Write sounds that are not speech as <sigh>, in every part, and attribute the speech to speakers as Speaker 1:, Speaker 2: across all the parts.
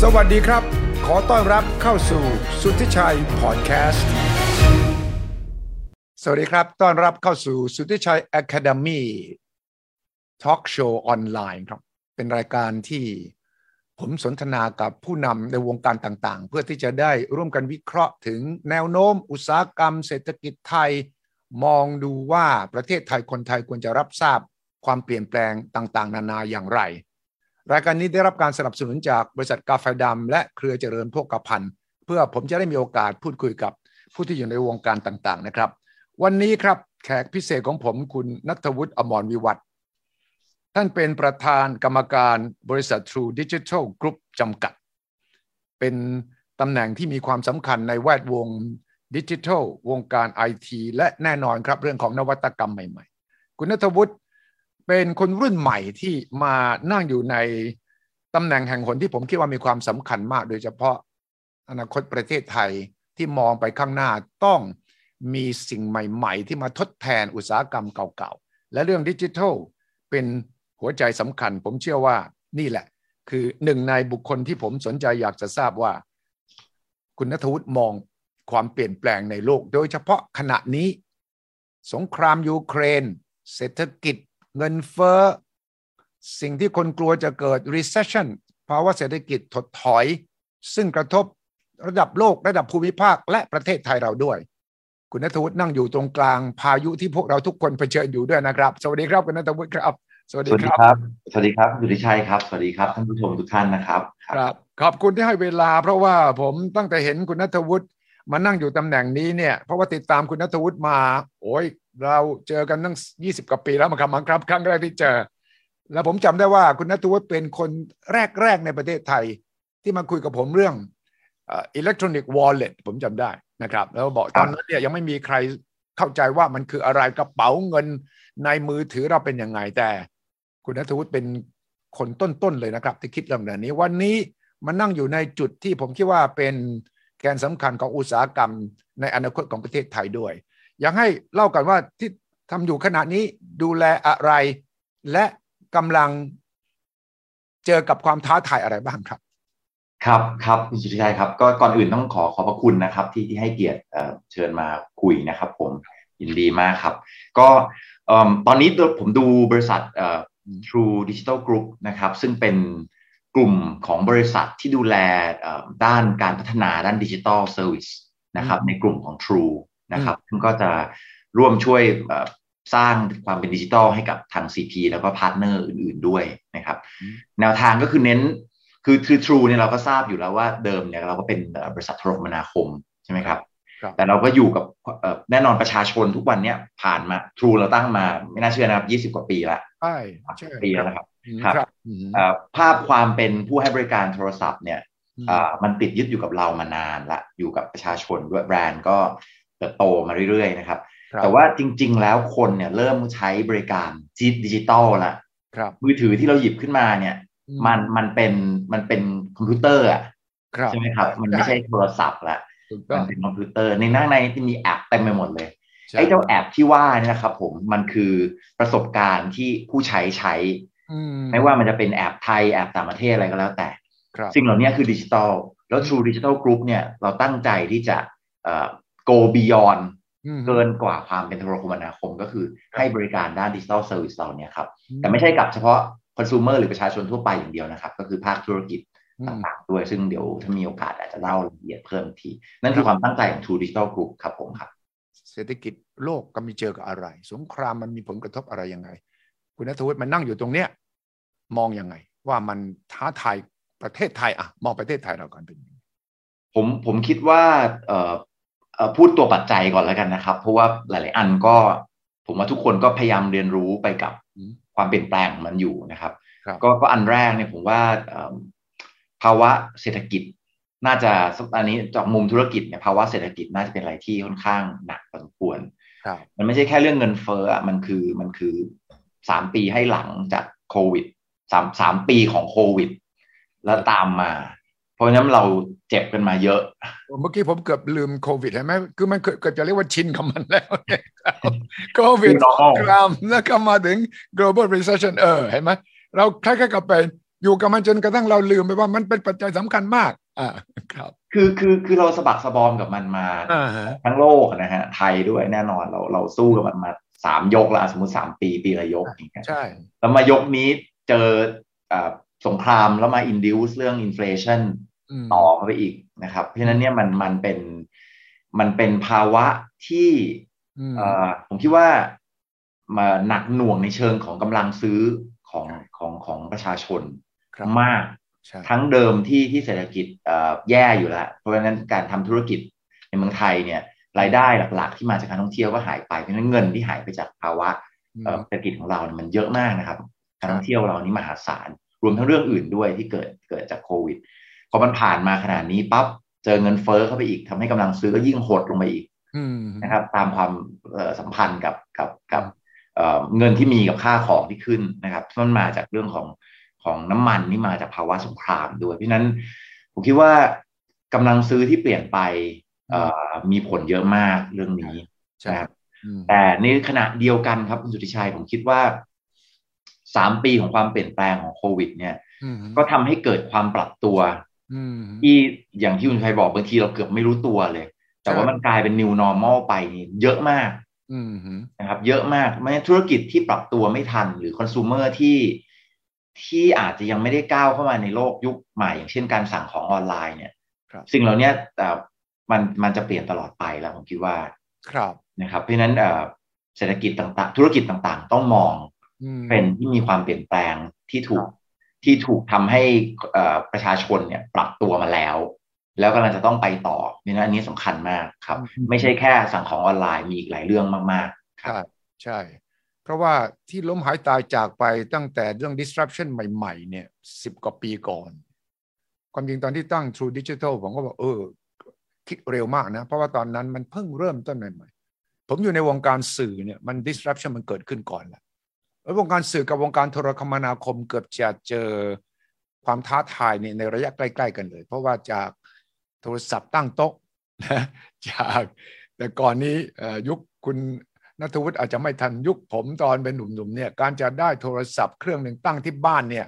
Speaker 1: สวัสดีครับ ขอต้อนรับเข้าสู่สุทธิชัยพอดแคสต์ สวัสดีครับ ต้อนรับเข้าสู่สุทธิชัย Academy Talk Show ออนไลน์ครับ เป็นรายการที่ผมสนทนากับผู้นำในวงการต่างๆ เพื่อที่จะได้ร่วมกันวิเคราะห์ถึงแนวโน้ม อุตสาหกรรม เศรษฐกิจไทย มองดูว่าประเทศไทยคนไทยควรจะรับทราบความเปลี่ยนแปลงต่างๆ นานาอย่างไร รายการนี้ได้รับการสนับสนุนจากบริษัทกาแฟดำและเครือเจริญโภคภัณฑ์ เพื่อผมจะได้มีโอกาสพูดคุยกับผู้ที่อยู่ในวงการต่างๆนะครับ วันนี้ครับแขกพิเศษของผมคุณนัทวุฒิอมรวิวัฒน์ท่านเป็นประธานกรรมการบริษัท True Digital Group จำกัด เป็นตำแหน่งที่มีความสำคัญในแวดวงดิจิทัล วงการไอทีและแน่นอนครับเรื่องของนวัตกรรมใหม่ๆ คุณนัทวุฒิเป็นคนรุ่นใหม่ที่มานั่งอยู่ในตำแหน่งแห่งหนที่ผมคิดว่ามีความสำคัญมาก โดยเฉพาะอนาคตประเทศไทยที่มองไปข้างหน้าต้องมีสิ่งใหม่ ๆ ที่มาทดแทนอุตสาหกรรมเก่าๆ และเรื่องดิจิทัลเป็นหัวใจสำคัญ ผมเชื่อว่านี่แหละ คือหนึ่งในบุคคลที่ผมสนใจอยากจะทราบว่า คุณนัทวุฒิมองความเปลี่ยนแปลงในโลก โดยเฉพาะขณะนี้ สงครามยูเครน เศรษฐกิจ เงินเฟ้อ สิ่งที่คนกลัวจะเกิด recession ภาวะเศรษฐกิจถดถอย ซึ่งกระทบระดับโลกระดับภูมิภาคและประเทศไทยเราด้วย คุณนัทวุฒินั่งอยู่ตรงกลางพายุที่พวกเราทุกคนเผชิญอยู่ด้วยนะครับ สวัสดีครับคุณนัทวุฒิครับ สวัส
Speaker 2: ส
Speaker 1: ดี
Speaker 2: วัส
Speaker 1: ค
Speaker 2: ดี
Speaker 1: รับ
Speaker 2: ครับ สวัสดีครับคุณสุทธิชัยครับ สวัสดีครับท่านผู้ชมทุกท่านนะครับ
Speaker 1: ครับขอบคุณที่ให้เวลา เพราะว่าผมตั้งแต่เห็นคุณนัทวุฒิมานั่งอยู่ตำแหน่งนี้เนี่ยเพราะว่าติดตามคุณนัทวุฒิมา โอ้ยเราเจอกันตั้ง 20 กว่าปีแล้วมาคำครับ ครั้งแรกที่เจอ แล้วผมจำได้ว่าคุณนัทวุฒิเป็นคนแรก ๆ ในประเทศไทย ที่มาคุยกับผมเรื่องอิเล็กทรอนิกส์วอลเล็ตผมจำได้นะครับ แล้วบอก
Speaker 2: ค
Speaker 1: ต
Speaker 2: รั
Speaker 1: อ
Speaker 2: บ
Speaker 1: นนั้นเนี่ยยังไม่มีใครเข้าใจว่ามันคืออะไรกระเป๋าเงินในมือถือเราเป็นยังไงแต่ คุณนัทวุฒิเป็นคนต้นๆเลยนะครับที่คิดเรื่องแบบนี้ วันนี้มันนั่งอยู่ในจุดที่ผมคิดว่าเป็นแกนสำคัญของอุตสาหกรรมในอนาคตของประเทศไทยด้วย อยากให้เล่ากันว่าที่ทำอยู่ขณะนี้ดูแลอะไร และกำลังเจอกับความท้าทายอะไรบ้างครับ
Speaker 2: ครับครับคุณสุทธิชัยครับก็ก่อนอื่นต้องขอขอบพระคุณนะครับที่ที่ให้เกียรติเอ่อเชิญมาคุยนะครับ ผมยินดีมากครับ ก็เอิ่มตอนนี้ตัวผมดูบริษัทเอ่อ True Digital Group นะครับ ซึ่งเป็นกลุ่มของบริษัทที่ดูแลเอ่อด้านการพัฒนาด้านดิจิทัลเซอร์วิสนะครับ ในกลุ่มของ True นะครับซึ่งก็จะร่วมช่วยเอ่อสร้างความเป็นดิจิทัลให้กับทาง CP แล้วก็พาร์ทเนอร์อื่น ๆด้วยนะครับ แนวทางก็คือเน้น คือคือ True เนี่ยเราก็ทราบอยู่แล้วว่าเดิมเนี่ยเราก็เป็นเอ่อบริษัทโทรคมนาคมใช่ไหมครับ
Speaker 1: ครับ
Speaker 2: แต่เราก็อยู่กับเอ่อแน่นอนประชาชนทุกวันเนี่ยผ่านมา True เราตั้งมาไม่น่าเชื่อนะครับ20 กว่าปีละ
Speaker 1: ใช่ใช่
Speaker 2: ปีแล้วนะครับ
Speaker 1: ครับครับอืม
Speaker 2: เอ่อภาพความเป็นผู้ให้บริการโทรศัพท์เนี่ย
Speaker 1: อืม
Speaker 2: อ่ามันติดยึดอยู่กับเรามานานละอยู่กับประชาชนด้วยแบรนด์ก็เติบโตมาเรื่อยๆนะครับ
Speaker 1: ครับ
Speaker 2: แต่ว่าจริงๆแล้วคนเนี่ยเริ่มใช้บริการดิจิตอลละ
Speaker 1: ครับ
Speaker 2: มือถือที่เราหยิบขึ้นมาเนี่ยมันมันเป็นมันเป็นคอมพิวเตอร์อะ
Speaker 1: ครับ
Speaker 2: ใช่ไหมครับ มันไม่ใช่โทรศัพท์ละ
Speaker 1: ถูกต้อ
Speaker 2: มั
Speaker 1: น ง
Speaker 2: เป็นคอมพิวเตอร์ในหน้าในที่มีแอปเต็มไปหมดเลย
Speaker 1: ใช่
Speaker 2: ไอ้เจ้าแอปที่ว่าเนี่ยนะครับผมมันคือประสบการณ์ที่ผู้ใช้ใช้
Speaker 1: อื
Speaker 2: ไม่ว่ามันจะเป็นแอปไทยแอปต่างประเทศอะไรก็แล้วแต่
Speaker 1: ครับ
Speaker 2: สิ่งเหล่านี้คือดิจิทัลแล้ว True Digital Group เนี่ยเราตั้งใจที่จะเอ่อ go beyond
Speaker 1: อืม
Speaker 2: เกินกว่าความเป็นโทรคมนาคมก็คือให้บริการด้านดิจิทัลเซอร์วิสเราเนี่ยครับ แต่ไม่ใช่กับเฉพาะคอน sumer หรือประชาชนทั่วไปอย่างเดียวนะครับ ก็คือภาคธุรกิจ
Speaker 1: อืม
Speaker 2: ต่างๆด้วย ซึ่งเดี๋ยวถ้ามีโอกาสอาจจะเล่ารายละเอียดเพิ่มอีกที นั่นคือความตั้งใจของ True Digital Group ครับผมครับ
Speaker 1: เศรษฐกิจโลกกำลังเจอกับอะไร สงครามมันมีผลกระทบอะไรยังไง คุณนัทวุฒิมันนั่งอยู่ตรงเนี้ยมองยังไง ว่ามันท้าทายประเทศไทยอะมองประเทศไทยเราก่อนเป็นยังไง
Speaker 2: ผมผมคิดว่าเอ่อเอ่อพูดตัวปัจจัยก่อนแล้วกันนะครับ เพราะว่าหลาย ๆ อันก็ ผมว่าทุกคนก็พยายามเรียนรู้ไปกับ
Speaker 1: อืม
Speaker 2: ความเปลี่ยนแปลงของมันอยู่นะครับ
Speaker 1: ครับ
Speaker 2: ก็ก็อันแรกเนี่ยผมว่าเอิ่มภาวะเศรษฐกิจ น่าจะอันนี้จากมุมธุรกิจเนี่ยภาวะเศรษฐกิจน่าจะเป็นอะไรที่ค่อนข้างหนักพอสมควร
Speaker 1: ครับ
Speaker 2: มันไม่ใช่แค่เรื่องเงินเฟ้ออะมันคือมันคือสามปีให้หลังจากโควิดสามสามปีของโควิด แล้วตามมา เพราะฉะนั้นเราเจ็บกันมาเยอะ
Speaker 1: เมื่อกี้ผมเกือบลืมโควิดเห็นไหมคือมันเกือบเกือบจะเรียกว่าชินกับมัน
Speaker 2: <laughs>
Speaker 1: แล้วเนี่ยครับโควิด
Speaker 2: Normal
Speaker 1: สงครามแล้วก็มาถึง global recession เออเห็นไหมเราคล้ายๆกับเป็น อยู่กับมันจนกระทั่งเราลืมไปว่ามันเป็นปัจจัยสำคัญมาก อ่าครับ
Speaker 2: คือคือคือเราสะบักสะบอมกับมันมา
Speaker 1: อ่าฮะ
Speaker 2: ทั้งโลกนะฮะไทยด้วยแน่นอนเราเราสู้กับมันมาสามยกละสมมติสามปีปีละยกอย่างเงี้ย
Speaker 1: ใช่
Speaker 2: แล้วมายกนี้เจออ่าสงครามแล้วมา induce เรื่อง inflation
Speaker 1: ม
Speaker 2: ต่อเข้าไปอีกนะครับ เพราะฉะนั้นเนี่ยมันมันเป็นมันเป็นภาวะที่
Speaker 1: ม
Speaker 2: เอ่อผมคิดว่ามาหนักหน่วงในเชิงของกำลังซื้อของของของประชาชน
Speaker 1: ครับ
Speaker 2: มาก
Speaker 1: ใช่
Speaker 2: ทั้งเดิมที่ที่เศรษฐกิจเอ่อแย่อยู่แล้ว เพราะฉะนั้นการทำธุรกิจในเมืองไทยเนี่ยรายได้หลักๆ ที่มาจากการท่องเที่ยวก็หายไปเพราะฉะนั้นเงินที่หายไปจากภาวะเอ่อเศรษฐกิจของเราเนี่ยมันเยอะมากนะครับ การท่องเที่ยวเรานี่มหาศาลรวมทั้งเรื่องอื่นด้วยที่เกิดเกิดจากโควิดพอมันผ่านมาขนาดนี้ปั๊บเจอเงินเฟ้อเข้าไปอีกทำให้กำลังซื้อก็ยิ่งหดลงไปอีก
Speaker 1: อืม
Speaker 2: นะครับ ตามความเอ่อสัมพันธ์กับกับกับเอ่อเงินที่มีกับค่าของที่ขึ้นนะครับมันมาจากเรื่องของ ของน้ำมันนี่มาจากภาวะสงครามด้วย เพราะฉะนั้นผมคิดว่ากำลังซื้อที่เปลี่ยนไปเอ่อมีผลเยอะมากเรื่องนี้
Speaker 1: ใช่
Speaker 2: นะครับ
Speaker 1: อืม
Speaker 2: แต่ในขณะเดียวกันครับคุณสุทธิชัยผมคิดว่าสามปีของความเปลี่ยนแปลงของโควิด เนี่ย
Speaker 1: อืม
Speaker 2: ก็ทำให้เกิดความปรับตัว
Speaker 1: อืม
Speaker 2: ที่อย่างที่คุณชัยบอกบางทีเราเกือบไม่รู้ตัวเลย แต่ว่า
Speaker 1: ใช่
Speaker 2: มันกลายเป็น new normal ไปนี่เยอะมาก
Speaker 1: อืม
Speaker 2: นะครับเยอะมากไม่งั้นธุรกิจที่ปรับตัวไม่ทันหรือคอน sumer ที่ที่อาจจะยังไม่ได้ก้าวเข้ามาในโลกยุคใหม่ อย่างเช่นการสั่งของออนไลน์เนี่ย
Speaker 1: ครับ
Speaker 2: สิ่งเหล่าเนี้ยเอ่อมันมันจะเปลี่ยนตลอดไปแล้วผมคิดว่า
Speaker 1: ครับ
Speaker 2: นะครับเพราะฉะนั้นเอ่อเศรษฐกิจต่างๆ ธุรกิจต่างๆ ต้องมอง
Speaker 1: อืม
Speaker 2: เป็นที่มีความเปลี่ยนแปลงที่ถูกที่ถูกทำให้เอ่อประชาชนเนี่ยปรับตัวมาแล้ว แล้วกำลังจะต้องไปต่อเพราะฉะนั้นอันนี้สำคัญมากครับ
Speaker 1: อืม
Speaker 2: ไม่ใช่แค่สั่งของออนไลน์มีอีกหลายเรื่องมากๆครับ
Speaker 1: ใช่ เพราะว่าที่ล้มหายตายจากไปตั้งแต่เรื่อง disruption ใหม่ ๆ เนี่ยสิบกว่าปีก่อน ความจริงตอนที่ตั้ง True Digital ผมก็บอกเออ คิดเร็วมากนะ เพราะว่าตอนนั้นมันเพิ่งเริ่มต้นใหม่ๆ ผมอยู่ในวงการสื่อเนี่ยมัน disruption มันเกิดขึ้นก่อนแหละแล้ววงการสื่อกับวงการโทรคมนาคมเกือบจะเจอความท้าทายเนี่ยในระยะใกล้ๆกันเลย เพราะว่าจากโทรศัพท์ตั้งโต๊ะนะ <laughs> จากแต่ก่อนนี้เอ่อยุคคุณ นัทวุฒิอาจจะไม่ทันยุคผมตอนเป็นหนุ่มๆเนี่ยการจะได้โทรศัพท์เครื่องหนึ่งตั้งที่บ้านเนี่ย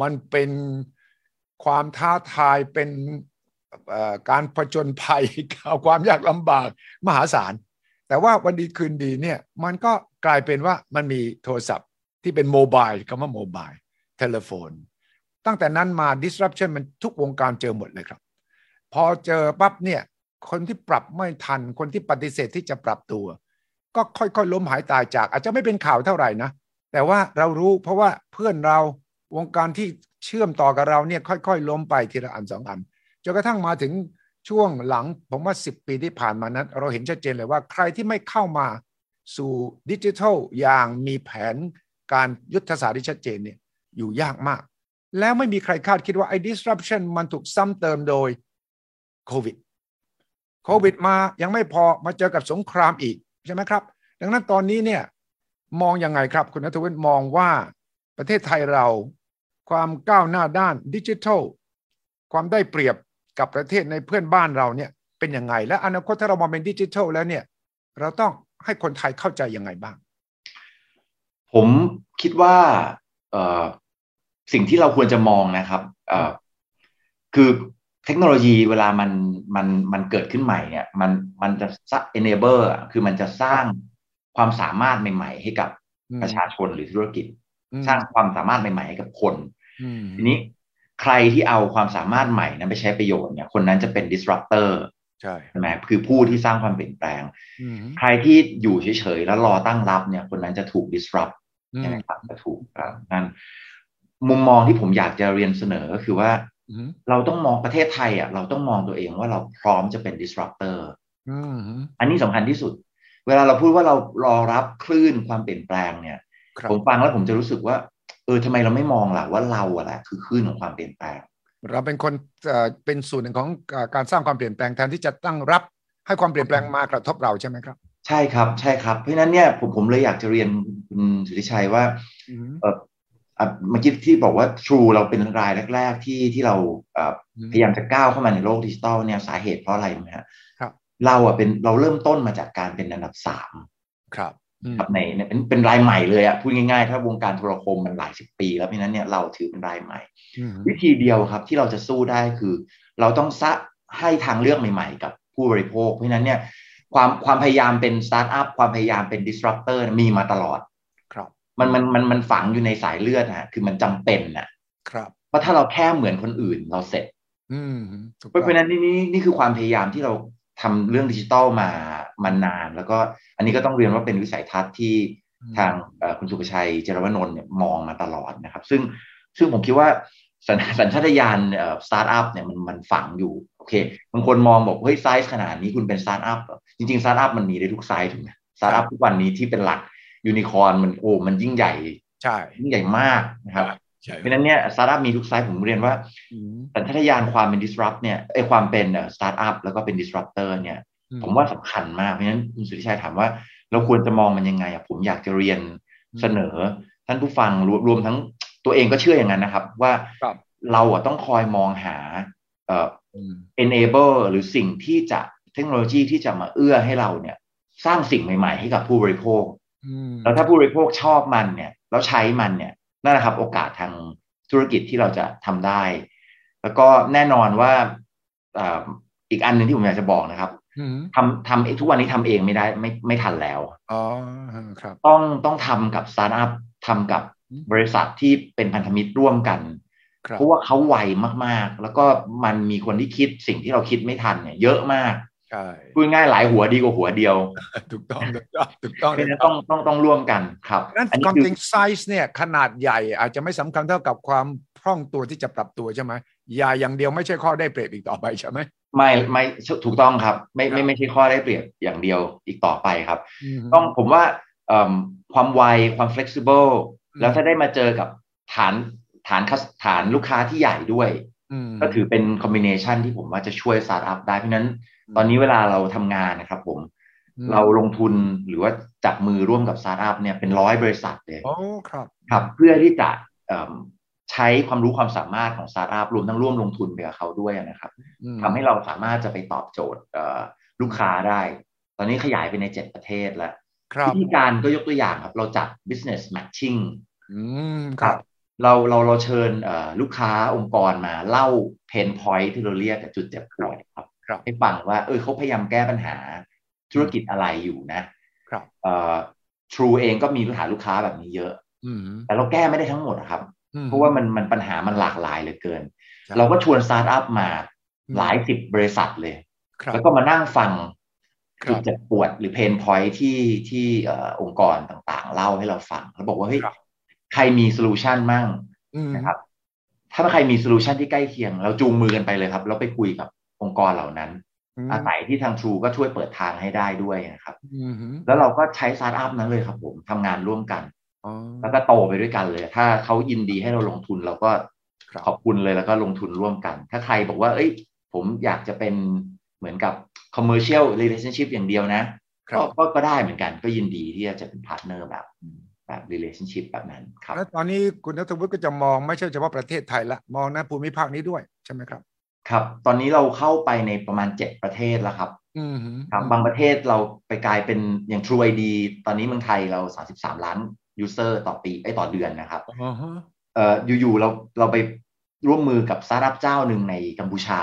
Speaker 1: มันเป็นความท้าทายเป็นเอ่อการผจญภัย <laughs> กับความยากลำบากมหาศาล แต่ว่าวันดีคืนดีเนี่ยมันก็กลายเป็นว่ามันมีโทรศัพท์ที่เป็นโมบายคำว่าโมบายเทเลโฟนตั้งแต่นั้นมา disruption มันทุกวงการเจอหมดเลยครับ พอเจอปั๊บเนี่ยคนที่ปรับไม่ทันคนที่ปฏิเสธที่จะปรับตัว ก็ค่อยๆ ล้มหายตายจาก อาจจะไม่เป็นข่าวเท่าไหร่นะ แต่ว่าเรารู้เพราะว่าเพื่อนเราวงการที่เชื่อมต่อกับเราเนี่ยค่อยๆ ล้มไปทีละอันสองอันจนกระทั่งมาถึงช่วงหลัง ผมว่า 10 ปีที่ผ่านมานั้น เราเห็นชัดเจนเลยว่าใครที่ไม่เข้ามาสู่ดิจิทัลอย่างมีแผนการยุทธศาสตร์ที่ชัดเจนเนี่ยอยู่ยากมาก แล้วไม่มีใครคาดคิดว่าไอ้ disruption มันถูกซ้ำเติมโดยโควิดโควิดมายังไม่พอมาเจอกับสงครามอีกใช่ไหมครับ ดังนั้นตอนนี้เนี่ยมองยังไงครับ คุณนัทวุฒิมองว่าประเทศไทยเราความก้าวหน้าด้านดิจิทัล ความได้เปรียบกับประเทศในเพื่อนบ้านเราเนี่ยเป็นยังไง และอนาคตถ้าเรามองเป็นดิจิทัลแล้วเนี่ย เราต้องให้คนไทยเข้าใจยังไงบ้าง
Speaker 2: ผมคิดว่าเอ่อสิ่งที่เราควรจะมองนะครับเอ่อคือเทคโนโลยีเวลามันมันมันเกิดขึ้นใหม่เนี่ยมันมันจะสร้าง enable อะคือมันจะสร้างความสามารถใหม่ ๆ ให้กับ
Speaker 1: อืม
Speaker 2: ประชาชนหรือธุรกิจ
Speaker 1: อืม
Speaker 2: สร้างความสามารถใหม่ ๆ ให้กับคน
Speaker 1: อืม
Speaker 2: ทีนี้ใครที่เอาความสามารถใหม่นั้นไปใช้ประโยชน์เนี่ยคนนั้นจะเป็น disruptor
Speaker 1: ใช่
Speaker 2: ใช่ไหมคือผู้ที่สร้างความเปลี่ยนแปลง
Speaker 1: อืม
Speaker 2: ใครที่อยู่เฉยๆแล้วรอตั้งรับเนี่ยคนนั้นจะถูก disrupt
Speaker 1: อืม
Speaker 2: ใช่ไหมครับก็ถูกครับนั่นมุมมองที่ผมอยากจะเรียนเสนอก็คือว่า
Speaker 1: อืม
Speaker 2: เราต้องมองประเทศไทยอ่ะเราต้องมองตัวเองว่าเราพร้อมจะเป็น disruptor
Speaker 1: อืม
Speaker 2: อันนี้สำคัญที่สุด เวลาเราพูดว่าเรารอรับคลื่นความเปลี่ยนแปลงเนี่ย
Speaker 1: ครับ
Speaker 2: ผมฟังแล้วผมจะรู้สึกว่า เออทำไมเราไม่มองล่ะว่าเราอะแหละคือคลื่นของความเปลี่ยนแปลง
Speaker 1: เราเป็นคนเอ่อเป็นส่วนหนึ่งของเอ่อการสร้างความเปลี่ยนแปลงแทนที่จะตั้งรับให้ความเปลี่ยนแปลงมากระทบเราใช่ไหมครับ
Speaker 2: ใช่ครับ ใช่ครับเพราะฉะนั้นเนี่ยผมผมเลยอยากจะเรียนคุณสุทธิชัยว่า
Speaker 1: อืม
Speaker 2: เอ่ออ่ะเมื่อกี้ที่บอกว่า True เราเป็นรายแรก ๆ ที่ที่เราเอ่อ
Speaker 1: อืม
Speaker 2: พยายามจะก้าวเข้ามาในโลกดิจิตอลเนี่ยสาเหตุเพราะอะไรรู้ไหมฮะ
Speaker 1: ครับ
Speaker 2: เราอ่ะเป็นเราเริ่มต้นมาจากการเป็นอันดับสาม
Speaker 1: ครับ อืม
Speaker 2: ครับในในเป็นเป็นรายใหม่เลยอะพูดง่ายๆ ถ้าวงการโทรคมมันหลายสิบปี แล้วเพราะฉะนั้นเนี่ยเราถือเป็นรายใหม่
Speaker 1: อืม
Speaker 2: วิธีเดียวครับที่เราจะสู้ได้คือ เราต้องสะให้ทางเลือกใหม่ๆ กับผู้บริโภค เพราะฉะนั้นเนี่ยความความพยายามเป็นสตาร์ทอัพความพยายามเป็น disruptor เนี่ยมีมาตลอด
Speaker 1: ครับ
Speaker 2: มันมันมันมันฝังอยู่ในสายเลือดนะคือมันจำเป็นนะครับ เพราะถ้าเราแค่เหมือนคนอื่นเราเสร็จ
Speaker 1: อืมถูก
Speaker 2: เพราะ
Speaker 1: ต้อ
Speaker 2: ฉะ
Speaker 1: ง
Speaker 2: นั้นนี่นี่นี่คือความพยายามที่เราทำเรื่องดิจิตอลมามานาน แล้วก็อันนี้ก็ต้องเรียนว่าเป็นวิสัยทัศน์ที่ทางเอ่อคุณสุภชัยเจรวนนท์เนี่ยมองมาตลอดนะครับ ซึ่งซึ่งผมคิดว่าสัญสัญชาตญาณสตาร์ทอัพเนี่ยมันมันฝังอยู่โอเคบางคนมองบอกเฮ้ยไซส์ขนาดนี้คุณเป็นสตาร์ทอัพเหรอจริงๆสตาร์ทอัพมันมีได้ทุกไซส์ถูกไหมสตาร์ทอัพทุกวันนี้ที่เป็นหลักยูนิคอร์นมันโอ้มันยิ่งใหญ่
Speaker 1: ใช่
Speaker 2: ยิ่งใหญ่มากนะครับ
Speaker 1: ใช่
Speaker 2: เพราะฉะนั้นเนี่ยสตาร์ทอัพมีทุกไซส์ผมเรียนว่า
Speaker 1: อืม
Speaker 2: สัญชาตญาณความเป็น disrupt เนี่ยไอยความเป็นสตาร์ทอัพแล้วก็เป็น disruptor เนี่ย ผมว่าสำคัญมาก เพราะฉะนั้นคุณสุทธิชัยถามว่า เราควรจะมองมันยังไงอะผมอยากจะเรียนเสนอ ท่านผู้ฟังรวมรวมทั้งตัวเองก็เชื่ออย่างนั้นนะครับ ว่า
Speaker 1: ครับ
Speaker 2: เราอะต้องคอยมองหาเอ่อ
Speaker 1: อืม
Speaker 2: enable หรือสิ่งที่จะเทคโนโลยีที่จะมาเอื้อให้เราเนี่ย สร้างสิ่งใหม่ๆ ให้กับผู้บริโภค
Speaker 1: อืม
Speaker 2: แล้วถ้าผู้บริโภคชอบมันเนี่ยแล้วใช้มันเนี่ยนั่นแหละครับโอกาสทางธุรกิจที่เราจะทำได้ แล้วก็แน่นอนว่าเอ่ออีกอันหนึ่งที่ผมอยากจะบอกนะครับ
Speaker 1: อืม
Speaker 2: ทำทำทุกวันนี้ทำเองไม่ได้ไม่ไม่ทันแล้ว
Speaker 1: อ๋อครับ
Speaker 2: ต้องต้องทำกับสตาร์ทอัพทำกับ
Speaker 1: อืม
Speaker 2: บริษัทที่เป็นพันธมิตรร่วมกัน
Speaker 1: ครับ
Speaker 2: เพราะว่าเขาไวมากๆ แล้วก็มันมีคนที่คิดสิ่งที่เราคิดไม่ทันเนี่ยเยอะมาก
Speaker 1: ใช่
Speaker 2: พูดง่ายๆหลายหัวดีกว่าหัวเดียว
Speaker 1: ถูกต้องถูกต้องถูกต้
Speaker 2: เพ
Speaker 1: อง
Speaker 2: ราะ
Speaker 1: เลย
Speaker 2: ฉะนั้น
Speaker 1: ครับ
Speaker 2: ต้องต้องต้องร่วมกันครับ
Speaker 1: นั่น
Speaker 2: อันนี้
Speaker 1: ความ
Speaker 2: คือ
Speaker 1: จริงไซส์เนี่ยขนาดใหญ่อาจจะไม่สำคัญเท่ากับความพร่องตัวที่จะปรับตัวใช่ไหมใหญ่อย่างเดียวไม่ใช่ข้อได้เปรียบอีกต่อไปใช่ไหม
Speaker 2: ไม่ไม่ถูกต้องครับ ไม่
Speaker 1: ครั
Speaker 2: ไม่
Speaker 1: บ
Speaker 2: ไม่ใช่ข้อได้เปรียบอย่างเดียวอีกต่อไปครับ
Speaker 1: ม
Speaker 2: ต้องผมว่าเอิ่มความไวความ flexible
Speaker 1: อืม
Speaker 2: แล้วถ้าได้มาเจอกับฐานฐานคัสฐานลูกค้าที่ใหญ่ด้วย
Speaker 1: ม
Speaker 2: ก็ถือเป็นคอมบิเนชันที่ผมว่าจะช่วยสตาร์ทอัพได้ เพราะฉะนั้นตอนนี้เวลาเราทำงานนะครับผม
Speaker 1: อืม
Speaker 2: เราลงทุนหรือว่าจับมือร่วมกับสตาร์ทอัพเนี่ยเป็นร้อยบริษัทเลย
Speaker 1: โอ้ครับ
Speaker 2: ครับเพื่อที่จะเอิ่มใช้ความรู้ความสามารถของสตาร์ทอัพรวมทั้งร่วมลงทุนไปกับเขาด้วยนะครับ ทำให้เราสามารถจะไปตอบโจทย์เอ่อลูกค้าได้ ตอนนี้ขยายไปใน 7 ประเทศแล้ว
Speaker 1: ครับ
Speaker 2: วิธีการก็ยกตัวอย่างครับ เราจัด business matching
Speaker 1: อืมครับ
Speaker 2: เราเราเราเชิญเอ่อลูกค้าองค์กรมาเล่า pain point ที่เราเรียกกับจุดเจ็บปวดครับ
Speaker 1: ครับ
Speaker 2: ให้ฟังว่าเออเขาพยายามแก้ปัญหาธุรกิจอะไรอยู่นะครับ เอ่อ True เองก็มีปัญหาลูกค้าแบบนี้เยอะ
Speaker 1: อืม
Speaker 2: แต่เราแก้ไม่ได้ทั้งหมดอะครับ
Speaker 1: อืม
Speaker 2: เพราะว่ามันมันปัญหามันหลากหลายเหลือเกิน
Speaker 1: ใช่
Speaker 2: เราก็ชวนสตาร์ทอัพมาหลายสิบบริษัทเลย
Speaker 1: ครับ
Speaker 2: แล้วก็มานั่งฟัง
Speaker 1: ครับ
Speaker 2: จุดเจ็บปวดหรือเพนพอยที่ที่เอ่อองค์กรต่างๆ เล่าให้เราฟัง แล้วบอกว่าเฮ้ย
Speaker 1: ครับ
Speaker 2: ใครมีโซลูชันมั่ง
Speaker 1: อืม
Speaker 2: นะครับ ถ้าใครมีโซลูชันที่ใกล้เคียง เราจูงมือกันไปเลยครับ แล้วไปคุยกับองค์กรเหล่านั้น
Speaker 1: อืม
Speaker 2: อาศัยที่ทาง True ก็ช่วยเปิดทางให้ได้ด้วยนะครับ
Speaker 1: อืม
Speaker 2: แล้วเราก็ใช้สตาร์ทอัพนั้นเลยครับผมทำงานร่วมกัน
Speaker 1: อ๋อ
Speaker 2: แล้วก็โตไปด้วยกันเลย ถ้าเขายินดีให้เราลงทุนเราก็
Speaker 1: ครับ
Speaker 2: ขอบคุณเลยแล้วก็ลงทุนร่วมกัน ถ้าใครบอกว่า เอ้ย ผมอยากจะเป็นเหมือนกับ commercial relationship อย่างเดียวนะ
Speaker 1: ค
Speaker 2: ก็
Speaker 1: รับ
Speaker 2: ก็ก็ได้เหมือนกันก็ยินดีที่จะเป็นพาร์ทเนอร์แบบแบบ relationship แบบนั้นครับ
Speaker 1: แล้วตอนนี้คุณนัทวุฒิก็จะมองไม่ใช่เฉพาะประเทศไทยละมองนะภูมิภาคนี้ด้วยใช่ไหมครับ
Speaker 2: ครับ ตอนนี้เราเข้าไปในประมาณ 7 ประเทศแล้วครับ
Speaker 1: อืม
Speaker 2: ครับ บางประเทศเราไปกลายเป็นอย่าง True ID ตอนนี้เมืองไทยเรา 33 ล้าน user ต่อปีไอยต่อเดือนนะครับ
Speaker 1: อ๋อฮะ
Speaker 2: เอ่ออยู่ๆเราเราไปร่วมมือกับสตาร์ทอัพเจ้าหนึ่งในกัมพูชา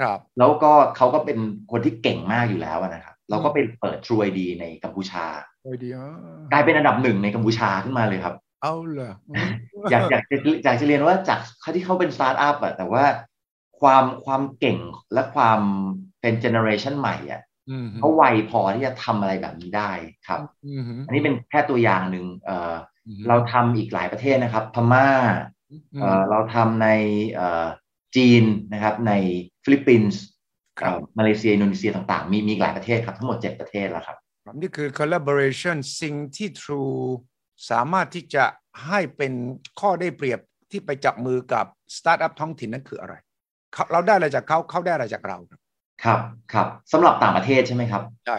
Speaker 1: ครับ
Speaker 2: แล้วก็เขาก็เป็นคนที่เก่งมากอยู่แล้วอะนะครับ เราก็ไปเปิด True ID ในกัมพูชา
Speaker 1: โอ้ยดีอ๋อก
Speaker 2: ลายเป็นอันดับหนึ่งในกัมพูชาขึ้นมาเลยครับ
Speaker 1: เอาเหรออืม
Speaker 2: อยากอยากจะอยากจะเรียนว่าจากเขาที่เขาเป็นสตาร์ทอัพอะแต่ว่าความความเก่งและความเป็นเจเนอเรชันใหม่อะ
Speaker 1: อืม
Speaker 2: เขาไวพอที่จะทำอะไรแบบนี้ได้ครับ
Speaker 1: อืม
Speaker 2: อันนี้เป็นแค่ตัวอย่างหนึ่งเอ่อ
Speaker 1: อืม
Speaker 2: เราทำอีกหลายประเทศนะครับ พม่า
Speaker 1: อืม
Speaker 2: เอ่อเราทำในเอ่อจีนนะครับในฟิลิปปินส์
Speaker 1: ครับ
Speaker 2: เอ่อมาเลเซียอินโดนีเซียต่างๆ มีมีอีกหลายประเทศครับ ทั้งหมด 7 ประเทศแล้วครับ
Speaker 1: ครับนี่คือ collaboration สิ่งที่ True สามารถที่จะให้เป็นข้อได้เปรียบที่ไปจับมือกับสตาร์ทอัพท้องถิ่นนั้นคืออะไรเขาเราได้อะไรจากเขาเขาได้อะไรจากเราครับ
Speaker 2: ครับครับสำหรับต่างประเทศใช่ไหมครับ
Speaker 1: ใช่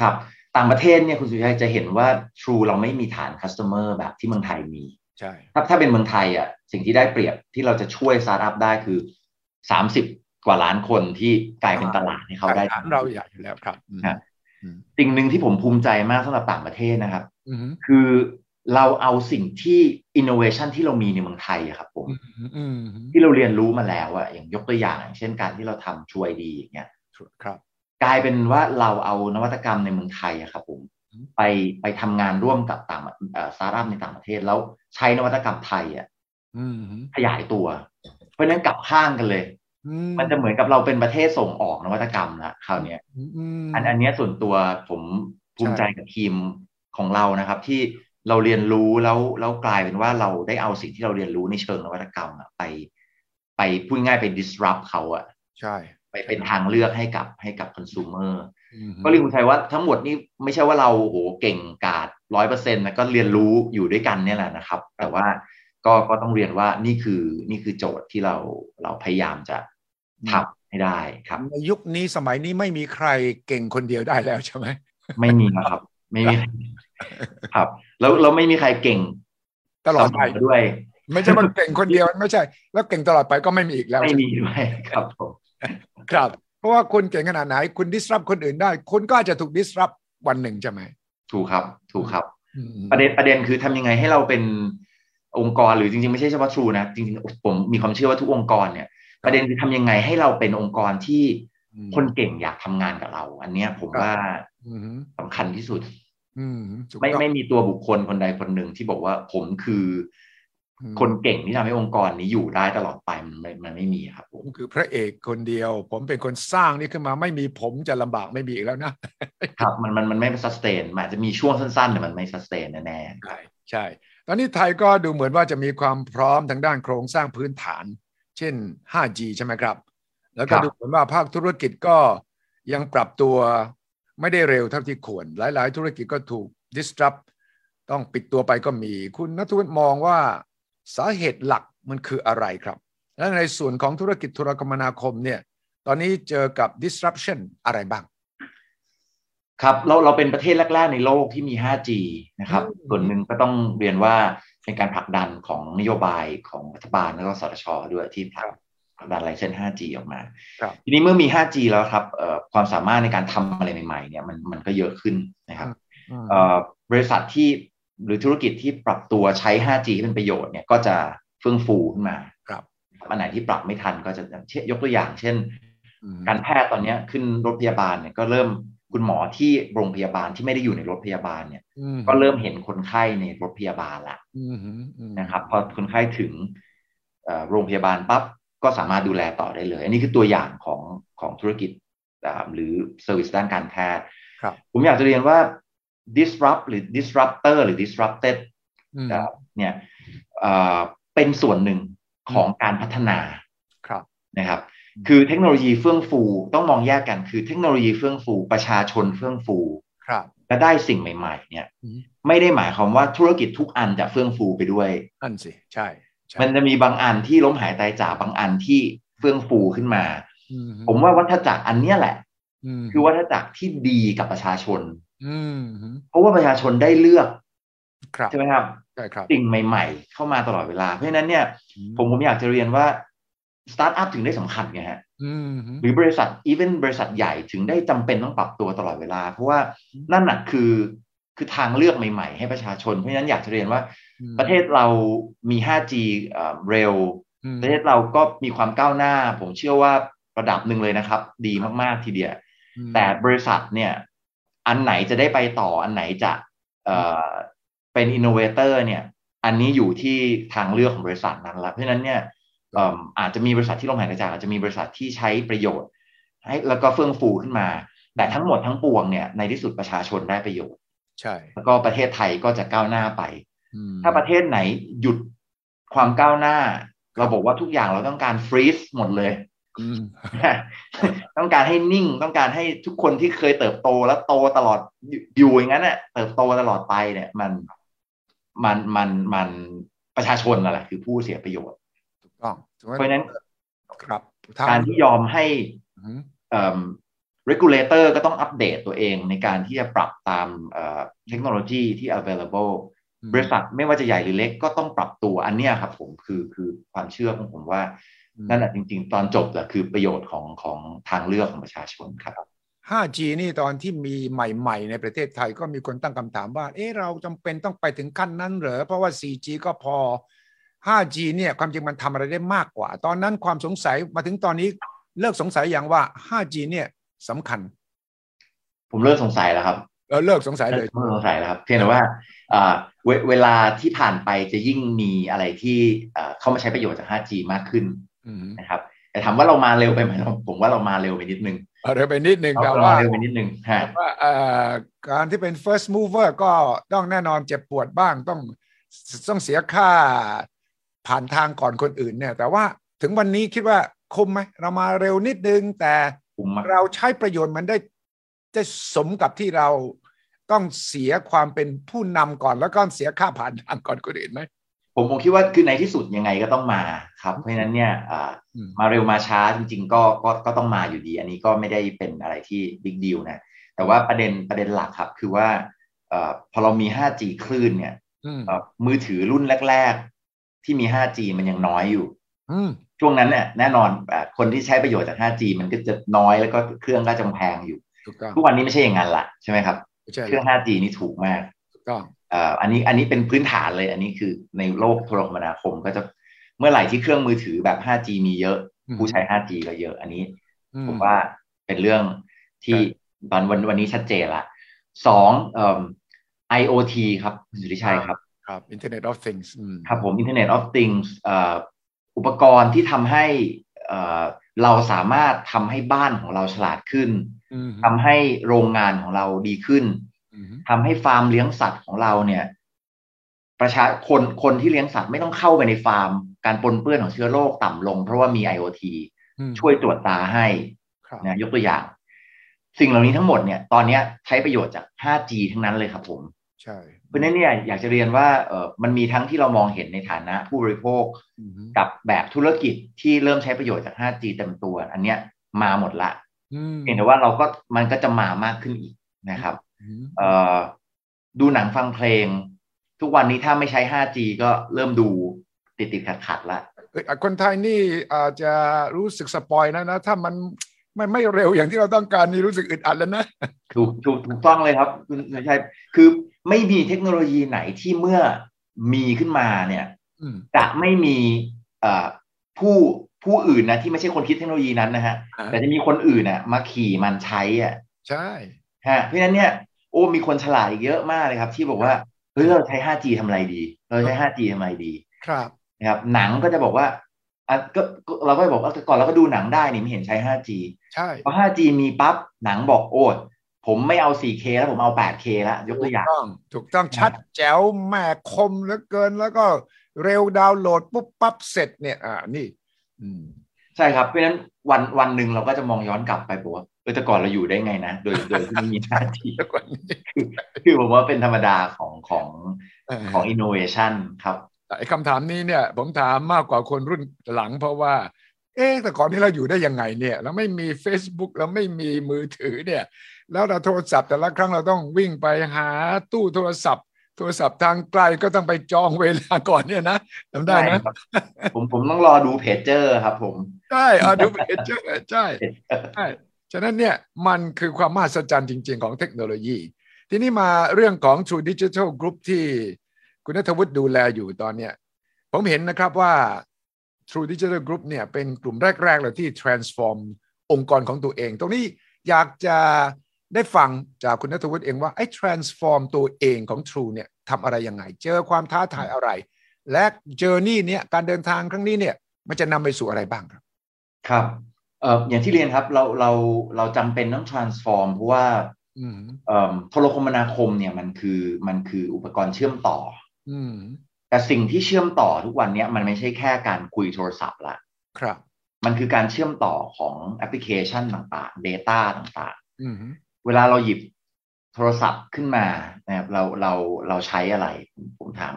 Speaker 2: ครับ ต่างประเทศเนี่ยคุณสุชัยจะเห็นว่า True เราไม่มีฐาน Customer แบบที่เมืองไทยมี
Speaker 1: ใช่
Speaker 2: ถ้าถ้าเป็นเมืองไทยอ่ะสิ่งที่ได้เปรียบที่เราจะช่วยสตาร์ทอัพได้คือ 30 กว่าล้านคนที่กลายเป็นตลาดให้เขาได้
Speaker 1: ฐานเราใหญ่อยู่แล้วครับอืม
Speaker 2: ครับ สิ่งหนึ่งที่ผมภูมิใจมากสำหรับต่างประเทศนะครับ
Speaker 1: อืม
Speaker 2: คือเราเอาสิ่งที่ innovation ที่เรามีในเมืองไทยอะครับผม
Speaker 1: อืม
Speaker 2: ที่เราเรียนรู้มาแล้วอะอย่างยกตัวอย่างอย่างเช่นการที่เราทำช่วยดีอย่างเงี้ย
Speaker 1: ครับ
Speaker 2: กลายเป็นว่าเราเอานวัตกรรมในเมืองไทยอะครับผม
Speaker 1: อืม
Speaker 2: ไปไปทำงานร่วมกับต่างสตาร์ทอัพในต่างประเทศแล้วใช้นวัตกรรมไทยอะ
Speaker 1: อืม
Speaker 2: ขยายตัว เพราะฉะนั้นกลับข้างกันเลย
Speaker 1: อื
Speaker 2: มันจะเหมือนกับเราเป็นประเทศส่งออกนวัตกรรมละคราวเนี้ย
Speaker 1: ม
Speaker 2: อันอันเนี้ยส่วนตัวผมภูมิใจกับทีมของเรานะครับ ที่เราเรียนรู้แล้วแล้วกลายเป็นว่าเราได้เอาสิ่งที่เราเรียนรู้ในเชิงนวัตกรรมอะไป ไปพูดง่ายๆไป disrupt เขาอะ
Speaker 1: ใช่
Speaker 2: ไปเป็นทางเลือกให้กับให้กับ consumer
Speaker 1: อืม
Speaker 2: ก็เรียนคุณชัยว่าทั้งหมดนี่ไม่ใช่ว่าเราโอ้โหเก่งกาดร้อยเปอร์เซ็นต์นะก็เรียนรู้อยู่ด้วยกันเนี่ยแหละนะครับ แต่ว่าก็ก็ต้องเรียนว่านี่คือนี่คือโจทย์ที่เราเราพยายามจะทำให้ได้ครับ
Speaker 1: ในยุคนี้สมัยนี้ไม่มีใครเก่งคนเดียวได้แล้วใช่ไหม
Speaker 2: ไม่มีนะครับ ไม่มีครับ แล้วเราไม่มีใครเก่ง
Speaker 1: ตลอดไป
Speaker 2: เสมด้วย
Speaker 1: ไม่ใช่มันเก่งคนเดียวไม่ใช่ แล้วเก่งตลอดไปก็ไม่มีอีกแล้ว
Speaker 2: ไม่มีด้วยครับผม
Speaker 1: ครับ เพราะว่าคุณเก่งขนาดไหน คุณดิสรับคนอื่นได้ คุณก็อาจจะถูกดิสรับวันหนึ่งใช่ไหม
Speaker 2: ถูกครับ ถูกครับ
Speaker 1: อืม
Speaker 2: ประเด็นประเด็นคือทำยังไงให้เราเป็นองค์กรหรือจริงๆไม่ใช่เฉพาะทรูนะจริงๆผมมีความเชื่อว่าทุกองค์กรเนี่ย ประเด็นคือทำยังไงให้เราเป็นองค์กรที่คนเก่งอยากทำงานกับเรา อันเนี้ยผมว่า
Speaker 1: อืม
Speaker 2: สำคัญที่สุด
Speaker 1: อืมถูก
Speaker 2: ไม่
Speaker 1: ต้อง
Speaker 2: ไม่มีตัวบุคคลคนใดคนหนึ่งที่บอกว่าผมคืออ
Speaker 1: ม
Speaker 2: คนเก่งที่ทำให้องค์กรนี้อยู่ได้ตลอดไปมันไม่มันไม่มีครับผม
Speaker 1: ผมคือพระเอกคนเดียว ผมเป็นคนสร้างนี่ขึ้นมาไม่มีผมจะลำบากไม่มีอีกแล้วนะครับ
Speaker 2: มันมันมันไม่สแตนมันอาจจะมีช่วงสั้นๆแต่มันไม่สแตนแน่
Speaker 1: ใช่ใช่ ตอนนี้ไทยก็ดูเหมือนว่าจะมีความพร้อมทางด้านโครงสร้างพื้นฐาน เช่น 5G ใช่ไหมครับ แล้วก็ดูเหมือนว่าภาคธุรกิจก็ยังปรับตัวไม่ได้เร็วเท่าที่ควร หลาย ๆ ธุรกิจก็ถูก disrupt ต้องปิดตัวไปก็มี คุณนัทวุฒิมองว่าสาเหตุหลักมันคืออะไรครับ และในส่วนของธุรกิจโทรคมนาคมเนี่ย ตอนนี้เจอกับ disruption อะไรบ้าง
Speaker 2: ๆครับเราเราเป็นประเทศแรกๆในโลกที่มี 5G นะครับ
Speaker 1: อืม
Speaker 2: ส่วนหนึ่งก็ต้องเรียนว่าเป็นการผลักดันของนโยบายของรัฐบาลแล้วก็สตชด้วยที่ผลักผลักดันไลเซนส์ 5G ออกมา
Speaker 1: ครับ
Speaker 2: ทีนี้เมื่อมี 5G แล้วครับเอ่อความสามารถในการทำอะไรใหม่ๆเนี่ยมันมันก็เยอะขึ้นนะครับ
Speaker 1: อืม
Speaker 2: เอ่อบริษัทที่หรือธุรกิจที่ปรับตัวใช้ 5G ให้เป็นประโยชน์เนี่ยก็จะเฟื่องฟูขึ้นมา
Speaker 1: ครับ
Speaker 2: อันไหนที่ปรับไม่ทันก็จะเช่นยกตัวอย่าง เช่น
Speaker 1: อืม
Speaker 2: การแพทย์ตอนเนี้ยขึ้นรถพยาบาลเนี่ยก็เริ่มคุณหมอที่โรงพยาบาลที่ไม่ได้อยู่ในรถพยาบาลเนี่ย
Speaker 1: อืม
Speaker 2: ก็เริ่มเห็นคนไข้ในรถพยาบาลละ
Speaker 1: อืมอืมอืม
Speaker 2: นะครับพอคนไข้ถึงเอ่อโรงพยาบาลปั๊บก็สามารถดูแลต่อได้เลย อันนี้คือตัวอย่างของของธุรกิจอ่าหรือเซอร์วิสด้านการแพทย์
Speaker 1: ครับ
Speaker 2: ผมอยากจะเรียนว่า disrupt หรือ disruptor หรือ disrupted
Speaker 1: อืม
Speaker 2: เอ่อเนี่ยเอ่อเป็นส่วนหนึ่งของการพัฒนา
Speaker 1: ครับ
Speaker 2: นะครับ
Speaker 1: อืม
Speaker 2: คือเทคโนโลยีเฟื่องฟูต้องมองแยกกันคือเทคโนโลยีเฟื่องฟู ประชาชนเฟื่องฟู
Speaker 1: ครับ
Speaker 2: และได้สิ่งใหม่ ๆ เนี่ย
Speaker 1: อืม
Speaker 2: ไม่ได้หมายความว่าธุรกิจทุกอันจะเฟื่องฟูไปด้วย
Speaker 1: นั่นสิ ใช่ใช่
Speaker 2: มันจะมีบางอันที่ล้มหายตายจากบางอันที่เฟื่องฟูขึ้นมา
Speaker 1: อื
Speaker 2: ผมว่าวัฏจักรอันเนี้ยแหละ
Speaker 1: ม
Speaker 2: คือวัฏจักรที่ดีกับประชาชน
Speaker 1: อืมอืม
Speaker 2: เพราะว่าประชาชนได้เลือก
Speaker 1: ครับ
Speaker 2: ใช่ไหมครับ
Speaker 1: ใช่ครับ
Speaker 2: สิ่งใหม่ ๆ เข้ามาตลอดเวลา เพราะฉะนั้นเนี่ยผมผมอยากจะเรียนว่าสตาร์ทอัพถึงได้สำคัญไงฮะ
Speaker 1: อืมอืม
Speaker 2: หรือบริษัทอีเวนบริษัทใหญ่ถึงได้จำเป็นต้องปรับตัวตลอดเวลา เพราะว่านั่นน่ะคือคือทางเลือกใหม่ ๆ ให้ประชาชน เพราะฉะนั้นอยากจะเรียนว่าประเทศเรามี 5G เอ่อเร็ว
Speaker 1: อืม
Speaker 2: ประเทศเราก็มีความก้าวหน้า ผมเชื่อว่าระดับหนึ่งเลยนะครับ ดีมากๆทีเดียว
Speaker 1: อืม
Speaker 2: แต่บริษัทเนี่ยอันไหนจะได้ไปต่ออันไหนจะเอ่อเป็นอินโนเวเตอร์เนี่ยอันนี้อยู่ที่ทางเลือกของบริษัทนั้นละเพราะฉะนั้นเนี่ยเอิ่มอาจจะมีบริษัทที่ลงหายกระจายอาจจะมีบริษัทที่ใช้ประโยชน์ให้แล้วก็เฟื่องฟูขึ้นมา แต่ทั้งหมดทั้งปวงเนี่ยในที่สุดประชาชนได้ประโยชน์
Speaker 1: ใช่
Speaker 2: แล้วก็ประเทศไทยก็จะก้าวหน้าไป
Speaker 1: อืม
Speaker 2: ถ้าประเทศไหนหยุดความก้าวหน้า เราบอกว่าทุกอย่างเราต้องการฟรีซหมดเลย
Speaker 1: อืม
Speaker 2: <laughs> ต้องการให้นิ่งต้องการให้ทุกคนที่เคยเติบโตและโตตลอดอยู่อยู่อย่างนั้นเน่ะเติบโตตลอดไปเนี่ย มันมันมันมันประชาชนนั่นแหละคือผู้เสียประโยชน์
Speaker 1: ถูกต้องถูกไหม
Speaker 2: เพราะฉะนั้น
Speaker 1: ครับ
Speaker 2: การที่ยอมให้
Speaker 1: อืม
Speaker 2: เอ่อ regulator ก็ต้องอัปเดตตัวเองในการที่จะปรับตามเอ่อเทคโนโลยีที่ available
Speaker 1: อืม
Speaker 2: บริษัทไม่ว่าจะใหญ่หรือเล็กก็ต้องปรับตัวอันเนี้ยครับผมคือคือความเชื่อของผมว่า นั่นแหละจริง ๆ ตอนจบแหละคือประโยชน์ของของทางเลือกของประชาชนครับ
Speaker 1: 5G นี่ตอนที่มีใหม่ๆ ในประเทศไทยก็มีคนตั้งคำถามว่า เอ๊ะเราจำเป็นต้องไปถึงขั้นนั้นเหรอ เพราะว่า 4G ก็พอ 5G เนี่ยความจริงมันทำอะไรได้มากกว่า ตอนนั้นความสงสัยมาถึงตอนนี้เลิกสงสัยอย่างว่า 5G เนี่ยสำคัญ
Speaker 2: ผมเริ่มสงสัยแล้วครับ
Speaker 1: เออเลิกสงสัยเลย
Speaker 2: เริ่มสงสัยแล้วครับ เพียงแต่ว่าอ่าเวเวลาที่ผ่านไปจะยิ่งมีอะไรที่เอ่อเข้ามาใช้ประโยชน์จาก 5G มากขึ้น
Speaker 1: อืม
Speaker 2: นะครับแต่ถามว่าเรามาเร็วไปไหม <laughs> ผมว่าเรามาเร็วไปนิดนึง
Speaker 1: เอาเร็วไปนิดนึงแต่
Speaker 2: เรา
Speaker 1: ว่า
Speaker 2: เร็วไปนิดนึงฮะ
Speaker 1: ว่าเอ่อการที่เป็น first mover ก็ต้องแน่นอนเจ็บปวดบ้างต้องต้องเสียค่าผ่านทางก่อนคนอื่นเนี่ย แต่ว่าถึงวันนี้คิดว่าคุ้มไหมเรามาเร็วนิดนึง แต่
Speaker 2: คุ้มมาก
Speaker 1: เราใช้ประโยชน์มันได้ได้สมกับที่เราต้องเสียความเป็นผู้นำก่อนแล้วก็เสียค่าผ่านทางก่อนคนอื่นไหม
Speaker 2: ผมผมคิดว่าคือในที่สุดยังไงก็ต้องมาครับ เพราะฉะนั้นเนี่ยอ่า
Speaker 1: อืม
Speaker 2: มาเร็วมาช้าจริง ๆ ก็ก็ก็ต้องมาอยู่ดี อันนี้ก็ไม่ได้เป็นอะไรที่บิ๊กดีลนะ แต่ว่าประเด็นประเด็นหลักครับ คือว่าเอ่อพอเรามี 5G คลื่นเนี่ย
Speaker 1: อืม
Speaker 2: เอ่อมือถือรุ่นแรก ๆ ที่มี 5G มันยังน้อยอยู่
Speaker 1: อืม
Speaker 2: ช่วงนั้นเนี่ยแน่นอนอ่ะคนที่ใช้ประโยชน์จาก 5G มันก็จะน้อยแล้วก็เครื่องก็จะแพงอยู่
Speaker 1: ถูกต้อง
Speaker 2: ทุกวันนี้ไม่ใช่อย่างนั้นละใช่ไหมครับ
Speaker 1: ใช่
Speaker 2: เครื่อง 5G นี่ถูกมาก
Speaker 1: ถูกต้อง
Speaker 2: เอ่ออันนี้อันนี้เป็นพื้นฐานเลยอันนี้คือในโลกโทรคมนาคมก็จะเมื่อไหร่ที่เครื่องมือถือแบบ 5G มีเยอะ
Speaker 1: อืม
Speaker 2: ผู้ใช้ 5G ก็เยอะอันนี้
Speaker 1: อืม
Speaker 2: ผมว่าเป็นเรื่องที่
Speaker 1: ใช่
Speaker 2: ตอนวันวันนี้ชัดเจนละสองเอิ่ม IoT ครับคุณสุริชัยครับ
Speaker 1: ครับ Internet of Things อืม
Speaker 2: ครับผม Internet of Things เอ่ออุปกรณ์ที่ทำให้เอ่อเราสามารถทำให้บ้านของเราฉลาดขึ้น
Speaker 1: อืม
Speaker 2: ทำให้โรงงานของเราดีขึ้น
Speaker 1: อืม
Speaker 2: ทำให้ฟาร์มเลี้ยงสัตว์ของเราเนี่ย ประชาคนคนที่เลี้ยงสัตว์ไม่ต้องเข้าไปในฟาร์ม การปนเปื้อนของเชื้อโรคต่ำลง เพราะว่ามี IoT
Speaker 1: อืม
Speaker 2: ช่วยตรวจตาให้
Speaker 1: ครับ
Speaker 2: นะยกตัวอย่าง สิ่งเหล่านี้ทั้งหมดเนี่ย ตอนเนี้ยใช้ประโยชน์จาก 5G ทั้งนั้นเลยครับผม
Speaker 1: ใช่
Speaker 2: เพราะฉะนั้นเนี่ยอยากจะเรียนว่าเออมันมีทั้งที่เรามองเห็นในฐานะผู้บริโภค
Speaker 1: อืม
Speaker 2: กับแบบธุรกิจที่เริ่มใช้ประโยชน์จาก 5G เต็มตัว อันเนี้ยมาหมดละ
Speaker 1: อืม
Speaker 2: เพียงแต่ว่าเราก็มันก็จะมามากขึ้นอีกนะครับ
Speaker 1: อืม
Speaker 2: เอ่อดูหนังฟังเพลง ทุกวันนี้ถ้าไม่ใช้ 5G ก็เริ่มดูติดติดขัดขัดๆละ
Speaker 1: เอ้ยอ่ะคนไทยนี่อาจจะรู้สึกสปอยนะนะ ถ้ามันไม่ไม่เร็วอย่างที่เราต้องการนี่รู้สึกอึดอัดแล้วนะ
Speaker 2: ถูกถูกถูกต้องเลยครับคุณสุชัยคือไม่มีเทคโนโลยีไหนที่เมื่อมีขึ้นมาเนี่ย
Speaker 1: อืม
Speaker 2: จะไม่มีเอ่อผู้ผู้อื่นนะที่ไม่ใช่คนคิดเทคโนโลยีนั้นนะฮะ
Speaker 1: อ่า
Speaker 2: แต่จะมีคนอื่นน่ะมาขี่มันใช้อ่ะ
Speaker 1: ใช่
Speaker 2: ฮะเพราะฉะนั้นเนี่ยโอ้มีคนฉลาดอีกเยอะมากเลยครับ ที่บอกว่าเฮ้ยเราใช้ 5G ทำอะไรดี เราใช้ 5G ทำอะไรดี
Speaker 1: ครับ
Speaker 2: นะครับหนังก็จะบอกว่าอ่ะก็ก็เราก็บอกว่าแต่ก่อนเราก็ดูหนังได้นี่ไม่เห็นใช้ 5G
Speaker 1: ใช่
Speaker 2: พอ 5G มีปั๊บหนังบอกโอ้ยผมไม่เอา 4K แล้วผมเอา 8K แล้วยกตัวอย่าง
Speaker 1: ถูกต้องถูกต้องชัดแจ๋วแม่คมเหลือเกินแล้วก็เร็วดาวน์โหลดปุ๊บปั๊บเสร็จเนี่ยอ่านี่ อืม
Speaker 2: ใช่ครับเพราะฉะนั้นวันวันหนึ่งเราก็จะมองย้อนกลับไปบอกว่าเออแต่ก่อนเราอยู่ได้ไงนะ โดยโดยที่ไม่มี 5G
Speaker 1: <laughs> แล้วกว่านี้
Speaker 2: <laughs> คือผมว่าเป็นธรรมดาของของ
Speaker 1: เออ
Speaker 2: ของ innovation ครับ
Speaker 1: ไอ้คำถามนี้เนี่ย ผมถามมากกว่าคนรุ่นหลังเพราะว่า เอ๊ะแต่ก่อนที่เราอยู่ได้ยังไงเนี่ยเราไม่มี Facebook เราไม่มีมือถือเนี่ย แล้วเราโทรศัพท์แต่ละครั้งเราต้องวิ่งไปหาตู้โทรศัพท์ โทรศัพท์ทางไกลก็ต้องไปจองเวลาก่อนเนี่ยนะจำได้นะ
Speaker 2: ครับผมผมต้องรอดูเพจเจอร์ครับผม
Speaker 1: ใช่เอาดูเพจเจอร์ใช่ใช่ฉะนั้นเนี่ยมันคือความมหัศจรรย์จริง ๆ ของเทคโนโลยี ทีนี้มาเรื่องของ True Digital Group ที่คุณนัทวุฒิดูแลอยู่ตอนเนี้ยผมเห็นนะครับว่า True Digital Group เนี่ยเป็นกลุ่มแรก ๆ เลยที่ transform องค์กรของตัวเอง ตรงนี้อยากจะได้ฟังจากคุณนัทวุฒิเองว่าไอ้ transform ตัวเองของ True เนี่ยทำอะไรยังไง เจอความท้าทายอะไร และ journey เนี่ยการเดินทางครั้งนี้เนี่ยมันจะนำไปสู่อะไรบ้างครับ
Speaker 2: ครับเอ่ออย่างที่เรียนครับเราเราเราจำเป็นต้อง transform เพราะว่า
Speaker 1: อืม
Speaker 2: เอิ่มโทรคมนาคมเนี่ยมันคือมันคืออุปกรณ์เชื่อมต่อ
Speaker 1: อืม
Speaker 2: แต่สิ่งที่เชื่อมต่อทุกวันเนี้ยมันไม่ใช่แค่การคุยโทรศัพท์ละ
Speaker 1: ครับ
Speaker 2: มันคือการเชื่อมต่อของแอปพลิเคชันต่างๆ Data ต่าง
Speaker 1: อืม
Speaker 2: ๆ เวลาเราหยิบโทรศัพท์ขึ้นมานะครับเราเราเราใช้อะไรผมผมถาม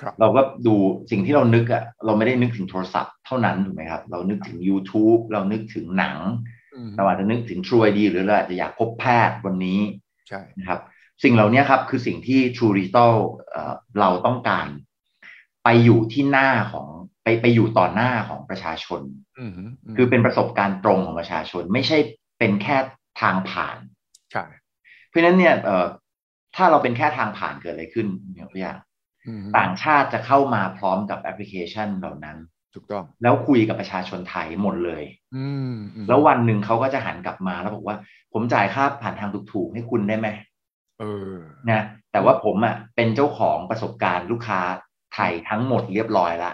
Speaker 1: ครับ
Speaker 2: เราก็ดูสิ่งที่เรานึกอะเราไม่ได้นึกถึงโทรศัพท์เท่านั้นถูกไหมครับ เรานึกถึง YouTube เรานึกถึงหนัง
Speaker 1: อืม
Speaker 2: เราอาจจะนึกถึง True ID หรือเราอาจจะอยากพบแพทย์วันนี้
Speaker 1: ใช่
Speaker 2: นะครับสิ่งเหล่านี้ครับคือสิ่งที่ True Digital เอ่อเราต้องการ ไปอยู่ที่หน้าของไปไปอยู่ต่อหน้าของประชาชน
Speaker 1: อืม
Speaker 2: คือเป็นประสบการณ์ตรงของประชาชน ไม่ใช่เป็นแค่ ทางผ่าน
Speaker 1: ใช่
Speaker 2: เพราะฉะนั้นเนี่ยเอ่อถ้าเราเป็นแค่ทางผ่านเกิดอะไรขึ้นยกตัวอย่าง
Speaker 1: อืม
Speaker 2: ต่างชาติจะเข้ามาพร้อมกับแอปพลิเคชันเหล่านั้น
Speaker 1: ถูกต้อง
Speaker 2: แล้วคุยกับประชาชนไทยหมดเลย
Speaker 1: อืมอืม
Speaker 2: แล้ววันหนึ่งเขาก็จะหันกลับมาแล้วบอกว่า ผมจ่ายค่าผ่านทางถูกๆให้คุณได้ไหม
Speaker 1: เออ
Speaker 2: นะแต่ว่าผมอ่ะเป็นเจ้าของประสบการณ์ลูกค้าไทยทั้งหมดเรียบร้อยละ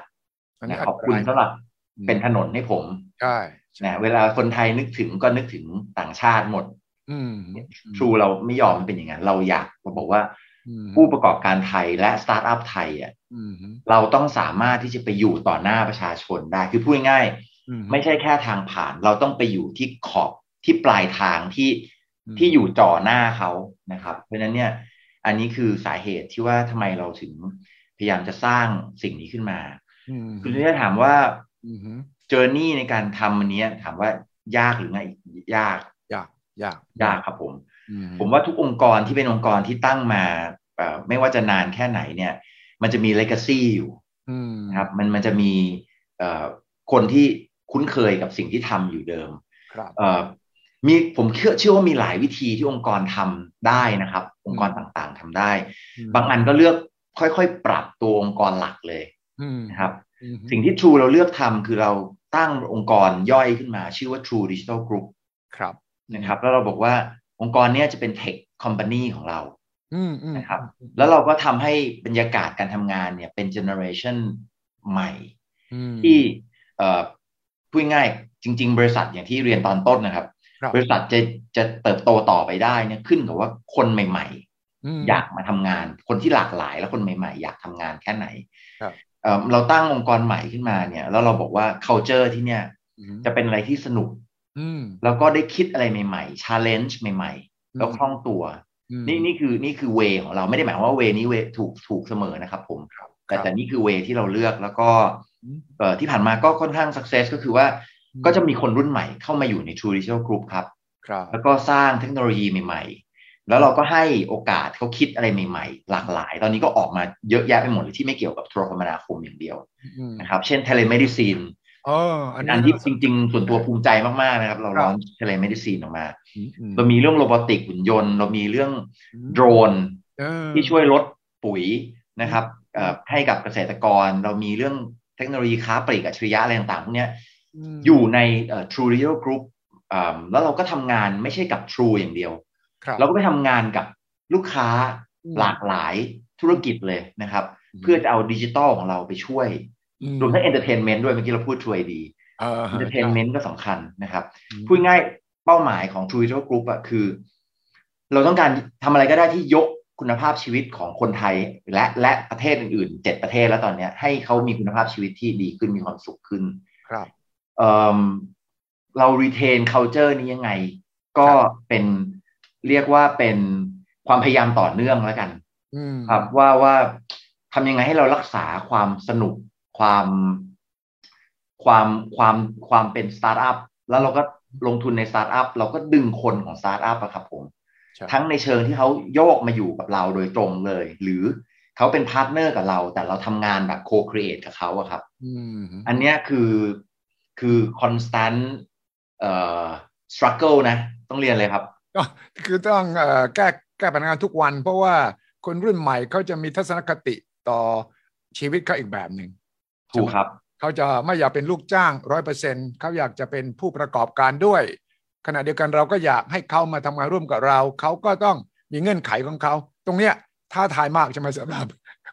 Speaker 1: อันนี้
Speaker 2: นะขอบคุณสำหรับ
Speaker 1: อืม
Speaker 2: เป็นถนนให้ผม
Speaker 1: ใช่ใช่
Speaker 2: นะเวลาคนไทยนึกถึงก็นึกถึงต่างชาติหมด
Speaker 1: อืม
Speaker 2: ทรูเราไม่ยอมเป็นอย่างนั้นเราอยากบอกว่า
Speaker 1: อืม
Speaker 2: ผู้ประกอบการไทยและสตาร์ทอัพไทยอ่ะ
Speaker 1: อืมอืม
Speaker 2: เราต้องสามารถที่จะไปอยู่ต่อหน้าประชาชนได้ คือพูดง่าย
Speaker 1: อื
Speaker 2: ๆไม่ใช่แค่ทางผ่าน เราต้องไปอยู่ที่ขอบที่ปลายทางที่ที่อยู่จ่อหน้าเขานะครับ เพราะฉะนั้นเนี่ยอันนี้คือสาเหตุที่ว่าทำไมเราถึงพยายามจะสร้างสิ่งนี้ขึ้นมา
Speaker 1: อืม
Speaker 2: คุณจะถามว่า
Speaker 1: อืมอืม
Speaker 2: เจอร์นี่ในการทำอันเนี้ยถามว่ายากหรือไงยาก
Speaker 1: ยากยาก
Speaker 2: ยากครับผม
Speaker 1: อื
Speaker 2: ผมว่าทุกองค์กรที่เป็นองค์กรที่ตั้งมาเอ่อไม่ว่าจะนานแค่ไหนเนี่ย มันจะมี legacy อยู่
Speaker 1: อืม
Speaker 2: นะครับมันมันจะมีเอ่อคนที่คุ้นเคยกับสิ่งที่ทำอยู่เดิม
Speaker 1: ครับ
Speaker 2: เอ่อมีผมเชื่อเชื่อว่ามีหลายวิธีที่องค์กรทำได้นะครับ องค์กรต่างๆทำได้ บางอันก็เลือกค่อยๆ ปรับตัวองค์กรหลักเลย
Speaker 1: อืม
Speaker 2: นะครับ
Speaker 1: อืม
Speaker 2: สิ่งที่ True เราเลือกทำคือเราตั้งองค์กรย่อยขึ้นมา ชื่อว่า True Digital Group
Speaker 1: ครับ
Speaker 2: นะครับแล้วเราบอกว่าองค์กรเนี้ยจะเป็น Tech Company ของเรา
Speaker 1: อืมอืม
Speaker 2: นะครับ แล้วเราก็ทำให้บรรยากาศการทำงานเนี่ยเป็นเจเนอเรชันใหม่
Speaker 1: อืม
Speaker 2: ที่เอ่อพูดง่ายจริง ๆ บริษัทอย่างที่เรียนตอนต้นนะครับ
Speaker 1: ครับ
Speaker 2: บริษัทจะจะเติบโตต่อไปได้เนี่ยขึ้นกับว่าคนใหม่
Speaker 1: ม
Speaker 2: ๆ อยากมาทำงาน คนที่หลากหลายและคนใหม่ ๆ อยากทำงานแค่ไหน
Speaker 1: ครับ
Speaker 2: เอ่อเราตั้งองค์กรใหม่ขึ้นมาเนี่ยแล้วเราบอกว่า culture ที่เนี่ย
Speaker 1: อืม
Speaker 2: จะเป็นอะไรที่สนุก
Speaker 1: อืม
Speaker 2: แล้วก็ได้คิดอะไรใหม่ๆ challenge ใหม่ ๆ แล้วคล่องตัว
Speaker 1: อืม
Speaker 2: นี่นี่คือนี่คือเวของเราไม่ได้หมายความว่าเวนี้เวถูกถูกเสมอนะครับผมแต่แต่นี่คือเวที่เราเลือกแล้วก็
Speaker 1: อืม
Speaker 2: เอ่อที่ผ่านมาก็ค่อนข้างสักเซสก็คือว่าก็จะมีคนรุ่นใหม่เข้ามาอยู่ใน True Digital Group ครับ
Speaker 1: ครับ
Speaker 2: แล้วก็สร้างเทคโนโลยีใหม่ ๆ แล้วเราก็ให้โอกาสเขาคิดอะไรใหม่ ๆ หลากหลาย ตอนนี้ก็ออกมาเยอะแยะไปหมดเลยที่ไม่เกี่ยวกับโทรคมนาคมอย่างเดียว
Speaker 1: อืม
Speaker 2: นะครับเช่น telemedicine
Speaker 1: เอออัน
Speaker 2: อั
Speaker 1: นี้
Speaker 2: นที่
Speaker 1: ที่าส
Speaker 2: จ
Speaker 1: น
Speaker 2: ริง ๆ ส่วนตัวภูมิใจมากๆนะครับเรา
Speaker 1: ครับ
Speaker 2: ร้อน telemedicine ออกมา
Speaker 1: อืมอืม
Speaker 2: เรามีเรื่องโรบอติกหุ่นยนต์ เรามีเรื่องโดรน
Speaker 1: เออ
Speaker 2: ที่ช่วยลดปุ๋ยนะครับเอ่อให้กับเกษตรกรเรามีเรื่องเทคโนโลยีค้าปลีกอัจฉริยะอะไรต่างๆพวกเนี้ย
Speaker 1: ม
Speaker 2: อยู่ในเอ่อ True Digital Group อ่าแล้วเราก็ทำงานไม่ใช่กับ True อย่างเดียว
Speaker 1: ครับ
Speaker 2: เราก็ไปทำงานกับลูกค้า
Speaker 1: อืม
Speaker 2: หลากหลายธุรกิจเลยนะครับ เพื่อจะเอาดิจิตอลของเราไปช่วย
Speaker 1: ม
Speaker 2: รวมทั้งเอนเตอร์เทนเมนต์ด้วยเมื่อกี้เราพูด True ID
Speaker 1: เออ
Speaker 2: เอนเตอร์เทนเมนต์ก็สำคัญนะครับ
Speaker 1: อืม
Speaker 2: พูดง่ายเป้าหมายของ True Digital Group อะคือ เราต้องการทำอะไรก็ได้ที่ยกคุณภาพชีวิตของคนไทยและและประเทศอื่นๆเจ็ดประเทศแล้วตอนเนี้ยให้เขามีคุณภาพชีวิตที่ดีขึ้นมีความสุขขึ้น
Speaker 1: ครับ
Speaker 2: เอิ่มเรา retain culture นี้ยังไง ก็เป็นเรียกว่าเป็นความพยายามต่อเนื่องแล้วกัน
Speaker 1: อืม
Speaker 2: ครับว่าว่าทำยังไงให้เรารักษาความสนุกความความความความเป็นสตาร์ทอัพแล้วเราก็ลงทุนในสตาร์ทอัพเราก็ดึงคนของสตาร์ทอัพอะครับผม
Speaker 1: ใช่
Speaker 2: ทั้งในเชิงที่เขาโยกมาอยู่กับเราโดยตรงเลย หรือเขาเป็นพาร์ทเนอร์กับเรา แต่เราทำงานแบบโคครีเอทกับเขาอะครับ
Speaker 1: อืม
Speaker 2: อันเนี้ยคือคือ constant เอ่อ struggle นะ ต้องเรียนเลยครับ
Speaker 1: ก็คือต้องเอ่อแก้แก้ปัญหาทุกวัน เพราะว่าคนรุ่นใหม่เขาจะมีทัศนคติต่อชีวิตเขาอีกแบบหนึ่ง
Speaker 2: ถูกครับ
Speaker 1: เขาจะไม่อยากเป็นลูกจ้างร้อยเปอร์เซ็นเขาอยากจะเป็นผู้ประกอบการด้วย ขณะเดียวกันเราก็อยากให้เขามาทำงานร่วมกับเราเขาก็ต้องมีเงื่อนไขของเขา ตรงเนี้ยท้าทายมากใช่ไหมสำหรับ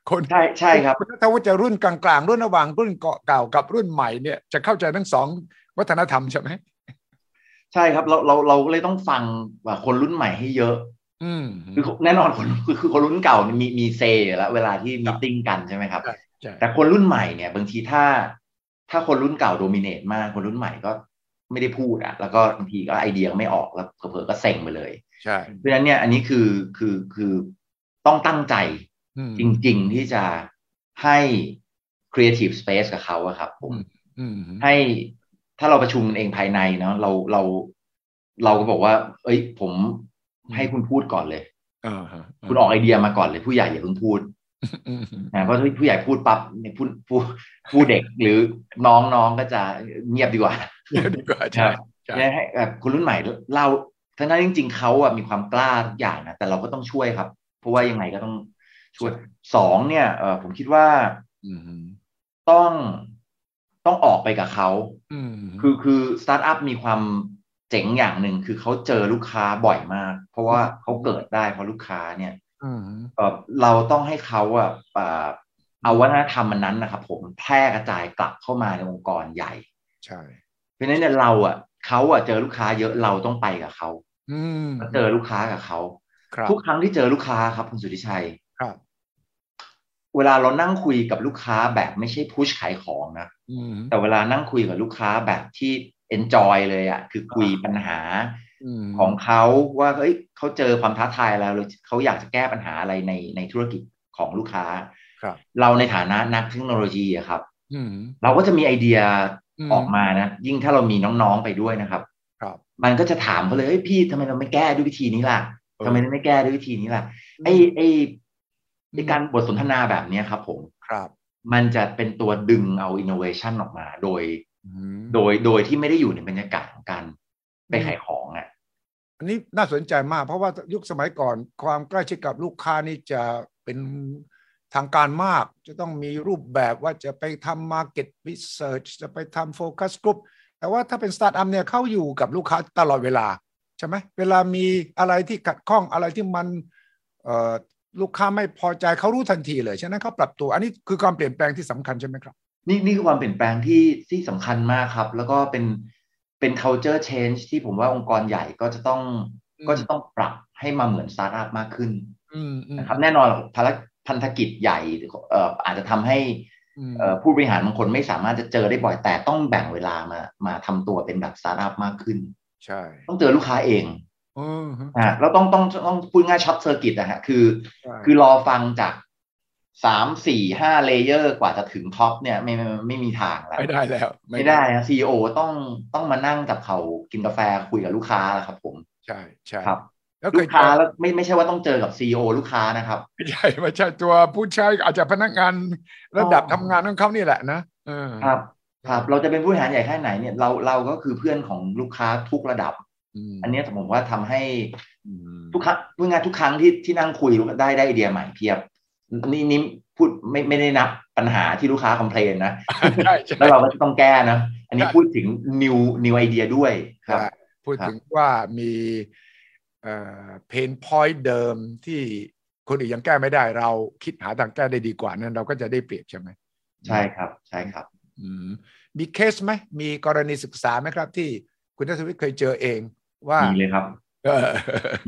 Speaker 1: คน
Speaker 2: ใช่ใช่ครับ
Speaker 1: ณนัทวุฒิจะรุ่นกลางๆ รุ่นระหว่างรุ่นเก่ากับรุ่นใหม่เนี่ยจะเข้าใจทั้งสองวัฒนธรรมใช่ไหม
Speaker 2: ใช่ครับเราเราเราก็เลยต้องฟังว่าคนรุ่นใหม่ให้เยอะ
Speaker 1: อืม
Speaker 2: คือแน่นอน <laughs> คนคือคือคนรุ่นเก่าเนี่ยมีมีเซอยู่แล้วเวลาที่
Speaker 1: ครั
Speaker 2: มี
Speaker 1: บ
Speaker 2: ติ้งกันใช่ไหมครับ
Speaker 1: ใช่
Speaker 2: แต่คนรุ่นใหม่เนี่ยบางทีถ้า ถ้าคนรุ่นเก่าโดมิเนตมากคนรุ่นใหม่ก็ไม่ได้พูดอ่ะแล้วก็บางทีก็ไอเดียไม่ออกแล้วเผลอๆก็เซ็งไปเลย
Speaker 1: ใช่
Speaker 2: เพราะฉะนั้นเนี่ยอันนี้คือคือคือต้องตั้งใจ
Speaker 1: อืม
Speaker 2: จริง ๆ ที่จะให้ Creative Space กับเขาอะครับผม
Speaker 1: อืม
Speaker 2: ให้ถ้าเราประชุมกันเองภายในเนาะเราเราเราก็บอกว่า เอ้ย ผมให้คุณพูดก่อนเลย
Speaker 1: เออฮะ
Speaker 2: คุณออกไอเดียมาก่อนเลยผู้ใหญ่อย่าเพิ่งพูด
Speaker 1: อืม
Speaker 2: นะเพราะถ้าผู้ใหญ่พูดปั๊บเนี่ยผู้ผู้ผู้เด็กหรือน้องน้องก็จะเงียบดีกว่า
Speaker 1: เดี๋ยวดีกว่าใช่ใช่
Speaker 2: เนี่ยให้แบบคุณรุ่นใหม่เล่า ทั้งนั้นจริง ๆเขาอะมีความกล้าทุกอย่างนะแต่เราก็ต้องช่วยครับ เพราะว่ายังไงก็ต้องช่วยสองเนี่ยเออผมคิดว่า
Speaker 1: อืม
Speaker 2: ต้องต้องออกไปกับเขา
Speaker 1: อืม
Speaker 2: คือคือสตาร์ทอัพมีความเจ๋งอย่างหนึ่งคือเขาเจอลูกค้าบ่อยมาก เพราะว่าเขาเกิดได้เพราะลูกค้าเนี่ย
Speaker 1: อืม
Speaker 2: เอ่อเราต้องให้เขาอ่ะเอ่อเอาวัฒนธรรมมันนั้นนะครับผมแพร่กระจายกลับเข้ามาในองค์กรใหญ่
Speaker 1: ใช่
Speaker 2: เพราะฉะนั้นเนี่ยเราอ่ะเขาอ่ะเจอลูกค้าเยอะเราต้องไปกับเขา
Speaker 1: อืม
Speaker 2: แล้วเจอลูกค้ากับเขา
Speaker 1: ครับ
Speaker 2: ทุกครั้งที่เจอลูกค้าครับคุณสุทธิชัย
Speaker 1: ครับ
Speaker 2: เวลาเรานั่งคุยกับลูกค้าแบบไม่ใช่พุชขายของนะ
Speaker 1: อืม
Speaker 2: แต่เวลานั่งคุยกับลูกค้าแบบที่ enjoy เลยอ่ะคือคุยปัญหา
Speaker 1: ม
Speaker 2: ของเขาว่าเฮ้ยเขาเจอความท้าทายแล้วหรือเขาอยากจะแก้ปัญหาอะไรในในธุรกิจของลูกค้า
Speaker 1: ครับ
Speaker 2: เราในฐานะนักเทคโนโลยีอะครับ
Speaker 1: อืม
Speaker 2: เราก็จะมีไอเดีย
Speaker 1: ม
Speaker 2: ออกมานะ ยิ่งถ้าเรามีน้องๆไปด้วยนะครับ
Speaker 1: ครับ
Speaker 2: มันก็จะถามเขาเลยเฮ้ยพี่ทำไมเราไม่แก้ด้วยวิธีนี้ล่ะทำไมไม่แก้ด้วยวิธีนี้ล่ะไอไอไอการบทสนทนาแบบเนี้ยครับผม
Speaker 1: ครับ
Speaker 2: มันจะเป็นตัวดึงเอาอินโนเวชันออกมาโดย
Speaker 1: อืม
Speaker 2: โดยโดยที่ไม่ได้อยู่ในบรรยากาศของการไปขายของอ่ะ
Speaker 1: อันนี้น่าสนใจมาก เพราะว่ายุคสมัยก่อนความใกล้ชิดกับลูกค้านี่จะเป็นทางการมาก จะต้องมีรูปแบบว่าจะไปทำ Market Research จะไปทำ Focus Group แต่ว่าถ้าเป็นสตาร์ทอัพเนี่ยเข้าอยู่กับลูกค้าตลอดเวลา ใช่ไหมเวลามีอะไรที่ขัดข้องอะไรที่มันเอ่อลูกค้าไม่พอใจเขารู้ทันทีเลย ฉะนั้นเขาปรับตัว อันนี้คือความเปลี่ยนแปลงที่สำคัญใช่ไหมครับ
Speaker 2: นี่นี่คือความเปลี่ยนแปลงที่ที่สำคัญมากครับ แล้วก็เป็นเป็น culture change ที่ผมว่าองค์กรใหญ่ก็จะต้อง
Speaker 1: อืม
Speaker 2: ก็จะต้องปรับให้มาเหมือนสตาร์ทอัพมากขึ้น
Speaker 1: อืมอืม
Speaker 2: นะครับแน่นอนภารพันธกิจใหญ่เอ่ออาจจะทำให้
Speaker 1: อืม
Speaker 2: เอ่อผู้บริหารบางคนไม่สามารถจะเจอได้บ่อยแต่ต้องแบ่งเวลามามาทำตัวเป็นแบบสตาร์ทอัพมากขึ้น
Speaker 1: ใช่
Speaker 2: ต้องเจอลูกค้าเอง
Speaker 1: อืม
Speaker 2: อ่ะแล้วต้องต้องต้องพูดง่ายช็อตเซอร์กิตนะฮะคือ
Speaker 1: ใช่
Speaker 2: คือรอฟังจากสามสี่ห้าเลเยอร์กว่าจะถึงท็อปเนี่ยไม่ไม่ไม่ไม่มีทางแล้ว
Speaker 1: ไม่ได้แล้ว
Speaker 2: ไม่ได้นะซีโอต้องต้องมานั่งกับเขากินกาแฟคุยกับลูกค้านะครับผม
Speaker 1: ใช่ใช่
Speaker 2: ครับ
Speaker 1: แล้ว
Speaker 2: ลู
Speaker 1: เคย
Speaker 2: ก
Speaker 1: เจ
Speaker 2: ค้า
Speaker 1: อ
Speaker 2: แล้วไม่ไม่ใช่ว่าต้องเจอกับซีโอลูกค้านะครับ
Speaker 1: ไม่ใช่ไม่ใช่ตัวผู้ใช้อาจจะพนักงานระดับ
Speaker 2: อ๋อ
Speaker 1: ทำงานของเขานี่แหละนะเออ
Speaker 2: ครับ ครับเราจะเป็นผู้บริหารใหญ่แค่ไหนเนี่ยเราเราก็คือเพื่อนของลูกค้าทุกระดับ
Speaker 1: ม
Speaker 2: อันเนี้ยผมว่าทำให้
Speaker 1: อืม
Speaker 2: ทุกครั้งพูดง่ายๆทุกครั้งที่ที่นั่งคุยได้ได้ไอเดียใหม่เพียบนี่นี่พูดไม่ไม่ได้นับปัญหาที่ลูกค้าคอมเพลนนะ
Speaker 1: ใช่ใช่
Speaker 2: แล้วเราก็จะต้องแก้นะ อันนี้
Speaker 1: ใช่
Speaker 2: พูดถึง new new idea ด้วยครับ
Speaker 1: ใช่พูดถึงว่ามีเอ่อเพนพอยต์เดิมที่คนอื่นยังแก้ไม่ได้เราคิดหาทางแก้ได้ดีกว่านั้น เราก็จะได้เปรียบใช่ไหม
Speaker 2: ใช่ครับ ใช่ครับ
Speaker 1: อืมมีเคสไหมมีกรณีศึกษาไหมครับ ที่คุณทัศวิทย์เคยเจอเองว่า
Speaker 2: มีเลยครับ
Speaker 1: เออ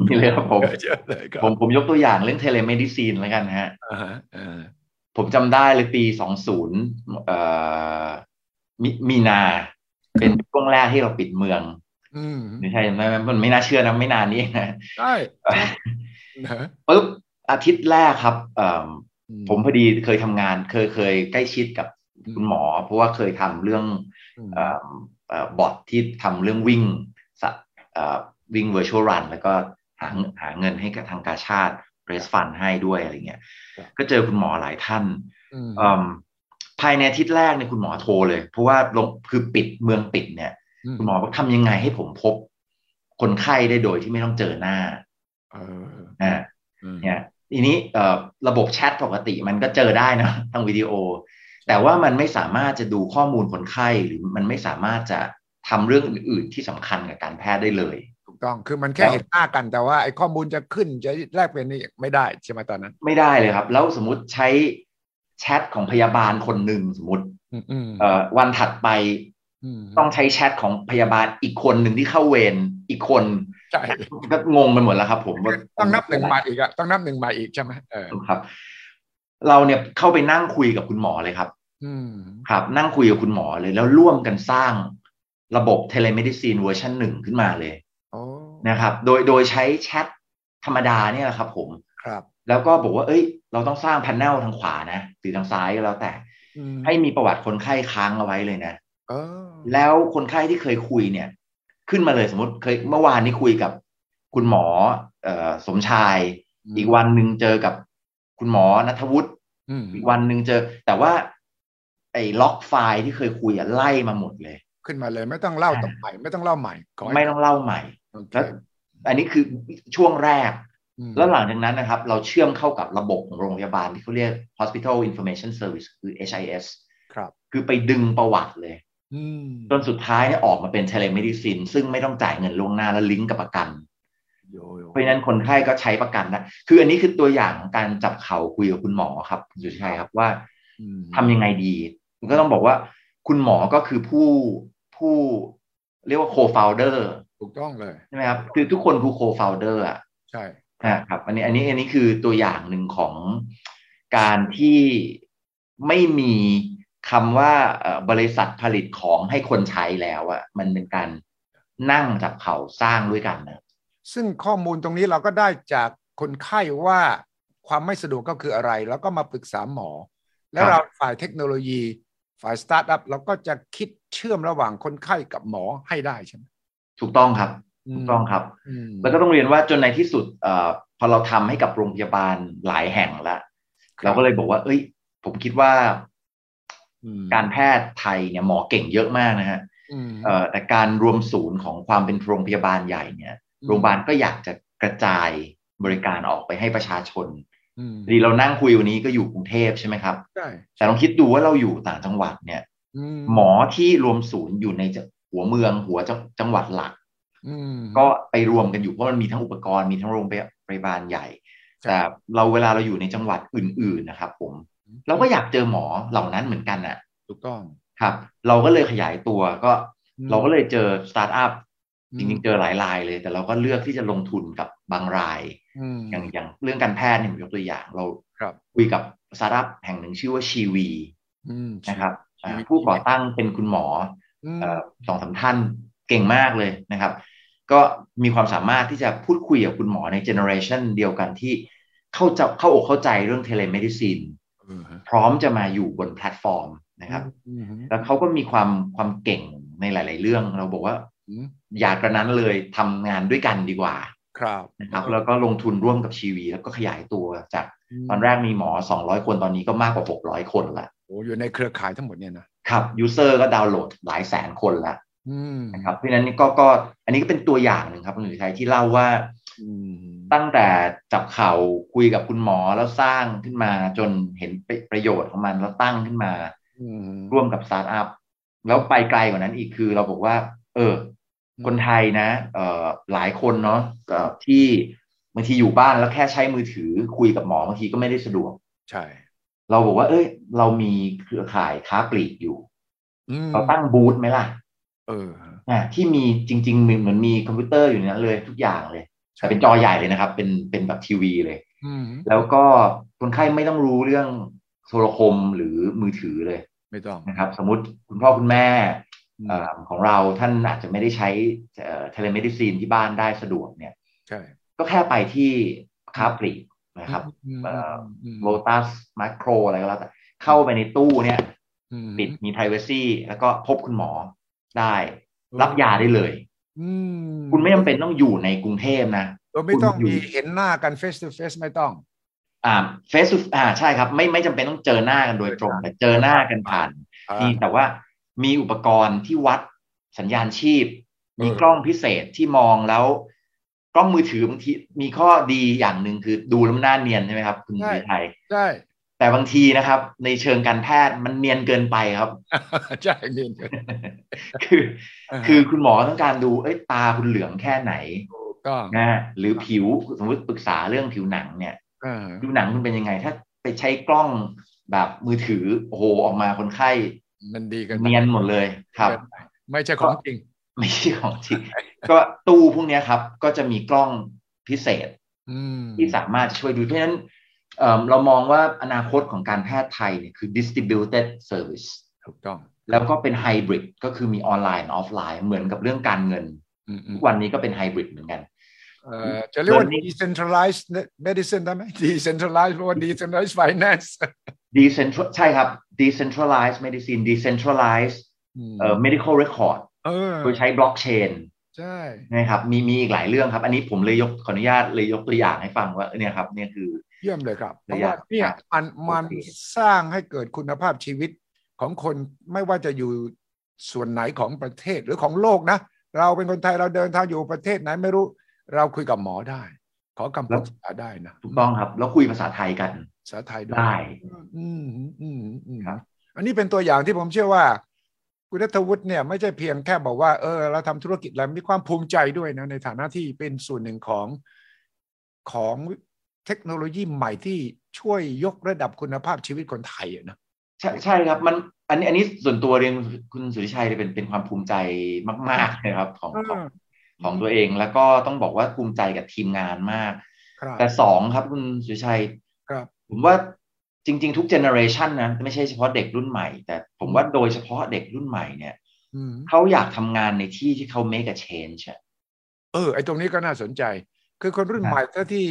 Speaker 2: มีเลยครับผม
Speaker 1: เจอเลยครับ
Speaker 2: ผมผมยกตัวอย่างเรื่องเทเลเมดิซีนแล้วกันนะฮะ
Speaker 1: อ่าฮะอ่า
Speaker 2: ผมจำได้เลยปี 20เอ่อมิมีนา เป็นช่วงแรกที่เราปิดเมือง
Speaker 1: อืม
Speaker 2: ไม่ใช่ไม่ไม่มันไม่น่าเชื่อนะไม่นานนี้เองนะ
Speaker 1: ใช่
Speaker 2: เอ่อ
Speaker 1: นะ
Speaker 2: ปุ๊บอาทิตย์แรกครับเอิ่ม
Speaker 1: อื
Speaker 2: ผมพอดีเคยทำงาน เคยเคยใกล้ชิดกับคุณหมอ เพราะว่าเคยทำเรื่อง
Speaker 1: ม
Speaker 2: เอ่อเอ่อบอทที่ทำเรื่องวิ่งสะเอ่อวิ่ง virtual run แล้วก็หาเงินหาเงินให้กับทางกาชาติ raise fund ให้ด้วยอะไรเงี้ย ก็เจอคุณหมอหลายท่าน
Speaker 1: ม
Speaker 2: เอิ่มภายในอาทิตย์แรกเนี่ยคุณหมอโทรเลย เพราะว่าลงคือปิดเมืองปิดเนี่ย คุณหมอบอกทำยังไงให้ผมพบ คนไข้ได้โดยที่ไม่ต้องเจอหน้า
Speaker 1: เออ
Speaker 2: อ่า
Speaker 1: อืม
Speaker 2: เนี่ยทีนี้เอ่อระบบแชทปกติมันก็เจอได้นะ <laughs> ทางวิดีโอ แต่ว่ามันไม่สามารถจะดูข้อมูลคนไข้หรือมันไม่สามารถจะทำเรื่องอื่น ๆ ที่สำคัญกับการแพทย์ได้เลย
Speaker 1: ถูกต้องคือมันแค่เห็นหน้ากันแต่ว่าไอ้ข้อมูลจะขึ้นจะแลกเปลี่ยนนี่ไม่ได้ใช่ไหมตอนนั้น
Speaker 2: ไม่ได้เลยครับ แล้วสมมติใช้แชทของพยาบาลคนหนึ่งสมมติ
Speaker 1: อืมอืม
Speaker 2: เอ่อวันถัดไป
Speaker 1: ม
Speaker 2: ต้องใช้แชทของพยาบาลอีกคนหนึ่งที่เข้าเวรอีกคน
Speaker 1: ใช่
Speaker 2: ก็งงไปหมดแล้วครับ ผมว่า
Speaker 1: ต้องนับหนึ่งใหม่อีกอะต้องนับหนึ่งใหม่อีกใช่ไหมเออ
Speaker 2: ครับ เราเนี่ยเข้าไปนั่งคุยกับคุณหมอเลยครับ
Speaker 1: อืม
Speaker 2: ครับนั่งคุยกับคุณหมอเลยแล้วร่วมกันสร้างระบบเทเล e มดิซีนเวอร์ชันหนึ่งขึ้นมาเลย
Speaker 1: โอ้
Speaker 2: นะครับ โดยโดยใช้แชทธรรมดาเนี่ยแหละครับผม
Speaker 1: ครับ
Speaker 2: แล้วก็บอกว่าเอ้ย เราต้องสร้างแพนเนลทางขวานะ หรือทางซ้ายก็แล้วแต่
Speaker 1: อืม
Speaker 2: ให้มีประวัติคนไข้ค้างเอาไว้เลยนะ
Speaker 1: เออ
Speaker 2: แล้วคนไข้ที่เคยคุยเนี่ย ขึ้นมาเลยสมมติเคยเมื่อวานนี้คุยกับคุณหมอเอ่อสมชาย
Speaker 1: ม
Speaker 2: อีกวันหนึ่งเจอกับคุณหมอนัทวุฒิ
Speaker 1: อืม
Speaker 2: อีกวันหนึ่งเจอ แต่ว่า ไอ้ล็อกไฟล์ที่เคยคุยอะไล่มาหมดเลย
Speaker 1: ขึ้นมาเลยไม่ต้องเล่าต่อใหม่ไม่ต้องเล่าใหม่ขให้
Speaker 2: ไม่ต้องเล่าใหม่
Speaker 1: โอเค
Speaker 2: แล้ว อันนี้คือช่วงแรก
Speaker 1: อืม
Speaker 2: แล้วหลังจากนั้นนะครับ เราเชื่อมเข้ากับระบบของโรงพยาบาลที่เขาเรียก Hospital Information Service คือ HIS
Speaker 1: ครับ
Speaker 2: คือไปดึงประวัติเลย
Speaker 1: อืม
Speaker 2: จนสุดท้ายเนี่ยออกมาเป็นเทเล e มดิซินซึ่งไม่ต้องจ่ายเงินล่วงหน้าและลิงก์กับประกัน
Speaker 1: โยโย่
Speaker 2: เพราะฉะนั้นคนไข้ก็ใช้ประกันนะคืออันนี้คือตัวอย่างของการจับเข่าคุยกับคุณหมอครับคุณสุชัยครับว่า
Speaker 1: อืม
Speaker 2: ทำยังไงดีมันก็ต้องบอกว่าคุณหมอก็คือผู้ผู้เรียกว่าโคฟ o u เดอร์
Speaker 1: ถูกต้องเลย
Speaker 2: ใช่ไหมครับคือทุกคนคือโคฟ o u เดอร์อะ
Speaker 1: ใช่
Speaker 2: นะครับอันนี้อันนี้อันนี้คือตัวอย่างหนึ่งของการที่ไม่มีคำว่าเอ่อบริษัทผลิตของให้คนใช้แล้วอะมันเป็นการนั่งจับเข่าสร้างด้วยกันนะ
Speaker 1: ซึ่งข้อมูลตรงนี้เราก็ได้จากคนไข้ว่าความไม่สะดวกก็คืออะไร แล้วก็มาปรึกษาหมอ แล้วเราฝ่ายเทคโนโลยี ฝ่ายสตาร์ทอัพเราก็จะคิดเชื่อมระหว่างคนไข้กับหมอให้ได้ใช่ไหม
Speaker 2: ถูกต้องครับถูกต้องครับ
Speaker 1: อืม
Speaker 2: แล้วก็ต้องเรียนว่าจนในที่สุดเออพอเราทำให้กับโรงพยาบาลหลายแห่งละเราก็เลยบอกว่า เอ้ย ผมคิดว่า
Speaker 1: อืม
Speaker 2: การแพทย์ไทยเนี่ยหมอเก่งเยอะมากนะฮะ
Speaker 1: อืม
Speaker 2: เอ่อแต่การรวมศูนย์ของความเป็นโรงพยาบาลใหญ่เนี่ยโรงพยาบาลก็อยากจะกระจายบริการออกไปให้ประชาชน
Speaker 1: อืม
Speaker 2: ดีเรานั่งคุยวันนี้ก็อยู่กรุงเทพใช่ไหมครับ
Speaker 1: ใช่
Speaker 2: แต่ลองคิดดูว่าเราอยู่ต่างจังหวัดเนี่ย
Speaker 1: อืม
Speaker 2: หมอที่รวมศูนย์อยู่ในหัวเมืองหัวจังจังหวัดหลัก
Speaker 1: อืม
Speaker 2: ก็ไปรวมกันอยู่เพราะมันมีทั้งอุปกรณ์มีทั้งโรงพยาบาลใหญ่
Speaker 1: ครับ
Speaker 2: แต่เราเวลาเราอยู่ในจังหวัดอื่น ๆนะครับ ผม เราก็อยากเจอหมอเหล่านั้นเหมือนกันน่ะ
Speaker 1: ถูกต้อง
Speaker 2: ครับ เราก็เลยขยายตัวก็
Speaker 1: อืม
Speaker 2: เราก็เลยเจอสตาร์ทอัพ
Speaker 1: อื
Speaker 2: จริ
Speaker 1: ม
Speaker 2: งๆเจอหลายรายเลย แต่เราก็เลือกที่จะลงทุนกับบางราย
Speaker 1: อืม
Speaker 2: อย่างอย่างเรื่องการแพทย์เนี่ยผมยกตัวอย่าง เรา
Speaker 1: ครับ
Speaker 2: คุยกับสตาร์ทอัพแห่งหนึ่งชื่อว่าชีวี
Speaker 1: อืม
Speaker 2: นะครับอ่า
Speaker 1: ชีวี
Speaker 2: ผู้ก่อตั้งเป็นคุณหมอ
Speaker 1: อืม
Speaker 2: เอ่อสองสามท่านเก่งมากเลยนะครับ ก็มีความสามารถที่จะพูดคุยกับคุณหมอในเจเนอเรชันเดียวกันที่เข้าใจเข้าอกเข้าใจเรื่องเทเลเมดิซิน
Speaker 1: เออฮะ
Speaker 2: พร้อมจะมาอยู่บนแพลตฟอร์มนะครับ
Speaker 1: อืม
Speaker 2: แล้วเขาก็มีความความเก่งในหลาย ๆ เรื่อง เราบอกว่า
Speaker 1: อืม
Speaker 2: อย่ากระนั้นเลยทำงานด้วยกันดีกว่า
Speaker 1: ครับ
Speaker 2: นะครับแล้วก็ลงทุนร่วมกับชีวี แล้วก็ขยายตัวจากตอนแรกมีหมอ 200 คนตอนนี้ก็มากกว่า 600 คนละ
Speaker 1: โอ้อยู่ในเครือข่ายทั้งหมดเนี่ยนะครับ
Speaker 2: ยูเซอร์ก็ดาวน์โหลดหลายแสนคนละ
Speaker 1: อืม
Speaker 2: นะครับเพราะฉะนั้นนี่ก็ก็อันนี้ก็เป็นตัวอย่างหนึ่งครับคุณสุชัยที่เล่าว่า
Speaker 1: อืม
Speaker 2: ตั้งแต่จับเข่าคุยกับคุณหมอแล้วสร้างขึ้นมาจนเห็นประโยชน์ของมันแล้วตั้งขึ้นมา
Speaker 1: อืม
Speaker 2: ร่วมกับสตาร์ทอัพแล้วไปไกลกว่านั้นอีกคือเราบอกว่า เออ คนไทยนะเอ่อหลายคนเนาะเอ่อที่บางทีอยู่บ้านแล้วแค่ใช้มือถือคุยกับหมอบางทีก็ไม่ได้สะดวก
Speaker 1: ใช่
Speaker 2: เราบอกว่า เอ้ย เรามีเครือข่ายค้าปลีกอยู่
Speaker 1: อืม
Speaker 2: เราตั้งบูธไหมล่ะ
Speaker 1: เออ
Speaker 2: อ่ะที่มีจริงๆเหมือนมีคอมพิวเตอร์อยู่ในนั้นเลยทุกอย่างเลย แต่
Speaker 1: ใช่
Speaker 2: เป็นจอใหญ่เลยนะครับ เป็นเป็นแบบทีวีเลย
Speaker 1: อืม
Speaker 2: แล้วก็คนไข้ไม่ต้องรู้เรื่องโทรคมหรือมือถือเลย
Speaker 1: ไม่ต้อง
Speaker 2: นะครับ สมมติคุณพ่อคุณแม่
Speaker 1: อืม
Speaker 2: เอ่อของเราท่านอาจจะไม่ได้ใช้เทเลเมดิซีนที่บ้านได้สะดวกเนี่ย
Speaker 1: ใช่
Speaker 2: ก็แค่ไปที่ค้าปลีกนะครับ
Speaker 1: อืม
Speaker 2: เอ่อ
Speaker 1: ม
Speaker 2: โลตัสมาโครอะไรก็แล้วแต่ เข้าไปในตู้เนี่ย
Speaker 1: อืม
Speaker 2: ปิดมี p r i เวซีแล้วก็พบคุณหมอได้ รับยาได้เลย
Speaker 1: อืม
Speaker 2: คุณไม่จำเป็นต้องอยู่ในกรุงเทพนะ
Speaker 1: เออไม่ต้อง
Speaker 2: คุณอยู่
Speaker 1: มีเห็นหน้ากัน face to face ไม่ต้อง
Speaker 2: อ่าเฟซอ่าใช่ครับ ไม่ไม่จำเป็นต้องเจอหน้ากันโดยตรงแต่เจอหน้ากันผ่านนี่แต่ว่ามีอุปกรณ์ที่วัดสัญญาณชีพ มีกล้องพิเศษที่มองแล้ว กล้องมือถือบางทีมีข้อดีอย่างหนึ่งคือดูแล้วมันน่าเนียนใช่ไหมครับ คุณ
Speaker 1: ใช่
Speaker 2: สุชัย
Speaker 1: ใช่ <laughs>
Speaker 2: แต่บางทีนะครับ ในเชิงการแพทย์มันเนียนเกินไปครับ
Speaker 1: ใช่เรียนเถอะ
Speaker 2: คือ คือคุณหมอต้องการดูเอ้ยตาคุณเหลืองแค่ไหน
Speaker 1: ถูกต้อง
Speaker 2: นะหรือผิวสมมติปรึกษาเรื่องผิวหนังเนี่ย
Speaker 1: เออ
Speaker 2: ดูหนังมันเป็นยังไง ถ้าไปใช้กล้องแบบมือถือโอ้โหออกมาคนไข้
Speaker 1: มันดีกัน
Speaker 2: เนียนหมดเลยครับ
Speaker 1: ไม่ใช่ของจริง
Speaker 2: ไม่ใช่ของจริง ก็ตู้พวกเนี้ยครับ ก็จะมีกล้องพิเศษ
Speaker 1: อืม
Speaker 2: ที่สามารถช่วยดูเพราะฉะนั้นเอิ่มเรามองว่าอนาคตของการแพทย์ไทยเนี่ยคือ distributed service
Speaker 1: ถูกต้อง
Speaker 2: แล้วก็เป็นไฮบริดก็คือมีออนไลน์ออฟไลน์เหมือนกับเรื่องการเงิน
Speaker 1: อืมอื
Speaker 2: ทุ
Speaker 1: ม
Speaker 2: กวันนี้ก็เป็นไฮบริดเหมือนกัน
Speaker 1: เอ่อจะเรียกว่า
Speaker 2: learning
Speaker 1: decentralized medicine ได้ไหม decentralized เพราะว่า decentralized finance
Speaker 2: decentral ใช่ครับ decentralized medicine decentralized เอ่อ medical record
Speaker 1: เออ
Speaker 2: โดยใช้บล็อกเชน
Speaker 1: ใช่
Speaker 2: นะครับมีมีอีกหลายเรื่องครับ อันนี้ผมเลยยกขออนุญาตเลยยกตัวอย่างให้ฟังว่าเนี่ยครับเนี่ยคือ
Speaker 1: เยี่ยมเลยครับเพ
Speaker 2: ระ
Speaker 1: ราะ
Speaker 2: ยะ
Speaker 1: ว่าเนี่ย
Speaker 2: ครับ
Speaker 1: มันมัน
Speaker 2: โอเค
Speaker 1: สร้างให้เกิดคุณภาพชีวิตของคนไม่ว่าจะอยู่ส่วนไหนของประเทศหรือของโลกนะ เราเป็นคนไทยเราเดินทางอยู่ประเทศไหนไม่รู้ เราคุยกับหมอได้ ขอคำปรึกษาได้นะ
Speaker 2: ถูกต้องครับ แล้วคุยภาษาไทยกัน
Speaker 1: ภาษาไทยด้วย
Speaker 2: ได้
Speaker 1: อืมอืมอืม
Speaker 2: ครับ
Speaker 1: อันนี้เป็นตัวอย่างที่ผมเชื่อว่าคุณรัฐวุฒิเนี่ย ไม่ใช่เพียงแค่บอกว่าเออเราทำธุรกิจแล้วมีความภูมิใจด้วยนะ ในฐานะที่เป็นส่วนหนึ่งของของเทคโนโลยีใหม่ที่ช่วยยกระดับคุณภาพชีวิตคนไทยอะนะ
Speaker 2: ใช่ใช่ครับมันอันนี้อันนี้ส่วนตัวเรียนคุณสุริชัยเนี่ยเป็นเป็นความภูมิใจมากๆนะครับของของของตัวเองแล้วก็ต้องบอกว่าภูมิใจกับทีมงานมาก
Speaker 1: ครับ
Speaker 2: แต่สองครับคุณสุริชัย
Speaker 1: ครับ
Speaker 2: ผมว่าจริง ๆ ทุกเจเนอเรชันนะไม่ใช่เฉพาะเด็กรุ่นใหม่ แต่ผมว่าโดยเฉพาะเด็กรุ่นใหม่เนี่ย
Speaker 1: อืม
Speaker 2: เขาอยากทำงานในที่ที่เขา make a change อะ
Speaker 1: เออไอตรงนี้ก็น่าสนใจ คือคนรุ่น
Speaker 2: ครับ
Speaker 1: ใหม่ถ้าที่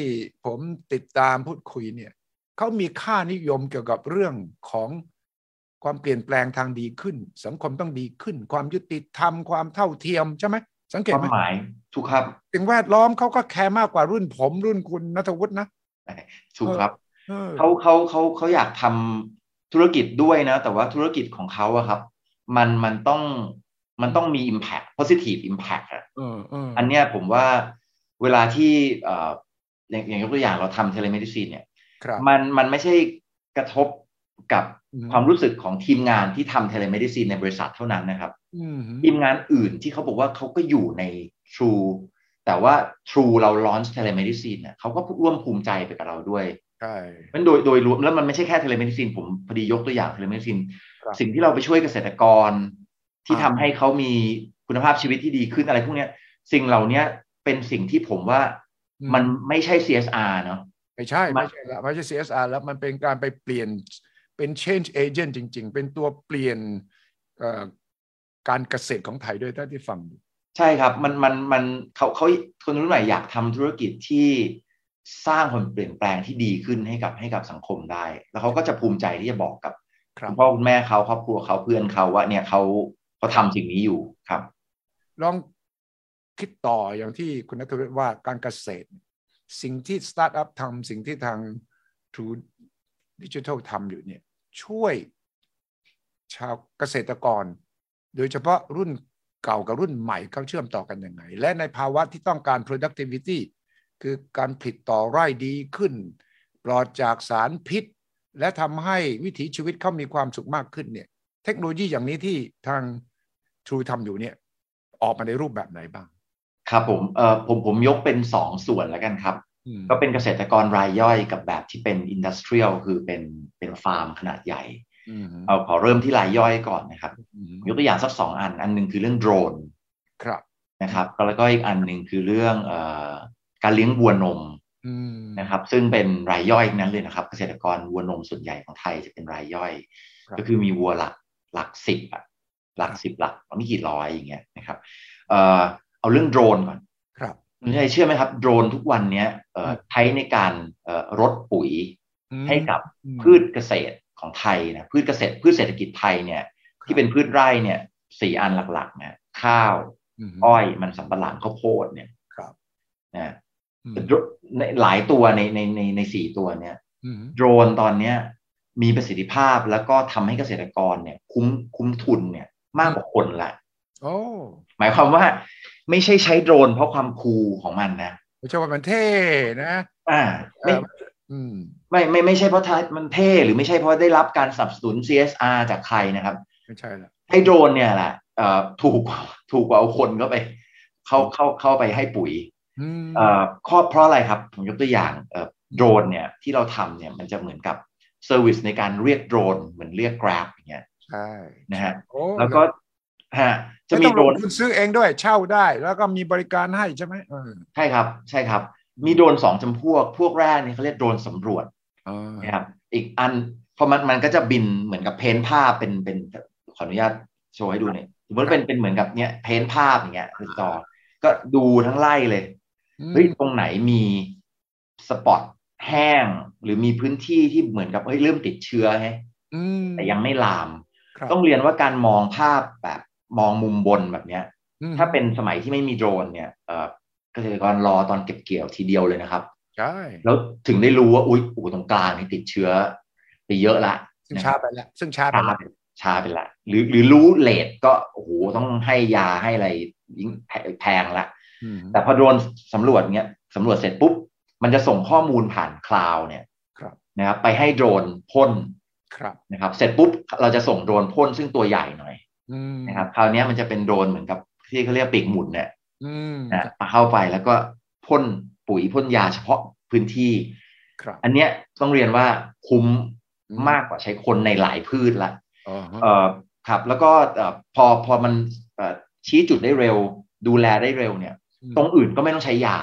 Speaker 1: ผมติดตามพูดคุยเนี่ยเขามีค่านิยมเกี่ยวกับเรื่องของความเปลี่ยนแปลงทางดีขึ้น สังคมต้องดีขึ้น ความยุติธรรมความเท่าเทียมใช่ไหมสังเก
Speaker 2: ค
Speaker 1: ต
Speaker 2: วาม
Speaker 1: ไหม
Speaker 2: หมายถูกครับ
Speaker 1: สิ่งแวดล้อมเขาก็แคร์มากกว่ารุ่นผมรุ่นคุณนัทวุฒินะ
Speaker 2: ถูกครับ
Speaker 1: เออ
Speaker 2: เขาเขาเขาเขาอยากทำธุรกิจด้วยนะ แต่ว่าธุรกิจของเขาอะครับ มันมันต้องมันต้องมี impact positive impact อะ
Speaker 1: เออเออ
Speaker 2: อันเนี้ยผมว่าเวลาที่เอ่ออย่างอย่างยกตัวอย่างเราทำเทเลเมดิซีนเนี่ย
Speaker 1: ครับ
Speaker 2: มันมันไม่ใช่กระทบกับ
Speaker 1: อื
Speaker 2: ความรู้สึกของทีมงานที่ทำเทเลเมดิซีนในบริษัทเท่านั้นนะครับ
Speaker 1: อืม
Speaker 2: ทีมงานอื่นที่เขาบอกว่าเขาก็อยู่ใน True แต่ว่า True เรา launch telemedicine เนี่ยเขาก็ร่วมภูมิใจไปกับเราด้วย
Speaker 1: ใช่
Speaker 2: มันโดยโดยรวมแล้วมันไม่ใช่แค่เทเลเมดิซินผมพอดียกตัวอย่างเทเลเมดิซิน
Speaker 1: ครับ
Speaker 2: สิ่งที่เราไปช่วยเกษตรกร ที่
Speaker 1: ครับ
Speaker 2: ทำให้เขามีคุณภาพชีวิตที่ดีขึ้นอะไรพวกเนี้ยสิ่งเหล่าเนี้ยเป็นสิ่งที่ผมว่ามันไม่ใช่ CSR เนาะ
Speaker 1: ไม่ใช่
Speaker 2: มั
Speaker 1: ไม่
Speaker 2: น
Speaker 1: ใช่ละไม่ใช่ CSR แล้วมันเป็นการไปเปลี่ยนเป็น change agent จริง ๆ เป็นตัวเปลี่ยนเอ่อการเกษตรของไทยด้วยท่านที่ฟังอยู่
Speaker 2: ใช่ครับ มันมันมันเขาเขาคนรุ่นใหม่อยากทำธุรกิจที่สร้างผลเปลี่ยนแปลงที่ดีขึ้นให้กับให้กับสังคมได้ แล้วเขาก็จะภูมิใจที่จะบอกกับ
Speaker 1: ค
Speaker 2: คุ
Speaker 1: รับ
Speaker 2: ณพ่อคุณแม่เขาครอบครัวเขาเพื่อนเขาว่าเนี่ยเขาเขาทำสิ่งนี้อยู่ครับ
Speaker 1: ลองคิดต่ออย่างที่คุณนัทวุฒิว่าการเกษตร สิ่งที่สตาร์ทอัพทำสิ่งที่ทาง True Digital ทำอยู่เนี่ย ช่วยชาวเกษตรกร โดยเฉพาะรุ่นเก่ากับรุ่นใหม่เขาเชื่อมต่อกันยังไง และในภาวะที่ต้องการ productivity คือการผลิตต่อไร่ดีขึ้น ปลอดจากสารพิษ และทำให้วิถีชีวิตเขามีความสุขมากขึ้นเนี่ย เทคโนโลยีอย่างนี้ที่ทาง True ทำอยู่เนี่ย ออกมาในรูปแบบไหนบ้าง
Speaker 2: ครับผมเอ่อผมผมยกเป็นสองส่วนแล้วกันครับ
Speaker 1: อืม
Speaker 2: ก็เป็นเกษตรกรรายย่อยกับแบบที่เป็นอินดัสเทรียลคือเป็นเป็นฟาร์มขนาดใหญ่
Speaker 1: อืม
Speaker 2: เอาขอเริ่มที่รายย่อยก่อนนะครับ
Speaker 1: อืม
Speaker 2: ยกตัวอย่างสักสองอัน อันหนึ่งคือเรื่องโดรน
Speaker 1: ครับ
Speaker 2: นะครับแล้วก็อีกอันหนึ่งคือเรื่องเอ่อการเลี้ยงวัวนม
Speaker 1: อืม
Speaker 2: นะครับ ซึ่งเป็นรายย่อยทั้งนั้นเลยนะครับ เกษตรกรวัวนมส่วนใหญ่ของไทยจะเป็นรายย่อย
Speaker 1: รับ
Speaker 2: ก็คือมีวัวหลักหลักสิบอะหลักสิบหลักไม่กี่ร้อยอย่างเงี้ยนะครับเอ่อเอาเรื่องโดรนก่อน
Speaker 1: ครับ
Speaker 2: คุณชัยเชื่อไหมครับ โดรนทุกวันเนี้ยเอ่อ
Speaker 1: อืม
Speaker 2: ใช้ในการเอ่อรดปุ๋ย
Speaker 1: อืม
Speaker 2: ให้กับ
Speaker 1: อืม
Speaker 2: พืชเกษตรของไทยนะพืชเกษตรพืชเศรษฐกิจไทยเนี่ย
Speaker 1: ครับ
Speaker 2: ที่เป็นพืชไร่เนี่ยสี่อันหลักๆเนี่ยข้าว
Speaker 1: อืม
Speaker 2: อ้อยมันสำปะหลังข้าวโพดเนี่ย
Speaker 1: ครับ
Speaker 2: นะ
Speaker 1: อืม
Speaker 2: ในหลายตัวในในในในสี่ตัวเนี่ย
Speaker 1: อืม
Speaker 2: โดรนตอนเนี้ยมีประสิทธิภาพแล้วก็ทำให้เกษตรกรเนี่ยคุ้มคุ้มทุนเนี่ยมากกว่าคนละ
Speaker 1: โอ้
Speaker 2: หมายความว่าไม่ใช่ใช้โดรนเพราะความคูลของมันนะ
Speaker 1: ไม่ใช่ว่ามันเท่นะ
Speaker 2: อ่า
Speaker 1: เอ
Speaker 2: ไม่
Speaker 1: ออืม
Speaker 2: ไม่ไม่ไม่ใช่เพราะท้ายมันเท่หรือไม่ใช่เพราะได้รับการสนับสนุน CSR จากใครนะครับ
Speaker 1: ไม่ใช่ละ
Speaker 2: ไอ้โดรนเนี่ยแหละเอ่อถูกกว่าถูกกว่าเอาคนเข้าไป เข้าเข้าเข้าไปให้ปุ๋ย
Speaker 1: อืม
Speaker 2: เอ่อข้อเพราะอะไรครับ ผมยกตัวอย่างเอ่อโดรนเนี่ยที่เราทำเนี่ยมันจะเหมือนกับเซอร์วิสในการเรียกโดรนเหมือนเรียก Grab อย่างเงี้ย
Speaker 1: ใช่
Speaker 2: นะฮะ
Speaker 1: โอ้
Speaker 2: แล้วก็ฮะจะ
Speaker 1: จะมี
Speaker 2: มี
Speaker 1: โด
Speaker 2: โดร
Speaker 1: น
Speaker 2: น
Speaker 1: คุณซื้อเองด้วยเช่าได้ แล้วก็มีบริการให้ใช่ไหมเออ
Speaker 2: ใช่ครับ ใช่ครับ มีโดรนสองจำพวก พวกแรกเนี่ยเขาเรียกโดรนสำรวจ
Speaker 1: อ่า
Speaker 2: นะครับอีกอันพอมันมันก็จะบินเหมือนกับเพ้นท์ภาพเป็นเป็นขออนุญาตโชว์ให้ดูหน่อยสมมติเป็นเป็นเหมือนกับเนี้ยเพ้นท์ภาพอย่างเงี้ยคือจอก็ดูทั้งไล่เลย
Speaker 1: อืม
Speaker 2: เฮ้ยตรงไหนมีสปอตแห้ง หรือมีพื้นที่ที่เหมือนกับเฮ้ยเริ่มติดเชื้อแฮะ
Speaker 1: อืม
Speaker 2: แต่ยังไม่ลาม
Speaker 1: ครับ
Speaker 2: ต้องเรียนว่าการมองภาพแบบมองมุมบนแบบเนี้ย
Speaker 1: อืม
Speaker 2: ถ้าเป็นสมัยที่ไม่มีโดรนเนี่ยเอ่อเกษตรกรรอตอนเก็บเกี่ยวทีเดียวเลยนะครับ
Speaker 1: ใช่
Speaker 2: แล้วถึงได้รู้ว่าอุ๊ยอูตรงกลางนี่ติดเชื้อไปเยอะละ
Speaker 1: ซึ่ง
Speaker 2: นะค
Speaker 1: ช้า
Speaker 2: รับ
Speaker 1: ไปแล้วซึ่งช้าไป
Speaker 2: ช้า
Speaker 1: แล้ว
Speaker 2: ไปช้าไปละหรือหรือรู้เลทก็โอ้โหต้องให้ยาให้อะไรยิ่งแพแพงละ
Speaker 1: อืม
Speaker 2: แต่พอโดรนสำรวจเนี้ยสำรวจเสร็จปุ๊บ มันจะส่งข้อมูลผ่านคลาวด์เนี่ย
Speaker 1: ครับ
Speaker 2: นะครับไปให้โดรนพ่น
Speaker 1: ครับ
Speaker 2: นะครับ เสร็จปุ๊บเราจะส่งโดรนพ่นซึ่งตัวใหญ่หน่อย
Speaker 1: อืม
Speaker 2: นะครับ คราวเนี้ยมันจะเป็นโดรนเหมือนกับที่เขาเรียกปีกหมุนเนี่ย
Speaker 1: อืม
Speaker 2: นะเข้าไปแล้วก็พ่นปุ๋ยพ่นยาเฉพาะพื้นที่
Speaker 1: ครับ
Speaker 2: อันเนี้ยต้องเรียนว่าคุ้มมากกว่าใช้คนในหลายพืชละ
Speaker 1: อ๋อฮะ
Speaker 2: เอ่อครับแล้วก็เอ่อพอพอมันเอ่อชี้จุดได้เร็ว ดูแลได้เร็วเนี่ย ตรงอื่นก็ไม่ต้องใช้ยา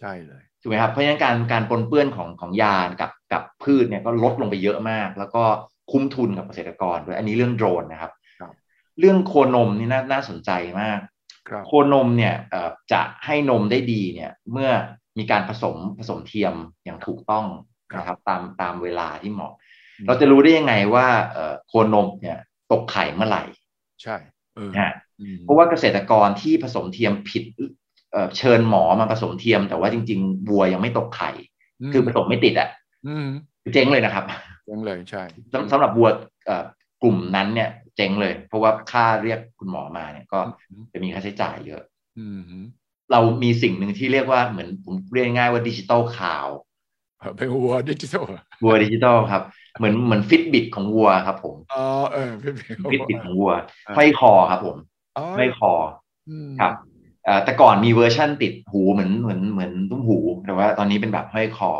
Speaker 1: ใช่เลย
Speaker 2: ถูกไหมครับเพราะฉะนั้นการการปนเปื้อนของของยากับกับพืชเนี่ยก็ลดลงไปเยอะมาก แล้วก็คุ้มทุนกับเกษตรกรด้วยอันนี้เรื่องโดรนนะครับเรื่องโคนมนี่น่าน่าสนใจมาก
Speaker 1: ครับ
Speaker 2: โคนมเนี่ยเอ่อจะให้นมได้ดีเนี่ยเมื่อมีการผสมผสมเทียมอย่างถูกต้องนะครับตามตามเวลาที่เหมาะ เราจะรู้ได้ยังไงว่าเอ่อโคนมเนี่ยตกไข่เมื่อไหร่
Speaker 1: ใช่เออ
Speaker 2: นะฮะ
Speaker 1: อืม
Speaker 2: เพราะว่าเกษตรกรที่ผสมเทียมผิดเอ่อเชิญหมอมาผสมเทียม แต่ว่าจริงๆวัวยังไม่ตกไข่
Speaker 1: ม
Speaker 2: คือผสมไม่ติดอ่ะ
Speaker 1: อืม
Speaker 2: เจ๊งเลยนะครับ
Speaker 1: ยังเลยใช่
Speaker 2: สำสำหรับวัวเอ่อกลุ่มนั้นเนี่ยเจ๊งเลย เพราะว่าค่าเรียกคุณหมอมาเนี่ยก็
Speaker 1: อืม
Speaker 2: จะมีค่าใช้จ่ายเยอะ
Speaker 1: อืมอืม
Speaker 2: เรามีสิ่งหนึ่งที่เรียกว่าเหมือนผมเรียกง่ายๆว่าดิจิตอลข่าว
Speaker 1: เป็นวัวดิจิทัล
Speaker 2: วัวดิจิตอลครับ เหมือนเหมือนฟิตบิตของวัวครับผม
Speaker 1: อ๋อเออเป็นเป็นวัว
Speaker 2: ฟิตบิตของวัว
Speaker 1: อ่า
Speaker 2: ห้อยคอครับผม
Speaker 1: อ๋อ
Speaker 2: ห้อยคอ
Speaker 1: อืม
Speaker 2: ครับเอ่อแต่ก่อนมีเวอร์ชั่นติดหูเหมือนเหมือนเหมือนตุ้มหูแต่ว่าตอนนี้เป็นแบบห้อยคอ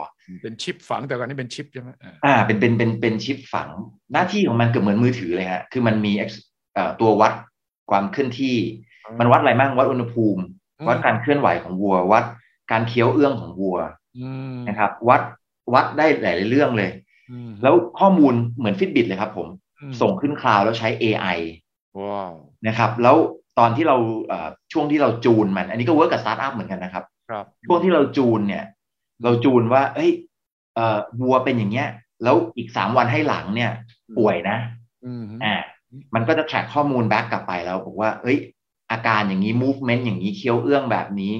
Speaker 1: เป็นชิปฝังแต่ก่อนนี่เป็นชิปใช่ไหมอ่า
Speaker 2: อ่าเป็นเป็นเป็นเป็นชิปฝังหน้าที่ของมันเกือบเหมือนมือถือเลยฮะคือมันมี ex- เอ่อตัววัดความเคลื่อนที่
Speaker 1: มั
Speaker 2: มันวัดอะไรบ้างวัดอุณหภูมิ
Speaker 1: อืม
Speaker 2: วัดการเคลื่อนไหวของวัว วัดการเคี้ยวเอื้องของวัว นะครับวัดวัดได้หลายๆเรื่องเลย แล้วข้อมูลเหมือนฟิตบิตเลยครับผม ส่งขึ้นคลาวด์แล้วใช้ AI
Speaker 1: ว้าว
Speaker 2: นะครับแล้วตอนที่เราเอ่อช่วงที่เราจูนมัน อันนี้ก็เวิร์กกับสตาร์ทอัพเหมือนกันนะครับ
Speaker 1: ครับ
Speaker 2: ช่วงที่เราจูนเนี่ยเราจูนว่าเอ้ยเอ่อวัวเป็นอย่างเงี้ยแล้วอีกสามวันให้หลังเนี่ย ป่วยนะ
Speaker 1: อืม
Speaker 2: อ่ามันก็จะแทร็กข้อมูลแบ็กกลับไปแล้วบอกว่าเอ้ย อาการอย่างนี้ movement อย่างนี้เคี้ยวเอื้องแบบนี้